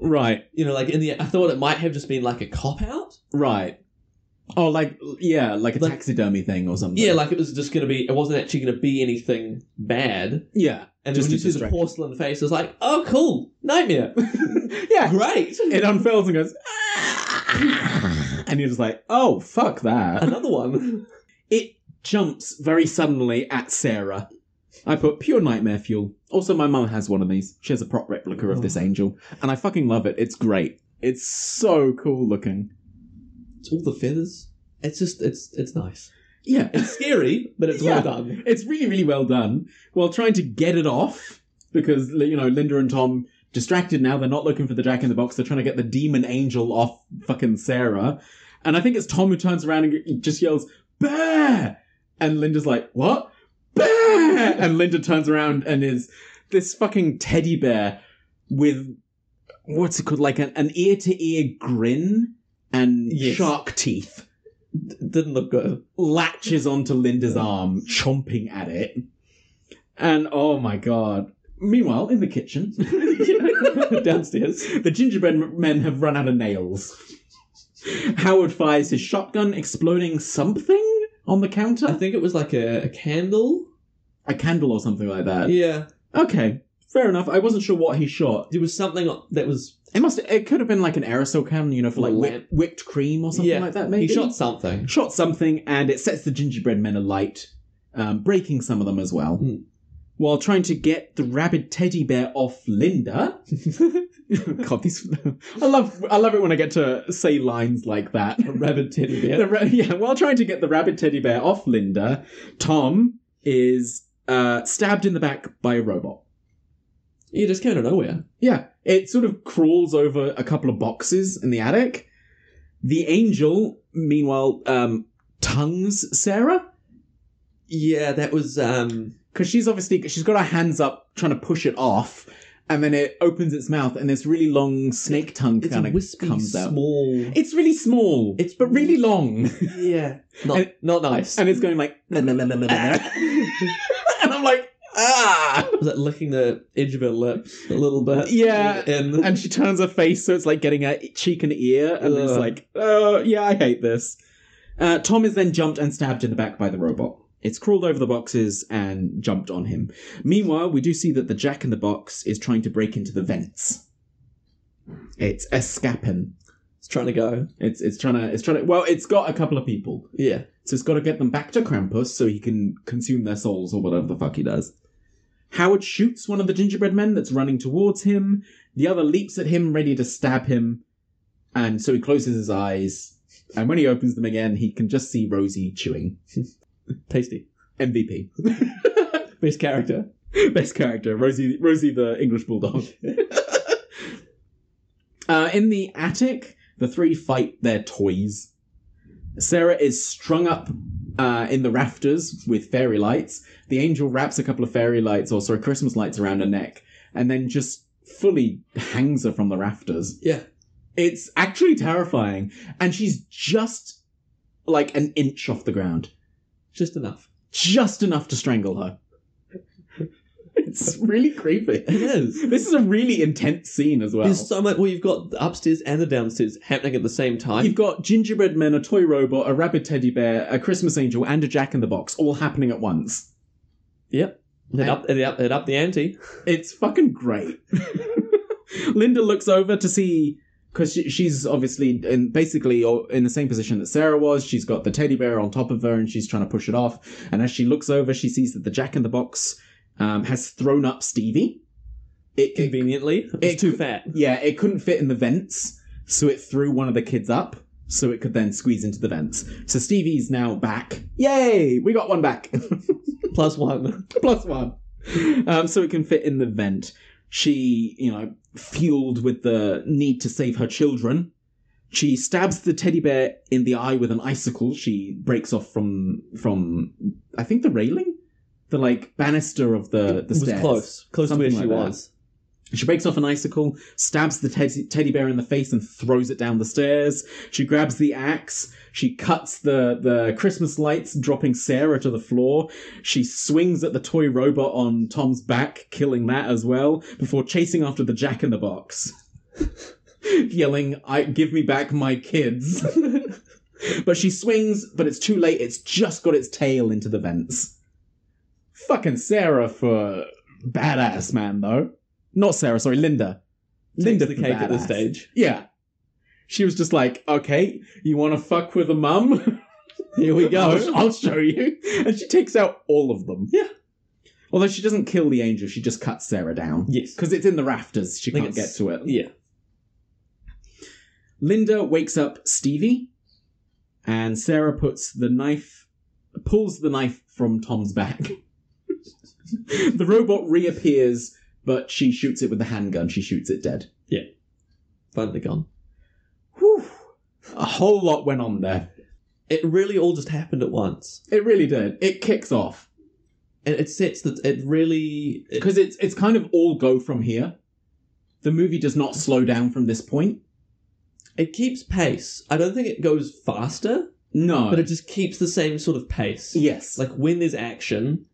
Speaker 2: Right,
Speaker 3: You know, like in the I thought it might have just been like a cop out.
Speaker 2: right. Oh, like yeah, like a
Speaker 3: Like-
Speaker 2: taxidermy thing or something.
Speaker 3: Yeah, like it was just gonna be it wasn't actually gonna be anything bad.
Speaker 2: yeah,
Speaker 3: And
Speaker 2: Just a
Speaker 3: then when you see the
Speaker 2: distraction.
Speaker 3: porcelain face, it's like, oh cool, nightmare.
Speaker 2: yeah.
Speaker 3: Great.
Speaker 2: It unfurls and goes, and you're just like, oh fuck that.
Speaker 3: Another one.
Speaker 2: it jumps very suddenly at Sarah. I put pure nightmare fuel. Also, my mum has one of these. She has a prop replica of this angel, and I fucking love it. It's great. It's so cool looking.
Speaker 3: It's all the feathers. It's just it's it's nice.
Speaker 2: Yeah,
Speaker 3: It's scary, but it's
Speaker 2: Yeah.
Speaker 3: well done.
Speaker 2: it's really, really well done. While trying to get it off, because you know Linda and Tom distracted now. They're not looking for the Jack in the Box. They're trying to get the demon angel off fucking Sarah. And I think it's Tom who turns around and just yells "Bear," and Linda's like, "What? Bear!" And Linda turns around and is this fucking teddy bear with what's it called, like an, an ear-to-ear grin and
Speaker 3: Yes.
Speaker 2: shark teeth
Speaker 3: Didn't look good.
Speaker 2: latches onto Linda's arm, chomping at it. And oh my god. Meanwhile, in the kitchen, downstairs, the gingerbread men have run out of nails. Howard fires his shotgun, exploding something on the counter.
Speaker 3: I think it was like a, a candle.
Speaker 2: a candle or something like that.
Speaker 3: Yeah.
Speaker 2: Okay, fair enough. I wasn't sure what he shot.
Speaker 3: There was something on- that was
Speaker 2: It must. It could have been like an aerosol can, you know, for
Speaker 3: Or
Speaker 2: like
Speaker 3: a lamp.
Speaker 2: whipped, whipped cream or something
Speaker 3: yeah,
Speaker 2: like that. Maybe
Speaker 3: He shot something.
Speaker 2: shot something and it sets the gingerbread men alight, um, breaking some of them as well.
Speaker 3: Hmm.
Speaker 2: While trying to get the rabid teddy bear off Linda. God, these, I love I love it when I get to say lines like that.
Speaker 3: A rabid teddy bear.
Speaker 2: The ra- yeah, while trying to get the rabid teddy bear off Linda, Tom is uh, stabbed in the back by a robot.
Speaker 3: It just came out of nowhere.
Speaker 2: Yeah, it sort of crawls over a couple of boxes in the attic. The angel, meanwhile, um, tongues Sarah
Speaker 3: Yeah, that was um
Speaker 2: because she's obviously she's got her hands up trying to push it off, and then it opens its mouth and this really long snake tongue
Speaker 3: it's a
Speaker 2: kind of
Speaker 3: wispy
Speaker 2: comes out.
Speaker 3: small
Speaker 2: It's really small,
Speaker 3: It's-
Speaker 2: but really long,
Speaker 3: Yeah. Not
Speaker 2: And-
Speaker 3: not nice.
Speaker 2: and it's going like, and I'm like, ah.
Speaker 3: was it licking the edge of her lips a little bit?
Speaker 2: Yeah,
Speaker 3: And,
Speaker 2: and she turns her face so it's like getting her cheek and ear and it's
Speaker 3: Ugh.
Speaker 2: like oh yeah i hate this uh, tom is then jumped and stabbed in the back by the robot it's crawled over the boxes and jumped on him meanwhile we do see that the jack in the box is trying to break into the vents it's escaping
Speaker 3: it's trying to go.
Speaker 2: it's it's trying to it's trying to well it's got a couple of people
Speaker 3: Yeah.
Speaker 2: so it's got to get them back to Krampus so he can consume their souls or whatever the fuck he does. Howard shoots one of the gingerbread men that's running towards him. The other leaps at him, ready to stab him. And so he closes his eyes. And when he opens them again, he can just see Rosie chewing.
Speaker 3: Tasty.
Speaker 2: MVP.
Speaker 3: Best character.
Speaker 2: Best character, Rosie, Rosie the English Bulldog. uh, in the attic, the three fight their toys. Sarah is strung up uh, in the rafters with fairy lights. The angel wraps a couple of fairy lights, or sorry, Christmas lights around her neck, and then just fully hangs her from the rafters.
Speaker 3: Yeah.
Speaker 2: It's actually terrifying. And she's just like an inch off the ground
Speaker 3: Just enough.
Speaker 2: just enough to strangle her. It's really creepy.
Speaker 3: It is.
Speaker 2: This is a really intense scene as well.
Speaker 3: There's so much well you've got the upstairs and the downstairs happening at the same time.
Speaker 2: You've got gingerbread men, a toy robot, a rabbit teddy bear, a Christmas angel, and a jack in the box all happening at once.
Speaker 3: Yep. It up, it up, it up the ante.
Speaker 2: It's fucking great. Linda looks over to see because she, she's obviously in basically or in the same position that Sarah was. She's got the teddy bear on top of her, and she's trying to push it off. And as she looks over, she sees that the Jack in the Box um, has thrown up Stevie. It, it
Speaker 3: Conveniently, it's too fat.
Speaker 2: yeah, it couldn't fit in the vents, so it threw one of the kids up, so it could then squeeze into the vents. So Stevie's now back. Yay! We got one back.
Speaker 3: Plus one.
Speaker 2: Plus one. Um, so it can fit in the vent. She, you know, fueled with the need to save her children. She stabs the teddy bear in the eye with an icicle. She breaks off from from I think the railing, the like banister of the the
Speaker 3: was
Speaker 2: stairs.
Speaker 3: close, close to
Speaker 2: Something
Speaker 3: where
Speaker 2: like
Speaker 3: she
Speaker 2: that.
Speaker 3: was.
Speaker 2: She breaks off an icicle, stabs the teddy, teddy bear in the face, and throws it down the stairs. She grabs the axe. She cuts the, the Christmas lights, dropping Sarah to the floor. She swings at the toy robot on Tom's back, killing that as well, before chasing after the jack in the box, yelling, I, Give me back my kids. but she swings, but it's too late. It's just got its tail into the vents. Fucking Sarah for badass, man, though not Sarah, sorry, Linda. Linda
Speaker 3: the
Speaker 2: for
Speaker 3: cake at this
Speaker 2: badass.
Speaker 3: stage.
Speaker 2: Yeah. She was just like, okay, you want to fuck with a mum?
Speaker 3: Here we go.
Speaker 2: I'll, I'll show you. And she takes out all of them.
Speaker 3: Yeah.
Speaker 2: Although she doesn't kill the angel, she just cuts Sarah down.
Speaker 3: Yes.
Speaker 2: Because it's in the rafters. She
Speaker 3: Like
Speaker 2: can't get
Speaker 3: it's-
Speaker 2: to it.
Speaker 3: Yeah.
Speaker 2: Linda wakes up Stevie, and Sarah puts the knife, pulls the knife from Tom's back. the robot reappears, but she shoots it with the handgun. She shoots it dead.
Speaker 3: Finally gone.
Speaker 2: Whew. A whole lot went on there.
Speaker 3: It really all just happened at once.
Speaker 2: It really did. It kicks off
Speaker 3: And it sets the. It really. It,
Speaker 2: because it's it's kind of all go from here. The movie does not slow down from this point.
Speaker 3: it keeps pace. I don't think it goes faster,
Speaker 2: No,
Speaker 3: but it just keeps the same sort of pace.
Speaker 2: yes,
Speaker 3: Like when there's action,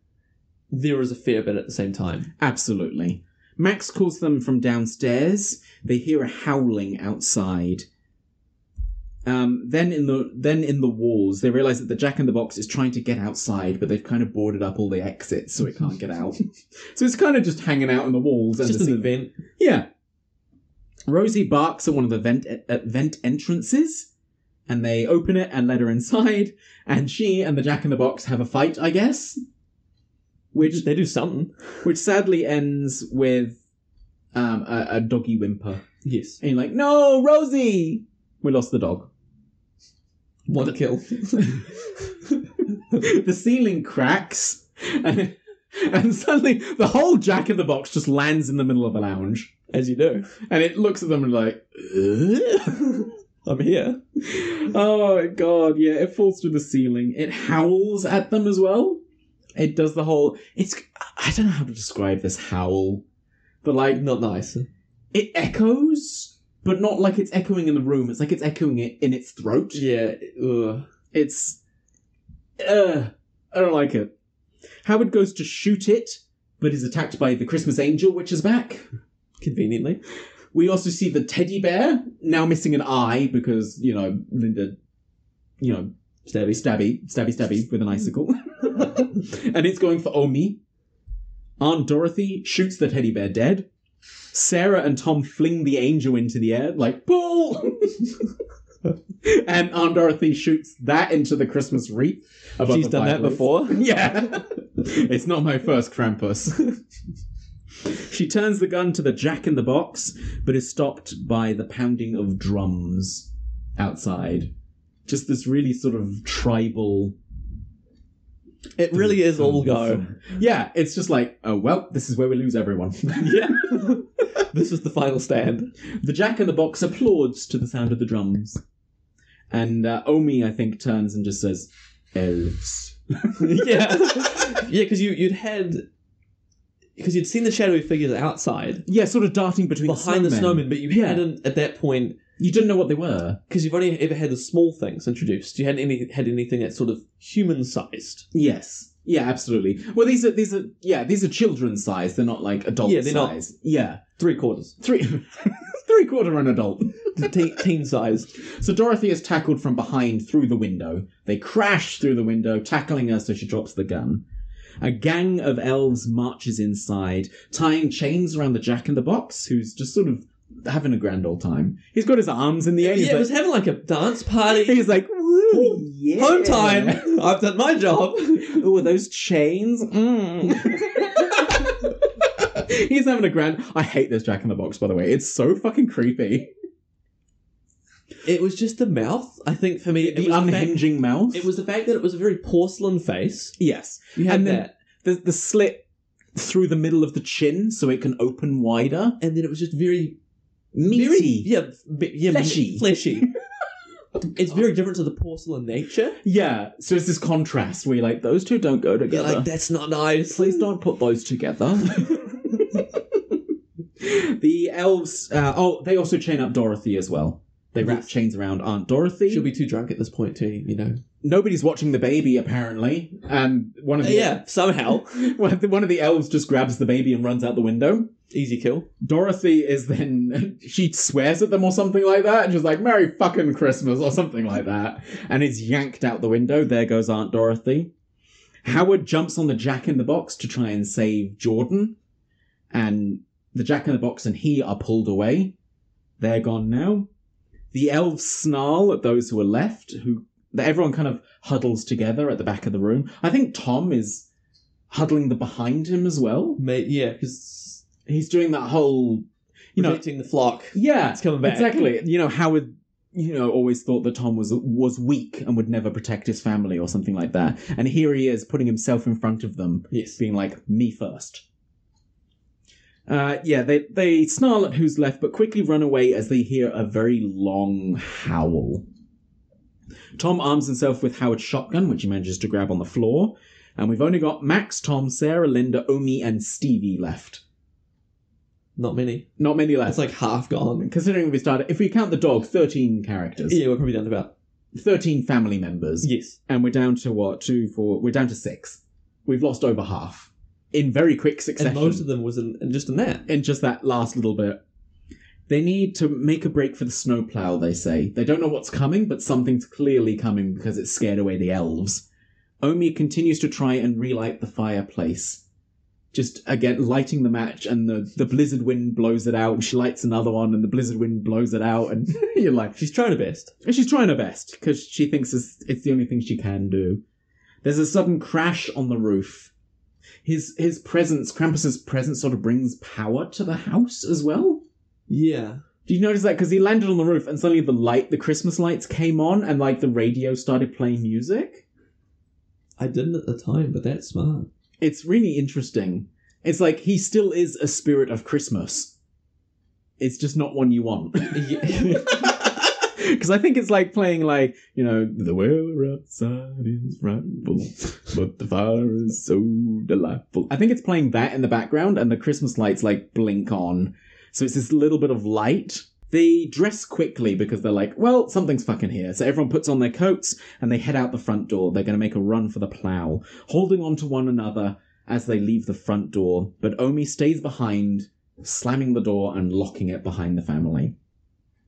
Speaker 3: there is a fair bit at the same time.
Speaker 2: Absolutely. Max calls them from downstairs. They hear a howling outside. Um, then in the then in the walls, they realize that the Jack in the Box is trying to get outside, but they've kind of boarded up all the exits, so it can't get out. so it's kind of just hanging out in the walls.
Speaker 3: It's
Speaker 2: and
Speaker 3: just
Speaker 2: the
Speaker 3: an
Speaker 2: ceiling.
Speaker 3: event.
Speaker 2: Yeah. Rosie barks at one of the vent, at vent entrances, and they open it and let her inside. And she and the Jack in the Box have a fight, I guess. Which
Speaker 3: They do something.
Speaker 2: which sadly ends with um, a, a doggy whimper.
Speaker 3: Yes.
Speaker 2: And you're like, no, Rosie! We lost the dog.
Speaker 3: One kill.
Speaker 2: the ceiling cracks, and, and suddenly the whole Jack in the Box just lands in the middle of a lounge.
Speaker 3: As you do.
Speaker 2: And it looks at them and like, "Ugh."
Speaker 3: I'm here.
Speaker 2: oh god, yeah, it falls through the ceiling. It howls at them as well. It does the whole. It's I don't know how to describe this howl, but like
Speaker 3: Not nice.
Speaker 2: it echoes, but not like it's echoing in the room. It's like it's echoing it in its throat.
Speaker 3: Yeah. Ugh.
Speaker 2: It's. Uh, I don't like it. Howard goes to shoot it, but is attacked by the Christmas angel, which is back.
Speaker 3: Conveniently.
Speaker 2: We also see the teddy bear, now missing an eye because, you know, Linda, you know,
Speaker 3: Stabby.
Speaker 2: stabby, stabby, stabby with an icicle. and it's going for Omi. Aunt Dorothy shoots the teddy bear dead. Sarah and Tom fling the angel into the air, like, pull! and Aunt Dorothy shoots that into the Christmas wreath. above
Speaker 3: She's
Speaker 2: the
Speaker 3: done that
Speaker 2: fireplace.
Speaker 3: before.
Speaker 2: Yeah. it's not my first Krampus. she turns the gun to the jack in the box, but is stopped by the pounding of drums outside. Just this really sort of tribal.
Speaker 3: It really is all go.
Speaker 2: Yeah, it's just like, oh, well, this is where we lose everyone.
Speaker 3: Yeah. this is the final stand.
Speaker 2: the jack in the box applauds to the sound of the drums. And uh, Omi, I think, turns and just says, elves.
Speaker 3: yeah. Yeah, because you, you'd had. Because you'd seen the shadowy figures outside,
Speaker 2: Yeah, sort of darting between
Speaker 3: behind the snowmen, but you
Speaker 2: Yeah.
Speaker 3: hadn't, at that point,
Speaker 2: You didn't know what they were.
Speaker 3: because you've only ever had the small things introduced. You hadn't any, had anything that's sort of human sized.
Speaker 2: Yes. Yeah, absolutely. Well, these are these are yeah, these are children's size. They're not like adult
Speaker 3: Yeah, they're not-
Speaker 2: size. Yeah,
Speaker 3: Three quarters.
Speaker 2: three three quarter an adult.
Speaker 3: Teen, teen sized.
Speaker 2: So Dorothy is tackled from behind through the window. They crash through the window, tackling her, so she drops the gun. A gang of elves marches inside, tying chains around the Jack in the Box, who's just sort of having a grand old time. He's got his arms in the air.
Speaker 3: Yeah,
Speaker 2: He's
Speaker 3: it
Speaker 2: like,
Speaker 3: was having like a dance party.
Speaker 2: he's like, "Woo, Oh, yeah.
Speaker 3: Home time. I've done my job.
Speaker 2: Ooh, are those chains. Mm. He's having a grand. I hate this Jack in the Box, by the way. It's so fucking creepy.
Speaker 3: It was just the mouth. I think for me, it
Speaker 2: The
Speaker 3: was the fact-
Speaker 2: unhinging mouth.
Speaker 3: it was the fact that it was a very porcelain face.
Speaker 2: yes,
Speaker 3: You had
Speaker 2: and then
Speaker 3: that,
Speaker 2: the the slit through the middle of the chin, so it can open wider.
Speaker 3: and then it was just very
Speaker 2: Meaty.
Speaker 3: Very, yeah, b- yeah,
Speaker 2: Fleshy.
Speaker 3: Fleshy. it's very different to the porcelain nature.
Speaker 2: Yeah, so it's this contrast where you're like, those two don't go
Speaker 3: You're
Speaker 2: together.
Speaker 3: like, that's not nice.
Speaker 2: Please don't put those together. the elves. Uh, oh, they also chain up Dorothy as well. They wrap chains around Aunt Dorothy.
Speaker 3: She'll be too drunk at this point too, you know.
Speaker 2: Nobody's watching the baby apparently, and one of the
Speaker 3: yeah, somehow
Speaker 2: one of the- one of the elves just grabs the baby and runs out the window.
Speaker 3: easy kill.
Speaker 2: Dorothy is then she swears at them or something like that, and she's like "Merry fucking Christmas" or something like that, and is yanked out the window. There goes Aunt Dorothy. Howard jumps on the Jack in the Box to try and save Jordan, and the Jack in the Box and he are pulled away. They're gone now. The elves snarl at those who are left. Who that everyone kind of huddles together at the back of the room. I think Tom is huddling the behind him as well.
Speaker 3: Mate, yeah, because
Speaker 2: He's doing that whole, you
Speaker 3: you
Speaker 2: know,
Speaker 3: protecting the flock.
Speaker 2: yeah,
Speaker 3: It's coming back.
Speaker 2: Exactly. You know, Howard, you know, always thought that Tom was was weak and would never protect his family or something like that. And here he is putting himself in front of them,
Speaker 3: Yes.
Speaker 2: being like, "Me first. Uh, yeah, they they snarl at who's left, but quickly run away as they hear a very long howl. Tom arms himself with Howard's shotgun, which he manages to grab on the floor, and we've only got Max, Tom, Sarah, Linda, Omi, and Stevie left.
Speaker 3: Not many.
Speaker 2: Not many left.
Speaker 3: That's like half gone.
Speaker 2: Considering we started, if we count the dog, 13 characters,
Speaker 3: Yeah, we're probably down to about
Speaker 2: 13 family members,
Speaker 3: yes.
Speaker 2: and we're down to what? Two, four, we're down to six. We've lost over half in very quick succession.
Speaker 3: And most of them was in, and just in that.
Speaker 2: in just that last little bit. They need to make a break for the snowplow, they say. They don't know what's coming, but something's clearly coming because it scared away the elves. Omi continues to try and relight the fireplace. Just again, lighting the match, and the, the blizzard wind blows it out. She lights another one, and the blizzard wind blows it out. And you're like,
Speaker 3: She's trying her best.
Speaker 2: and she's trying her best because she thinks it's, it's the only thing she can do. There's a sudden crash on the roof. His his presence, Krampus's presence, sort of brings power to the house as well.
Speaker 3: Yeah.
Speaker 2: Did you notice that? Because he landed on the roof and suddenly the light, the Christmas lights came on, and like the radio started playing music.
Speaker 3: I didn't at the time, but that's smart.
Speaker 2: It's really interesting. It's like he still is a spirit of Christmas. It's just not one you want.
Speaker 3: Yeah.
Speaker 2: Because I think it's like playing like you know the weather outside is frightful, but the fire is so delightful. I think it's playing that in the background, and the Christmas lights like blink on, so it's this little bit of light. They dress quickly because they're like, well, something's fucking here. So everyone puts on their coats and they head out the front door. They're going to make a run for the plow, holding on to one another as they leave the front door. But Omi stays behind, slamming the door and locking it behind the family.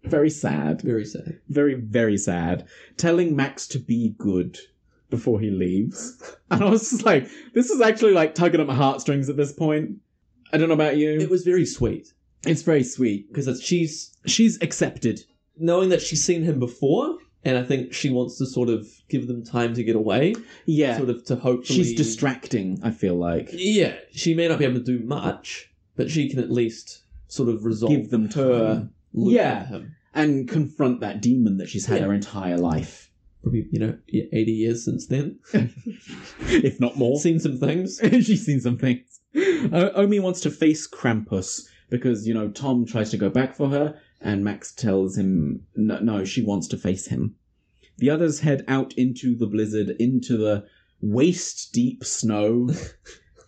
Speaker 2: Very sad
Speaker 3: Very sad.
Speaker 2: very, very sad, telling Max to be good before he leaves. And I was just like, this is actually like tugging at my heartstrings at this point. I don't know about you.
Speaker 3: It was very sweet
Speaker 2: it's very sweet.
Speaker 3: because she's
Speaker 2: She's accepted.
Speaker 3: knowing that she's seen him before, and I think she wants to sort of give them time to get away,
Speaker 2: Yeah.
Speaker 3: sort of to hopefully.
Speaker 2: She's distracting, I feel like.
Speaker 3: Yeah, she may not be able to do much, but she can at least sort of resolve
Speaker 2: Give them
Speaker 3: her
Speaker 2: time.
Speaker 3: look
Speaker 2: Yeah.
Speaker 3: at him.
Speaker 2: And confront that demon that she's had
Speaker 3: Yeah.
Speaker 2: her entire life.
Speaker 3: Probably you know yeah, eighty years since then,
Speaker 2: if not more.
Speaker 3: seen some things.
Speaker 2: She's seen some things. O- Omi wants to face Krampus because, you know, Tom tries to go back for her, and Max tells him, no, no, she wants to face him. The others head out into the blizzard, into the waist deep snow.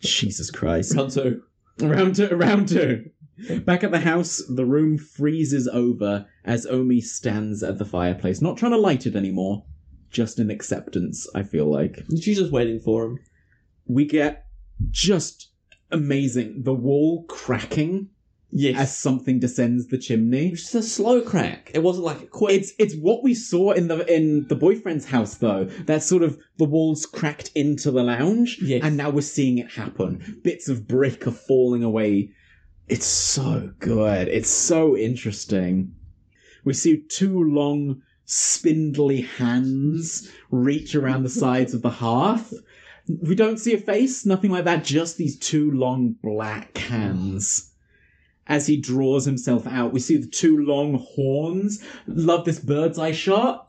Speaker 2: Jesus Christ.
Speaker 3: Round two. Mm.
Speaker 2: Round two, round two. Back at the house, the room freezes over as Omi stands at the fireplace, not trying to light it anymore, just in acceptance, I feel like
Speaker 3: She's just waiting for him.
Speaker 2: we get just amazing the wall cracking as
Speaker 3: Yes,
Speaker 2: something descends the chimney
Speaker 3: it's a slow crack. It wasn't like a quick.
Speaker 2: it's it's what we saw in the in the boyfriend's house though that sort of the walls cracked into the lounge
Speaker 3: Yes.
Speaker 2: and now we're seeing it happen bits of brick are falling away It's so good. It's so interesting. We see two long, spindly hands reach around the sides of the hearth. We don't see a face, nothing like that, just these two long black hands. As he draws himself out, we see the two long horns. Love this bird's eye shot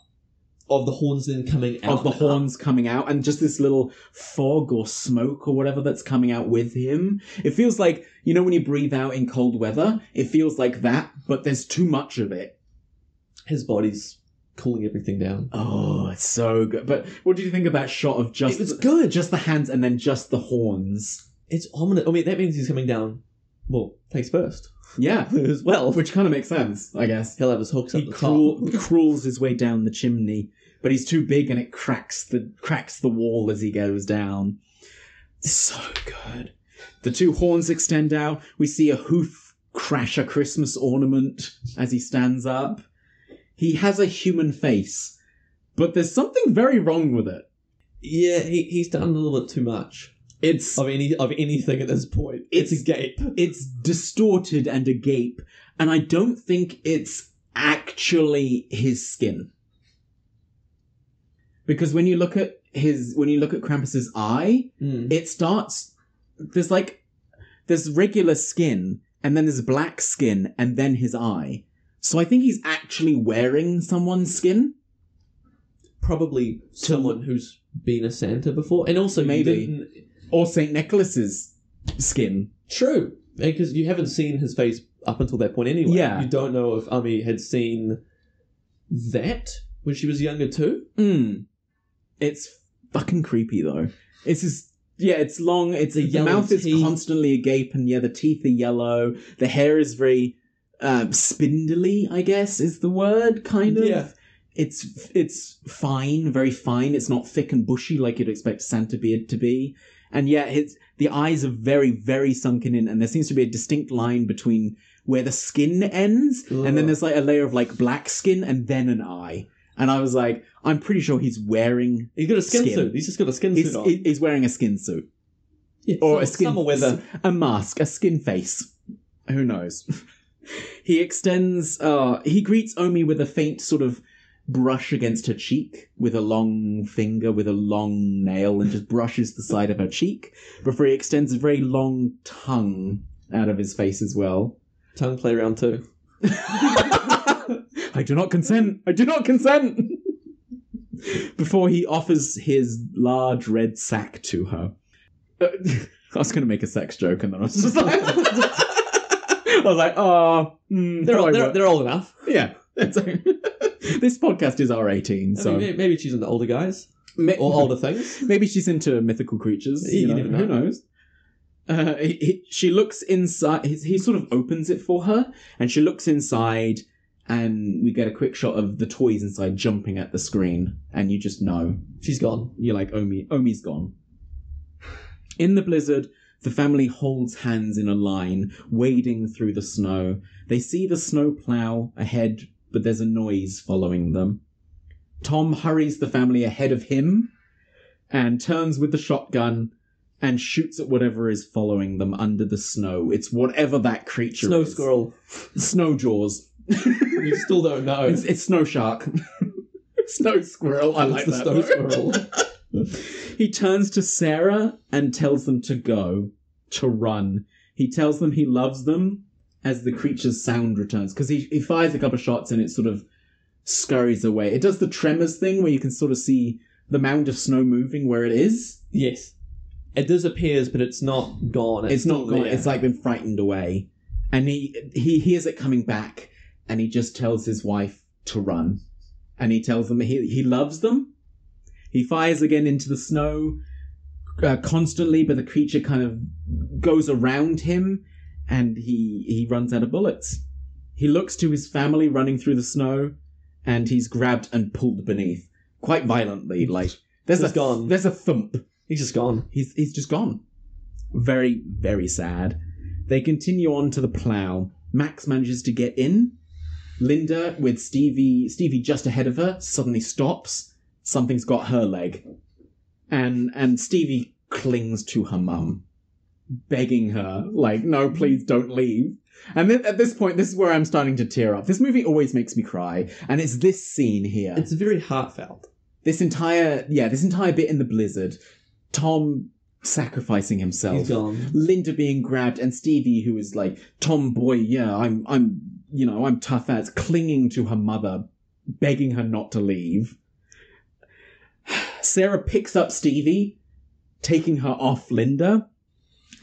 Speaker 3: Of the horns then coming out
Speaker 2: of the horns coming out and just this little fog or smoke or whatever that's coming out with him. It feels like, you know, when you breathe out in cold weather, it feels like that, but there's too much of it.
Speaker 3: His body's cooling everything down.
Speaker 2: Oh, it's so good. But what do you think of that shot of just
Speaker 3: It was
Speaker 2: good, just the hands and then just the horns?
Speaker 3: It's ominous. I mean, that means he's coming down. Well, face first
Speaker 2: Yeah,
Speaker 3: as well.
Speaker 2: which kind of makes sense, I guess.
Speaker 3: He'll have his hooks up
Speaker 2: He
Speaker 3: the
Speaker 2: crawl,
Speaker 3: top.
Speaker 2: crawls his way down the chimney, but he's too big and it cracks the cracks the wall as he goes down. It's so good. The two horns extend out. We see a hoof crash a Christmas ornament as he stands up. He has a human face, but there's something very wrong with it.
Speaker 3: Yeah, he, he's done a little bit too much
Speaker 2: It's
Speaker 3: of any of anything at this point. It's, a gape.
Speaker 2: it's distorted and agape, and I don't think it's actually his skin. Because when you look at his when you look at Krampus's eye,
Speaker 3: Mm.
Speaker 2: it starts there's like there's regular skin and then there's black skin and then his eye. So I think he's actually wearing someone's skin.
Speaker 3: Probably someone who's been a Santa before, and also you
Speaker 2: Maybe.
Speaker 3: didn't-
Speaker 2: Or Saint Nicholas's skin.
Speaker 3: True, because you haven't seen his face up until that point anyway.
Speaker 2: Yeah.
Speaker 3: you don't know if Ami had seen that when she was younger too.
Speaker 2: Mm. It's fucking creepy though. It's just yeah, it's long. It's a the
Speaker 3: yellow
Speaker 2: mouth is
Speaker 3: teeth.
Speaker 2: constantly agape, and yeah, the teeth are yellow. The hair is very um, spindly. I guess is the word kind of.
Speaker 3: Yeah.
Speaker 2: It's it's fine, very fine. It's not thick and bushy like you'd expect Santa beard to be, and yet it's the eyes are very very sunken in, and there seems to be a distinct line between where the skin ends, and then
Speaker 3: Ugh.
Speaker 2: there's like a layer of like black skin, and then an eye. And I was like, I'm pretty sure he's wearing
Speaker 3: He's got a skin,
Speaker 2: Skin.
Speaker 3: suit. He's just got a skin
Speaker 2: he's,
Speaker 3: suit on.
Speaker 2: he's wearing a skin suit
Speaker 3: Yeah,
Speaker 2: or
Speaker 3: some-
Speaker 2: a skin
Speaker 3: summer weather.
Speaker 2: a mask, a skin face. Who knows? he extends. Uh, he greets Omi with a faint sort of brush against her cheek with a long finger with a long nail and just brushes the side of her cheek before he extends a very long tongue out of his face as well.
Speaker 3: Tongue play round too.
Speaker 2: I do not consent. I do not consent. Before he offers his large red sack to her. Uh, I was going to make a sex joke and then I was just like. I was like, oh, mm,
Speaker 3: They're
Speaker 2: no, I
Speaker 3: all, they're,
Speaker 2: won't."
Speaker 3: they're old enough.
Speaker 2: yeah. That's- this podcast is R eighteen,
Speaker 3: I
Speaker 2: so
Speaker 3: mean, may- maybe she's into older guys
Speaker 2: may-
Speaker 3: or older things.
Speaker 2: Maybe she's into mythical creatures. You,
Speaker 3: You
Speaker 2: know,
Speaker 3: never know.
Speaker 2: Who knows? Uh, he, he, she looks inside. He, he sort of opens it for her, and she looks inside, and we get a quick shot of the toys inside jumping at the screen, and you just know
Speaker 3: She's gone.
Speaker 2: you're like Omi. Omi's gone. In the blizzard, the family holds hands in a line, wading through the snow. They see the snow plow ahead, but there's a noise following them. Tom hurries the family ahead of him and turns with the shotgun and shoots at whatever is following them under the snow. It's whatever that creature
Speaker 3: Snow
Speaker 2: is.
Speaker 3: squirrel.
Speaker 2: Snow jaws.
Speaker 3: You still don't know.
Speaker 2: It's, it's snow shark. snow squirrel. I
Speaker 3: It's
Speaker 2: like
Speaker 3: the
Speaker 2: that.
Speaker 3: snow squirrel.
Speaker 2: He turns to Sarah and tells them to go, to run. He tells them he loves them as the creature's sound returns. Because he, he fires a couple of shots and it sort of scurries away. It does the tremors thing where you can sort of see the mound of snow moving where it is.
Speaker 3: yes. It disappears, but it's not gone.
Speaker 2: It's, not
Speaker 3: still
Speaker 2: gone.
Speaker 3: there.
Speaker 2: It's like been frightened away. And he, he hears it coming back and he just tells his wife to run. And he tells them he, he loves them. He fires again into the snow uh, constantly, but the creature kind of goes around him and he, he runs out of bullets. He looks to his family running through the snow and he's grabbed and pulled beneath quite violently. Like, there's
Speaker 3: He's
Speaker 2: a,
Speaker 3: gone.
Speaker 2: there's a thump
Speaker 3: he's just gone.
Speaker 2: he's he's just gone. Very very sad. They continue on to the plow. Max manages to get in. Linda with Stevie Stevie just ahead of her suddenly stops. Something's got her leg, and and Stevie clings to her mum. begging her, like, no, please don't leave. And then at this point, this is where I'm starting to tear up. This movie always makes me cry, and it's this scene here.
Speaker 3: It's very heartfelt.
Speaker 2: this entire, yeah, this entire bit in the blizzard. Tom sacrificing himself.
Speaker 3: He's gone.
Speaker 2: Linda being grabbed, and Stevie, who is like tomboy, yeah, I'm, I'm, you know, I'm tough as, clinging to her mother, begging her not to leave. Sarah picks up Stevie, taking her off Linda,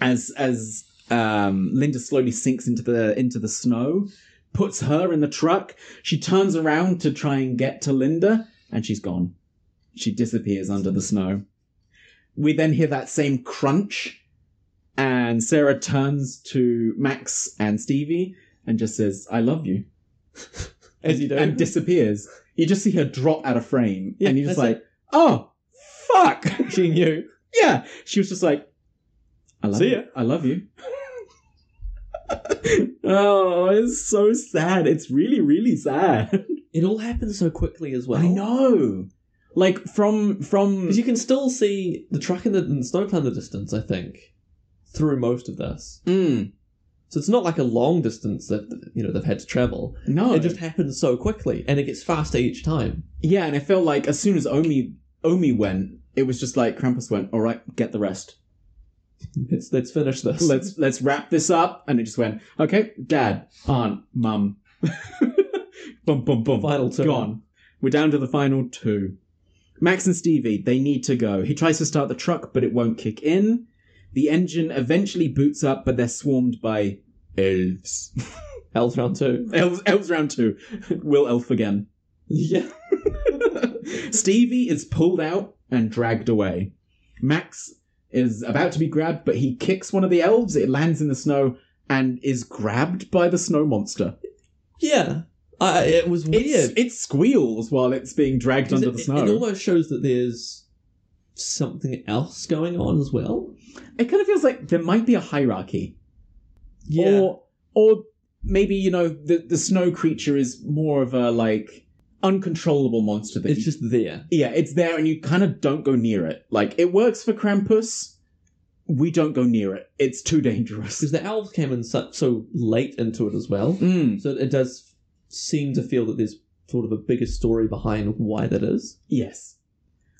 Speaker 2: as as um, Linda slowly sinks into the into the snow. Puts her in the truck. She turns around to try and get to Linda, and she's gone. She disappears under the snow. We then hear that same crunch and Sarah turns to Max and Stevie and just says, I love you.
Speaker 3: As you do.
Speaker 2: And disappears. You just see her drop out of frame.
Speaker 3: Yeah,
Speaker 2: and you're just
Speaker 3: that's
Speaker 2: like, oh, fuck.
Speaker 3: she knew.
Speaker 2: yeah. She was just like, I love
Speaker 3: See
Speaker 2: you.
Speaker 3: ya.
Speaker 2: I love you. oh, it's so sad. It's really, really sad.
Speaker 3: It all happened so quickly as well.
Speaker 2: I know. Like from from
Speaker 3: Because you can still see the truck in the, in the snow cloud in the distance, I think, through most of this.
Speaker 2: Mm,
Speaker 3: So it's not like a long distance that you know they've had to travel.
Speaker 2: no,
Speaker 3: It just happens so quickly, and it gets faster each time.
Speaker 2: Yeah, and I felt like as soon as Omi Omi went, it was just like Krampus went, "All right, get the rest.
Speaker 3: Let's let's finish this.
Speaker 2: Let's let's wrap this up." And it just went, "Okay, Dad, Aunt, Mum, bum bum bum,
Speaker 3: Final two.
Speaker 2: gone. We're down to the final two. Max and Stevie, they need to go. He tries to start the truck, but it won't kick in. The engine eventually boots up, but they're swarmed by elves.
Speaker 3: Elves round two.
Speaker 2: elves, elves round two. Will elf again.
Speaker 3: Yeah.
Speaker 2: Stevie is pulled out and dragged away. Max is about to be grabbed, but he kicks one of the elves. It lands in the snow and is grabbed by the snow monster.
Speaker 3: Yeah. I it was
Speaker 2: It's-
Speaker 3: weird.
Speaker 2: It squeals while it's being dragged
Speaker 3: because
Speaker 2: under
Speaker 3: it,
Speaker 2: the
Speaker 3: it-
Speaker 2: snow.
Speaker 3: it almost shows that there's something else going on as well.
Speaker 2: it kind of feels like there might be a hierarchy.
Speaker 3: Yeah.
Speaker 2: Or, or maybe, you know, the, the snow creature is more of a, like, uncontrollable monster that
Speaker 3: it's
Speaker 2: you
Speaker 3: just there.
Speaker 2: Yeah, it's there and you kind of don't go near it. Like, it works for Krampus. We don't go near it. It's too dangerous.
Speaker 3: Because the elves came in so, so late into it as well.
Speaker 2: Mm,
Speaker 3: So it does seem to feel that there's sort of a bigger story behind why that is.
Speaker 2: yes.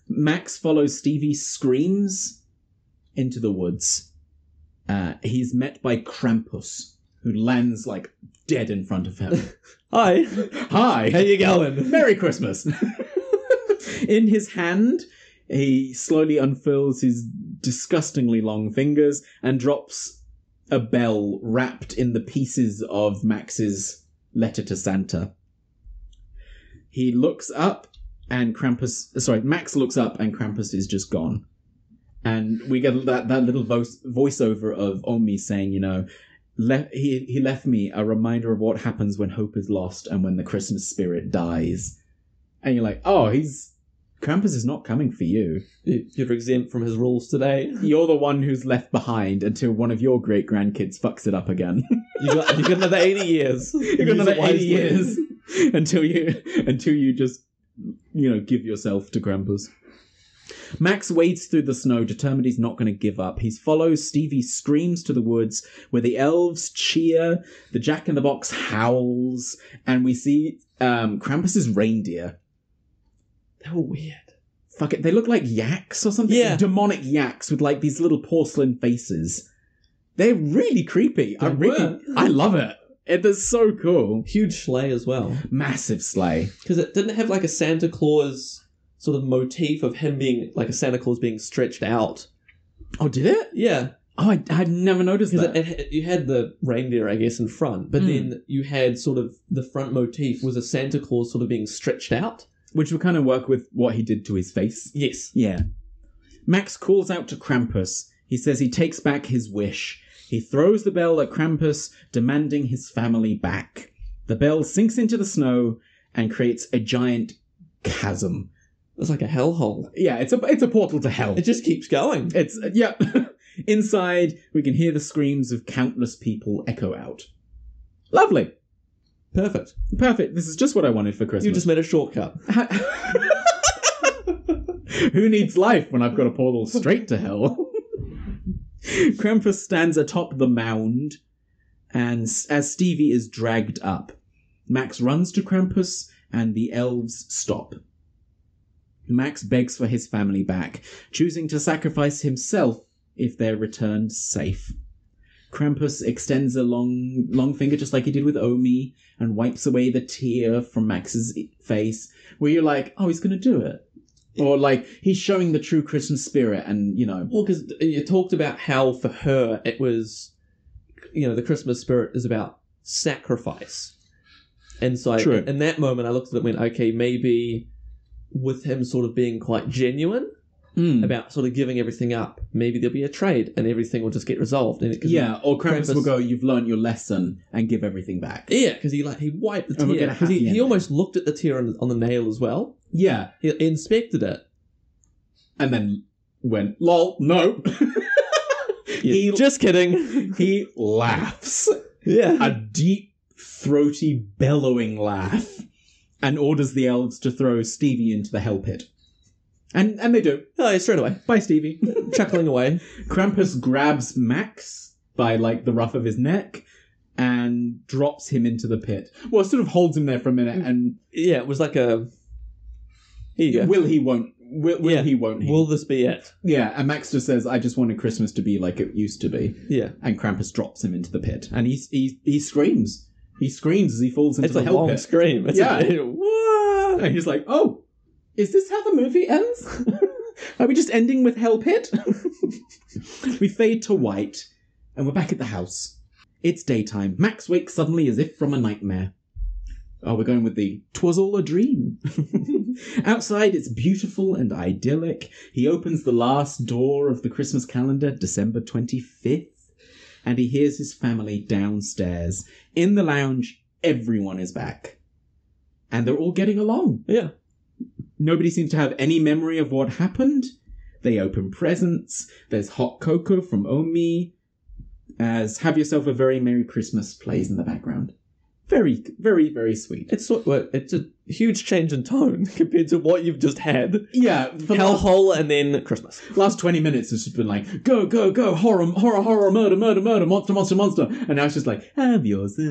Speaker 2: Max follows Stevie screams into the woods. Uh, he's met by Krampus, who lands like dead in front of him.
Speaker 3: Hi.
Speaker 2: Hi.
Speaker 3: How you going?
Speaker 2: Merry Christmas. In his hand, he slowly unfurls his disgustingly long fingers and drops a bell wrapped in the pieces of Max's letter to Santa. He looks up and Krampus, sorry, Max looks up and Krampus is just gone. And we get that, that little voice, voiceover of Omi saying, you know, le- he, he left me a reminder of what happens when hope is lost and when the Christmas spirit dies. And you're like, oh, he's. Krampus is not coming for you.
Speaker 3: You- You're exempt from his rules today.
Speaker 2: You're the one who's left behind until one of your great grandkids fucks it up again.
Speaker 3: You got, you got another 80 years.
Speaker 2: You've got
Speaker 3: Use
Speaker 2: another
Speaker 3: it wisely.
Speaker 2: eighty years until you until you just you know give yourself to Krampus. Max wades through the snow, determined he's not going to give up. He follows Stevie's screams to the woods, where the elves cheer, the Jack in the Box howls, and we see um, Krampus's reindeer.
Speaker 3: They were weird.
Speaker 2: Fuck it, they look like yaks or something.
Speaker 3: Yeah.
Speaker 2: demonic yaks with like these little porcelain faces. They're really creepy. I
Speaker 3: They
Speaker 2: really,
Speaker 3: were.
Speaker 2: I love it. It is so cool.
Speaker 3: Huge sleigh as well.
Speaker 2: Massive sleigh.
Speaker 3: Because it didn't have like a Santa Claus sort of motif of him being like a Santa Claus being stretched out.
Speaker 2: Oh, did it?
Speaker 3: Yeah.
Speaker 2: Oh, I had never noticed
Speaker 3: Because
Speaker 2: that.
Speaker 3: it, it, had- you had the reindeer, I guess, in front, but
Speaker 2: Mm.
Speaker 3: then you had sort of the front motif was a Santa Claus sort of being stretched out.
Speaker 2: Which would kind of work with what he did to his face.
Speaker 3: Yes.
Speaker 2: Yeah. Max calls out to Krampus. He says he takes back his wish. He throws the bell at Krampus, demanding his family back. The bell sinks into the snow and creates a giant chasm.
Speaker 3: It's like a hellhole.
Speaker 2: Yeah, it's a it's a portal to hell.
Speaker 3: It just keeps going.
Speaker 2: It's uh, yeah. Inside, we can hear the screams of countless people echo out. Lovely,
Speaker 3: Perfect.
Speaker 2: perfect. This is just what I wanted for Christmas.
Speaker 3: You just made a shortcut.
Speaker 2: Who needs life when I've got a portal straight to hell? Krampus stands atop the mound, and s- as Stevie is dragged up, Max runs to Krampus, and the elves stop. Max begs for his family back, choosing to sacrifice himself if they're returned safe. Krampus extends a long, long finger just like he did with Omi and wipes away the tear from Max's e- face, where you're like, oh, he's going to do it. Or like, he's showing the true Christmas spirit and, you know.
Speaker 3: Well, because you talked about how for her it was, you know, the Christmas spirit is about sacrifice, and so I,
Speaker 2: True.
Speaker 3: in that moment I looked at it and went, okay, maybe with him sort of being quite genuine
Speaker 2: Mm.
Speaker 3: about sort of giving everything up, maybe there'll be a trade and everything will just get resolved. And it, 'cause
Speaker 2: Yeah, or Krampus,
Speaker 3: Krampus-
Speaker 2: will go, you've learned your lesson and give everything back.
Speaker 3: he, yeah, because he like he wiped the
Speaker 2: And we'll
Speaker 3: tear
Speaker 2: get a
Speaker 3: because he,
Speaker 2: happy
Speaker 3: he
Speaker 2: ending.
Speaker 3: almost looked at the tear on, on the nail as well.
Speaker 2: Yeah.
Speaker 3: He inspected it.
Speaker 2: And then went, lol, no. he,
Speaker 3: just kidding.
Speaker 2: he laughs.
Speaker 3: yeah,
Speaker 2: a deep, throaty, bellowing laugh and orders the elves to throw Stevie into the hell pit. And, and they do.
Speaker 3: oh, yeah, straight away,
Speaker 2: Bye, Stevie.
Speaker 3: chuckling away.
Speaker 2: Krampus grabs Max by, like, the ruff of his neck and drops him into the pit. Well, sort of holds him there for a minute and
Speaker 3: Yeah, it was like a. Here you go.
Speaker 2: will he, won't. Will, will
Speaker 3: Yeah.
Speaker 2: he, won't he?
Speaker 3: Will this be it?
Speaker 2: yeah, and Max just says, I just wanted Christmas to be like it used to be.
Speaker 3: Yeah.
Speaker 2: And Krampus drops him into the pit. And he, he, he screams. He screams as he falls into
Speaker 3: It's
Speaker 2: the
Speaker 3: a
Speaker 2: hell
Speaker 3: long
Speaker 2: pit.
Speaker 3: scream. It's
Speaker 2: Yeah.
Speaker 3: a- what?
Speaker 2: And he's like, oh, is this how the movie ends? Are we just ending with Hell Pit? we fade to white, and we're back at the house. It's daytime. Max wakes suddenly as if from a nightmare. Oh, we're going with the 'twas all a dream. Outside, it's beautiful and idyllic. He opens the last door of the Christmas calendar, December 25th, and he hears his family downstairs. In the lounge, everyone is back. And they're all getting along.
Speaker 3: Yeah.
Speaker 2: Nobody seems to have any memory of what happened. They open presents. There's hot cocoa from Omi. As Have Yourself a Very Merry Christmas plays in the background. Very, very, very sweet.
Speaker 3: It's sort well, it's a huge change in tone compared to what you've just had.
Speaker 2: Yeah, for the last,
Speaker 3: Hellhole and then Christmas.
Speaker 2: last 20 minutes it's just been like, go, go, go, horror, horror, horror, murder, murder, murder, monster, monster, monster. And now it's just like, have yourself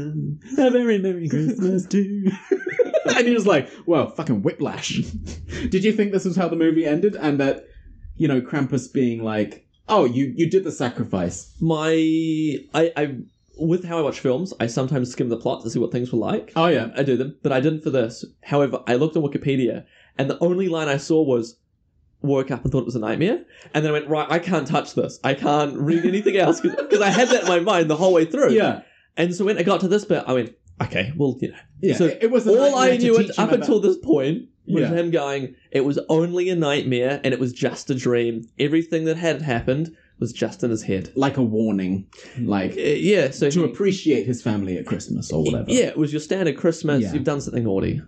Speaker 2: a very Merry Christmas too. and you're just like, well, fucking whiplash. did you think this was how the movie ended? And that, you know, Krampus being like, oh, you, you did the sacrifice.
Speaker 3: My I, I with how I watch films, I sometimes skim the plot to see what things were like.
Speaker 2: Oh, yeah.
Speaker 3: I do them, but I didn't for this. However, I looked on Wikipedia and the only line I saw was woke up and thought it was a nightmare and then I went right I can't touch this I can't read anything else because I had that in my mind the whole way through
Speaker 2: Yeah.
Speaker 3: and so when I got to this bit I went okay well you know
Speaker 2: Yeah.
Speaker 3: So
Speaker 2: it was a
Speaker 3: all
Speaker 2: nightmare
Speaker 3: I
Speaker 2: to
Speaker 3: knew
Speaker 2: teach
Speaker 3: it,
Speaker 2: him
Speaker 3: up until this point was
Speaker 2: Yeah.
Speaker 3: him going, it was only a nightmare and it was just a dream. Everything that had happened was just in his head.
Speaker 2: Like a warning. Like,
Speaker 3: Uh, yeah, so.
Speaker 2: to
Speaker 3: he-
Speaker 2: appreciate his family at Christmas or whatever.
Speaker 3: yeah, it was your standard Christmas.
Speaker 2: Yeah.
Speaker 3: You've done something naughty.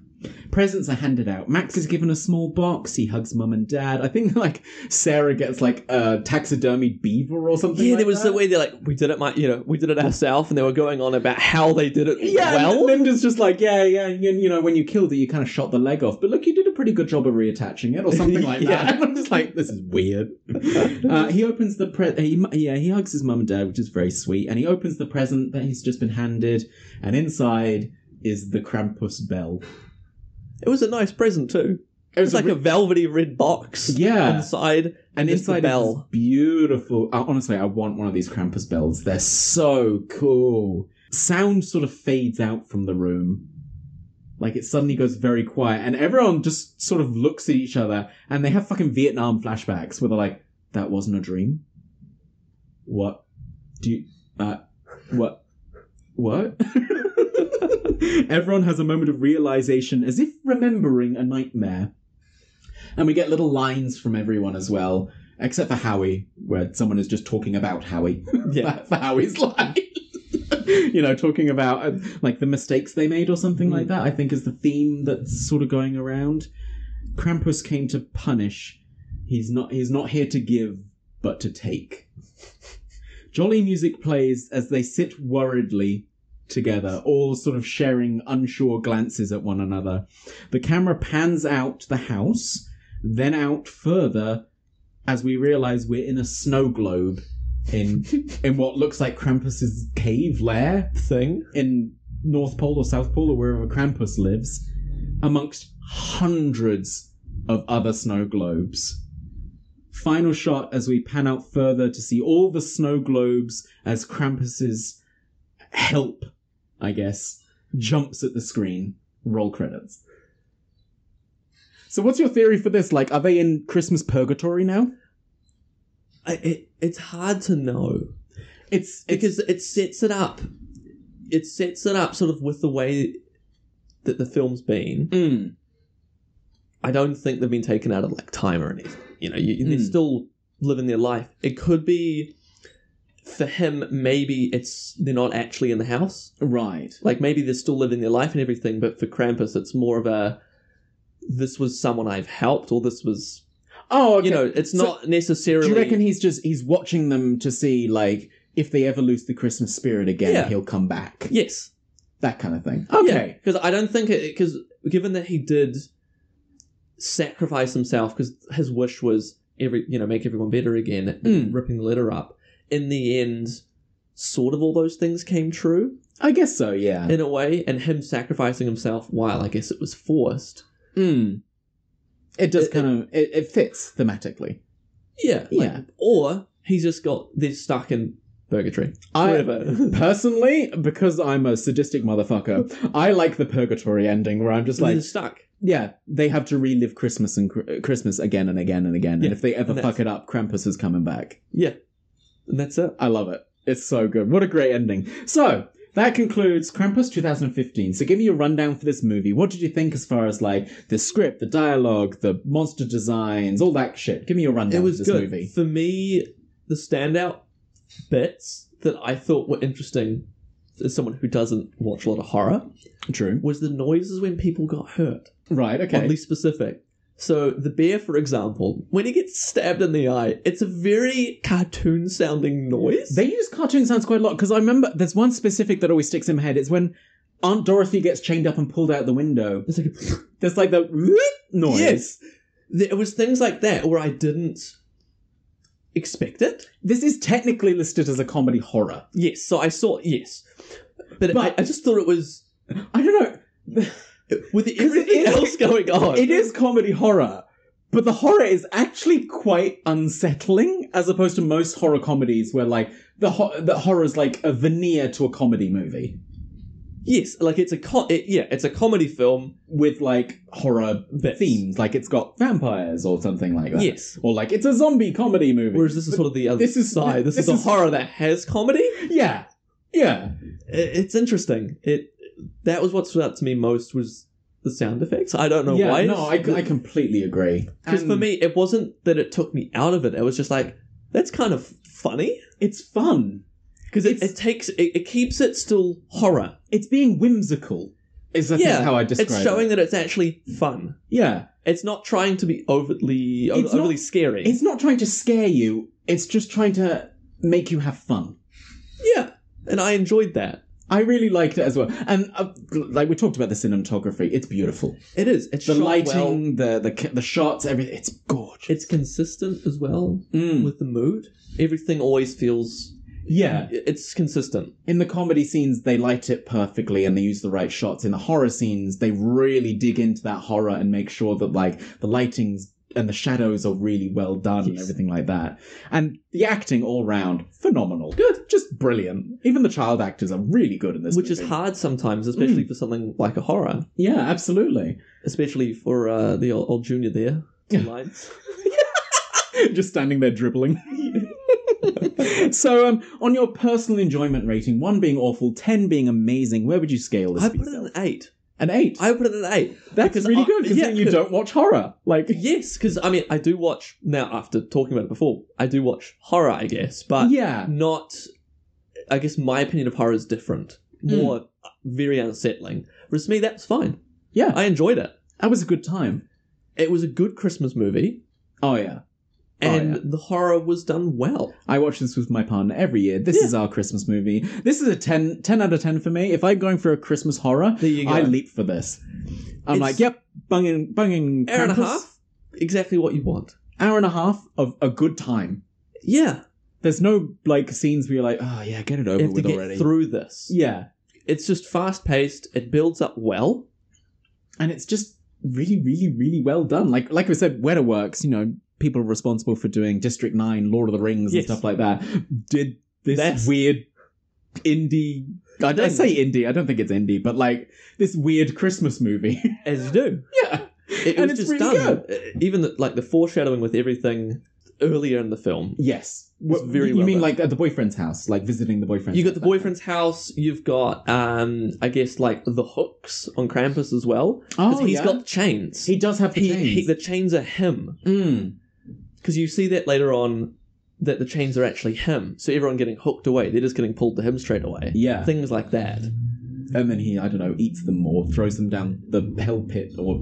Speaker 2: presents are handed out. Max is given a small box. He hugs mum and dad. I think like Sarah gets like a taxidermied beaver or something.
Speaker 3: Yeah,
Speaker 2: like
Speaker 3: there was
Speaker 2: that.
Speaker 3: the way they're like, we did it, my, you know, we did it ourselves, and they were going on about how they did it
Speaker 2: Yeah,
Speaker 3: well.
Speaker 2: and Linda's just like, yeah, yeah, you, you know, when you killed it, you kind of shot the leg off, but look, you did a pretty good job of reattaching it or something like
Speaker 3: Yeah.
Speaker 2: that. And I'm just like, this is weird. uh, he opens the pre- he, yeah, he hugs his mum and dad, which is very sweet, and he opens the present that he's just been handed, and inside is the Krampus bell.
Speaker 3: it was a nice present too. It was,
Speaker 2: a
Speaker 3: like a,
Speaker 2: re-
Speaker 3: velvety red box.
Speaker 2: Yeah.
Speaker 3: inside
Speaker 2: And
Speaker 3: just
Speaker 2: inside
Speaker 3: the
Speaker 2: is this
Speaker 3: bell.
Speaker 2: beautiful. uh, honestly, I want one of these Krampus bells. They're so cool. Sound sort of fades out from the room. Like it suddenly goes very quiet, and everyone just sort of looks at each other, and they have fucking Vietnam flashbacks where they're like, "That wasn't a dream." What? Do you? Uh, what? What? everyone has a moment of realization, as if remembering a nightmare. And we get little lines from everyone as well, except for Howie, where someone is just talking about Howie.
Speaker 3: Yeah.
Speaker 2: for Howie's line. you know, talking about uh, like the mistakes they made or something like that, I think is the theme that's sort of going around. Krampus came to punish. He's not he's not here to give, but to take. Jolly music plays as they sit worriedly together, all sort of sharing unsure glances at one another. The camera pans out the house, then out further as we realize we're in a snow globe in in what looks like Krampus's cave lair
Speaker 3: thing.
Speaker 2: in North Pole or South Pole or wherever Krampus lives, amongst hundreds of other snow globes. Final shot as we pan out further to see all the snow globes as Krampus's help, I guess, jumps at the screen. Roll credits. So, what's your theory for this? Like, are they in Christmas purgatory now?
Speaker 3: I, it, it's hard to know
Speaker 2: It's, it's
Speaker 3: because it sets it up. It sets it up sort of with the way that the film's been.
Speaker 2: Mm.
Speaker 3: I don't think they've been taken out of like time or anything. You know, you,
Speaker 2: Hmm.
Speaker 3: they're still living their life. It could be for him. Maybe it's they're not actually in the house.
Speaker 2: right.
Speaker 3: Like maybe they're still living their life and everything. But for Krampus, it's more of a this was someone I've helped, or this was
Speaker 2: Oh, okay.
Speaker 3: you know, it's
Speaker 2: So-
Speaker 3: not necessarily.
Speaker 2: Do you reckon he's just he's watching them to see like if they ever lose the Christmas spirit again,
Speaker 3: Yeah.
Speaker 2: he'll come back.
Speaker 3: Yes.
Speaker 2: That kind of thing. Okay.
Speaker 3: Because I don't think it. Because given that he did sacrifice himself, because his wish was every you know make everyone better again, and
Speaker 2: Hmm.
Speaker 3: ripping the litter up. In the end, sort of all those things came true
Speaker 2: I guess so. Yeah.
Speaker 3: in a way, and him sacrificing himself while I guess it was forced.
Speaker 2: Mm. It does
Speaker 3: hmm. It-
Speaker 2: kind of it, it fits thematically.
Speaker 3: Yeah. like-
Speaker 2: Yeah.
Speaker 3: Or he's just got they're stuck in purgatory.
Speaker 2: I
Speaker 3: Forever.
Speaker 2: personally, because I'm a sadistic motherfucker, I like the purgatory ending where I'm just
Speaker 3: Like,
Speaker 2: like,
Speaker 3: they're stuck.
Speaker 2: yeah, they have to relive Christmas and Cr- Christmas again and again and again,
Speaker 3: Yeah,
Speaker 2: and if they ever
Speaker 3: and
Speaker 2: fuck
Speaker 3: that's-
Speaker 2: it up, Krampus is coming back.
Speaker 3: Yeah. And that's it.
Speaker 2: I love it. It's so good. What a great ending. So that concludes Krampus 2015. So give me a rundown for this movie. What did you think as far as like the script, the dialogue, the monster designs, all that shit? Give me a rundown
Speaker 3: it was
Speaker 2: of this
Speaker 3: good
Speaker 2: movie.
Speaker 3: for me. The standout bits that I thought were interesting, as someone who doesn't watch a lot of horror,
Speaker 2: True.
Speaker 3: was the noises when people got hurt.
Speaker 2: Right. Okay.
Speaker 3: Oddly specific. So the bear, for example, when he gets stabbed in the eye, it's a very cartoon-sounding noise.
Speaker 2: They use cartoon sounds quite a lot because I remember there's one specific that always sticks in my head. It's when Aunt Dorothy gets chained up and pulled out the window.
Speaker 3: it's like a
Speaker 2: There's like the noise.
Speaker 3: Yes. There was things like that where I didn't expect it.
Speaker 2: This is technically listed as a comedy horror.
Speaker 3: Yes. So I saw yes, but,
Speaker 2: But-
Speaker 3: I, I just thought it was
Speaker 2: I don't know.
Speaker 3: with everything
Speaker 2: is-
Speaker 3: else going on.
Speaker 2: It is comedy horror, but the horror is actually quite unsettling as opposed to most horror comedies where like the ho- the horror is like a veneer to a comedy movie
Speaker 3: Yes, like it's a co- it, yeah, it's a comedy film.
Speaker 2: with like horror
Speaker 3: Bits.
Speaker 2: themes, like it's got vampires or something like that.
Speaker 3: Yes.
Speaker 2: Or like it's a zombie comedy movie.
Speaker 3: Whereas this is sort of the other
Speaker 2: This is-
Speaker 3: side. This,
Speaker 2: this
Speaker 3: is a
Speaker 2: is-
Speaker 3: horror that has comedy.
Speaker 2: yeah. Yeah.
Speaker 3: I- it's interesting. It that was what stood out to me most was the sound effects. I don't know
Speaker 2: yeah,
Speaker 3: why.
Speaker 2: no, I, I completely agree.
Speaker 3: because for
Speaker 2: And
Speaker 3: me it wasn't that it took me out of it. It was just like that's kind of funny
Speaker 2: it's fun because it's
Speaker 3: because it, it takes it, it keeps it still horror.
Speaker 2: it's being whimsical. Is I think,
Speaker 3: yeah,
Speaker 2: how I describe
Speaker 3: it's showing
Speaker 2: it.
Speaker 3: that it's actually fun.
Speaker 2: Yeah,
Speaker 3: It's not trying to be overtly
Speaker 2: It's not-
Speaker 3: overly scary.
Speaker 2: it's not trying to scare you. It's just trying to make you have fun.
Speaker 3: yeah, and I enjoyed that.
Speaker 2: I really liked it as well, and uh, like we talked about the cinematography, it's beautiful.
Speaker 3: It is. It's
Speaker 2: The
Speaker 3: shot well.
Speaker 2: lighting, the the ca- the shots, everything. It's gorgeous.
Speaker 3: it's consistent as well
Speaker 2: Mm.
Speaker 3: with the mood. Everything always feels
Speaker 2: yeah.
Speaker 3: it's consistent.
Speaker 2: In the comedy scenes, they light it perfectly and they use the right shots. In the horror scenes, they really dig into that horror and make sure that like the lightings and the shadows are really well done and
Speaker 3: Yes.
Speaker 2: everything like that. And the acting all round, phenomenal. Good. Just brilliant. Even the child actors are really good in this
Speaker 3: Which is
Speaker 2: movie.
Speaker 3: hard sometimes,
Speaker 2: Mm.
Speaker 3: especially for something like a horror.
Speaker 2: Yeah, absolutely.
Speaker 3: Especially for uh, the old, old junior there.
Speaker 2: Yeah.
Speaker 3: Lines.
Speaker 2: just standing there dribbling. so, um, on your personal enjoyment rating, one being awful, ten being amazing, where would you scale this?
Speaker 3: I
Speaker 2: for
Speaker 3: put it
Speaker 2: yourself?
Speaker 3: an eight.
Speaker 2: an eight.
Speaker 3: I put it an eight.
Speaker 2: That's
Speaker 3: because
Speaker 2: really
Speaker 3: I-
Speaker 2: good considering
Speaker 3: yeah,
Speaker 2: you
Speaker 3: c-
Speaker 2: don't watch horror. Like,
Speaker 3: Yes, because I mean I do watch now after talking about it before, I do watch horror, I guess, but
Speaker 2: yeah,
Speaker 3: not I guess my opinion of horror is different.
Speaker 2: Mm.
Speaker 3: More very unsettling. Whereas to me that's fine.
Speaker 2: yeah,
Speaker 3: I enjoyed it.
Speaker 2: that was a good time.
Speaker 3: It was a good Christmas movie.
Speaker 2: Oh yeah, Oh,
Speaker 3: and
Speaker 2: yeah.
Speaker 3: the horror was done well.
Speaker 2: I watch this with my partner every year. This is our Christmas movie. This is a 10, 10 out of ten for me. If I'm going for a Christmas horror,
Speaker 3: There you go.
Speaker 2: I leap for this. I'm
Speaker 3: It's-
Speaker 2: like, yep, bunging, bunging,
Speaker 3: Hour and a
Speaker 2: Krampus.
Speaker 3: half, exactly what you want.
Speaker 2: hour and a half of a good time.
Speaker 3: Yeah,
Speaker 2: There's no like scenes where you're like, oh yeah, get it over
Speaker 3: You have to
Speaker 2: with
Speaker 3: get
Speaker 2: already.
Speaker 3: through this.
Speaker 2: Yeah,
Speaker 3: It's just fast paced. It builds up well.
Speaker 2: and it's just really, really, really well done. Like like we said, Weta Works, you know, people responsible for doing District Nine, Lord of the Rings,
Speaker 3: Yes.
Speaker 2: and stuff like that, did this
Speaker 3: That's-
Speaker 2: weird indie. I, I say indie. I don't think it's indie, but like this weird Christmas movie.
Speaker 3: As you do.
Speaker 2: yeah,
Speaker 3: It, it
Speaker 2: And
Speaker 3: was
Speaker 2: it's
Speaker 3: just
Speaker 2: really
Speaker 3: done. Uh, Even the, like the foreshadowing with everything earlier in the film.
Speaker 2: yes.
Speaker 3: was
Speaker 2: What-
Speaker 3: very
Speaker 2: you
Speaker 3: well
Speaker 2: mean
Speaker 3: done.
Speaker 2: like at the boyfriend's house, like visiting the boyfriend's.
Speaker 3: You got
Speaker 2: house,
Speaker 3: the
Speaker 2: that kind of-
Speaker 3: boyfriend's house. You've got, um, I guess, like the hooks on Krampus as well. 'Cause
Speaker 2: Oh,
Speaker 3: he's
Speaker 2: yeah.
Speaker 3: got chains.
Speaker 2: He does have the
Speaker 3: he,
Speaker 2: chains.
Speaker 3: he- the chains are him
Speaker 2: Mm.
Speaker 3: because you see that later on that the chains are actually him. So everyone getting hooked away, they're just getting pulled to him straight away.
Speaker 2: Yeah.
Speaker 3: things like that.
Speaker 2: And then he, I don't know, eats them or throws them down the hell pit or.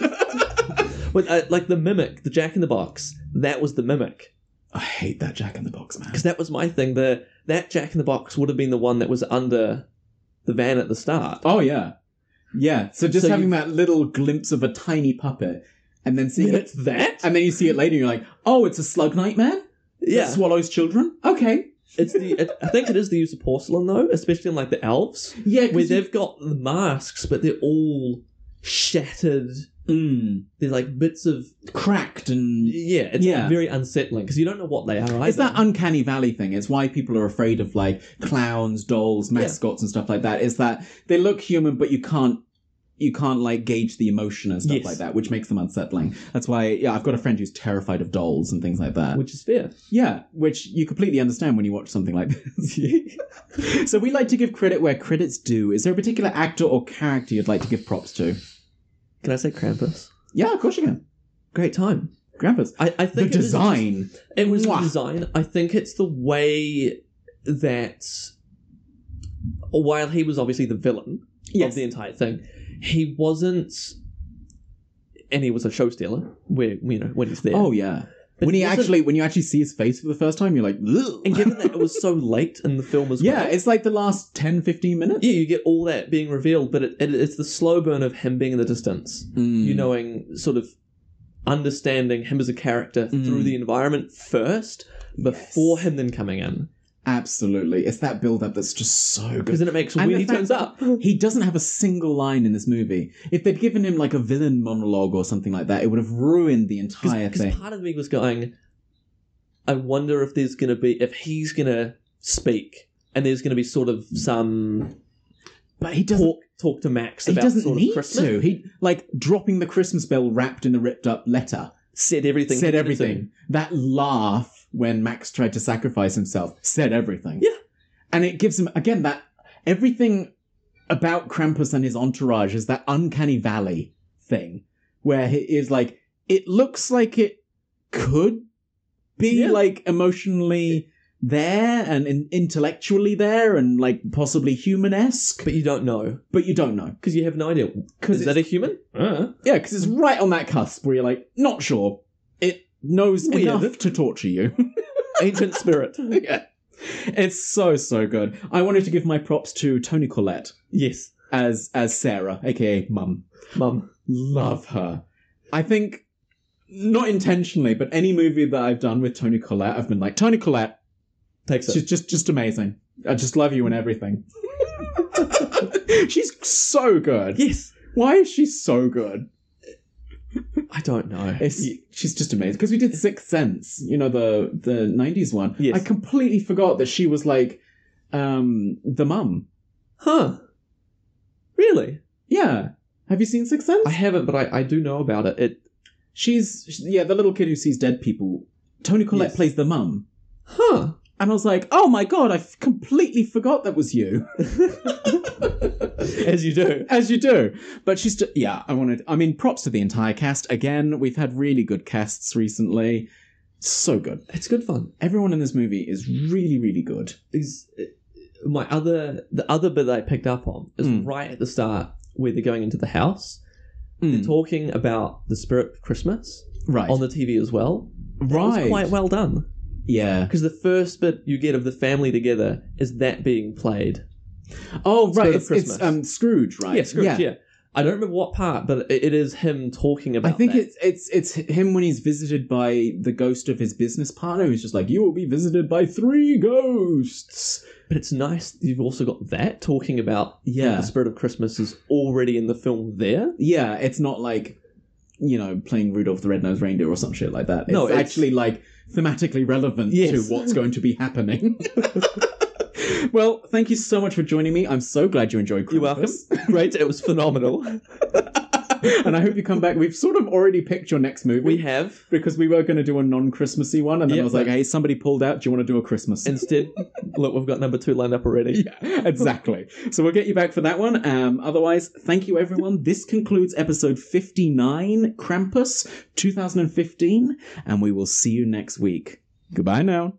Speaker 3: But uh, like the mimic, the Jack in the Box, that was the mimic
Speaker 2: I hate that Jack in the Box, man.
Speaker 3: because that was my thing. The that Jack in the Box would have been the one that was under the van at the start.
Speaker 2: Oh, yeah. Yeah. So just
Speaker 3: So
Speaker 2: having
Speaker 3: you-
Speaker 2: that little glimpse of a tiny puppet and then seeing it.
Speaker 3: It's that.
Speaker 2: And then you see it later and you're like, oh, it's a slug knight man?
Speaker 3: yeah,
Speaker 2: That swallows children? Okay.
Speaker 3: it's the. It, I think it is the use of porcelain though, especially in like the elves,
Speaker 2: Yeah,
Speaker 3: where
Speaker 2: because.
Speaker 3: they've got the masks, but they're all shattered.
Speaker 2: Mm,
Speaker 3: They're like bits of
Speaker 2: cracked and.
Speaker 3: Yeah, it's
Speaker 2: Yeah.
Speaker 3: very unsettling because you don't know what they are either.
Speaker 2: It's that uncanny valley thing. It's why people are afraid of like clowns, dolls, mascots, and stuff like that. Is that they look human, but you can't you can't like gauge the emotion and stuff
Speaker 3: Yes.
Speaker 2: like that, which makes them unsettling. That's why yeah, I've got a friend who's terrified of dolls and things like that.
Speaker 3: which is fair.
Speaker 2: Yeah, which you completely understand when you watch something like this. so we like to give credit where credit's due. Is there a particular actor or character you'd like to give props to?
Speaker 3: Can I say Krampus?
Speaker 2: Yeah, of course you can.
Speaker 3: Great time.
Speaker 2: Krampus.
Speaker 3: I, I
Speaker 2: The
Speaker 3: think it is just-
Speaker 2: design.
Speaker 3: it was
Speaker 2: Mwah.
Speaker 3: the design. I think it's the way that while he was obviously the villain
Speaker 2: Yes.
Speaker 3: of the entire thing, he wasn't, and he was a show stealer. Where you know when he's there.
Speaker 2: Oh yeah.
Speaker 3: But
Speaker 2: when he
Speaker 3: it wasn't-
Speaker 2: actually, when you actually see his face for the first time, you're like, "Ugh."
Speaker 3: and given that it was so late in the film as
Speaker 2: yeah,
Speaker 3: well.
Speaker 2: it's like the last 10, 15 minutes.
Speaker 3: yeah, you get all that being revealed, but it, it, it's the slow burn of him being in the distance.
Speaker 2: Hmm.
Speaker 3: you knowing sort of understanding him as a character
Speaker 2: Hmm.
Speaker 3: through the environment first before him then coming in
Speaker 2: absolutely. It's that build up that's just so
Speaker 3: because
Speaker 2: good.
Speaker 3: then it makes
Speaker 2: And
Speaker 3: when
Speaker 2: the
Speaker 3: he
Speaker 2: fact
Speaker 3: turns
Speaker 2: that
Speaker 3: up
Speaker 2: He doesn't have a single line in this movie. If they'd given him like a villain monologue or something like that, it would have ruined the entire
Speaker 3: because
Speaker 2: thing.
Speaker 3: part of me was going i wonder if there's going to be if he's going to speak and there's going to be sort of some
Speaker 2: But he doesn't.
Speaker 3: talk talk to max
Speaker 2: He
Speaker 3: about
Speaker 2: doesn't
Speaker 3: sort
Speaker 2: need
Speaker 3: of christmas
Speaker 2: to. He like dropping the Christmas bell wrapped in a ripped up letter.
Speaker 3: said everything
Speaker 2: said
Speaker 3: he
Speaker 2: everything. That laugh when Max tried to sacrifice himself said everything.
Speaker 3: Yeah.
Speaker 2: And it gives him, again, that everything about Krampus and his entourage is that uncanny valley thing where he is like, it looks like it could be
Speaker 3: Yeah.
Speaker 2: like emotionally there and in- intellectually there and like possibly human esque,
Speaker 3: but you don't know
Speaker 2: but you don't know.
Speaker 3: because you have no idea is that a human uh,
Speaker 2: Yeah, because it's right on that cusp where you're like, not sure. It knows
Speaker 3: Weird.
Speaker 2: enough to torture you.
Speaker 3: ancient spirit
Speaker 2: yeah. It's so so good. I wanted to give my props to Tony Collette
Speaker 3: yes
Speaker 2: as as Sarah, aka Mum.
Speaker 3: mum
Speaker 2: Love her. I think not intentionally, but any movie that I've done with Tony Collette, I've been like Tony Collette.
Speaker 3: takes
Speaker 2: She's
Speaker 3: it
Speaker 2: just just amazing. I just love you and everything. She's so good.
Speaker 3: yes
Speaker 2: Why is she so good?
Speaker 3: i don't know
Speaker 2: It's, she's just amazing because we did Sixth Sense, you know the the '90s one.
Speaker 3: Yes.
Speaker 2: I completely forgot that she was like um the mum.
Speaker 3: Huh. Really?
Speaker 2: Yeah. Have you seen Sixth Sense?
Speaker 3: I haven't, but I, I do know about it. It
Speaker 2: She's sh- yeah, the little kid who sees dead people. Tony Collette
Speaker 3: Yes.
Speaker 2: plays the mum,
Speaker 3: Huh.
Speaker 2: and I was like, oh my god, I f- completely forgot that was you,
Speaker 3: As you do.
Speaker 2: as you do. But she's just, yeah, I wanted. I mean, props to the entire cast. Again, we've had really good casts recently. So good.
Speaker 3: It's good fun.
Speaker 2: Everyone in this movie is really, really good.
Speaker 3: Is my other the other bit that I picked up on is
Speaker 2: Mm.
Speaker 3: right at the start where they're going into the house. They're
Speaker 2: Mm,
Speaker 3: talking about the spirit of Christmas
Speaker 2: right,
Speaker 3: on the TV as well. It
Speaker 2: right,
Speaker 3: was quite well done.
Speaker 2: yeah.
Speaker 3: Because the first bit you get of the family together is that being played.
Speaker 2: Oh, right,
Speaker 3: Spirit of
Speaker 2: it's, it's
Speaker 3: Christmas.
Speaker 2: um Scrooge, right?
Speaker 3: Yeah, Scrooge, yeah. I don't remember what part, but it, it is him talking
Speaker 2: I
Speaker 3: about.
Speaker 2: think
Speaker 3: that.
Speaker 2: it's it's it's him when he's visited by the ghost of his business partner who's just like, You will be visited by three ghosts.
Speaker 3: but it's nice. that You've also got that talking about
Speaker 2: Yeah.
Speaker 3: the spirit of Christmas is already in the film there.
Speaker 2: Yeah, it's not like you know, playing Rudolph the Red-Nosed Reindeer or some shit like that. It's
Speaker 3: No, it's-
Speaker 2: actually like thematically relevant
Speaker 3: Yes.
Speaker 2: to what's going to be happening. well, thank you so much for joining me. I'm so glad you enjoyed
Speaker 3: You're welcome.
Speaker 2: Krampus.
Speaker 3: Great, it was phenomenal.
Speaker 2: and I hope you come back. We've sort of already picked your next movie.
Speaker 3: We have
Speaker 2: because we were going to do a non-Christmassy one, and then
Speaker 3: Yeah,
Speaker 2: I was like,
Speaker 3: but-
Speaker 2: "Hey, somebody pulled out. Do you want to do a Christmas?"
Speaker 3: instead. Look, we've got number two lined up already.
Speaker 2: yeah, exactly. So we'll get you back for that one. Um, otherwise, thank you, everyone. This concludes episode 59, Krampus 2015, and we will see you next week. Goodbye now.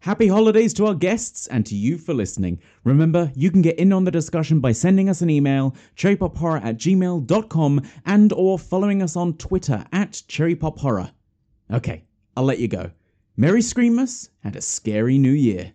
Speaker 2: Happy holidays to our guests and to you for listening. Remember, you can get in on the discussion by sending us an email, cherrypophorror at gmail.com, and or following us on Twitter at cherrypophorror. Okay, I'll let you go. Merry Screamus and a scary new year.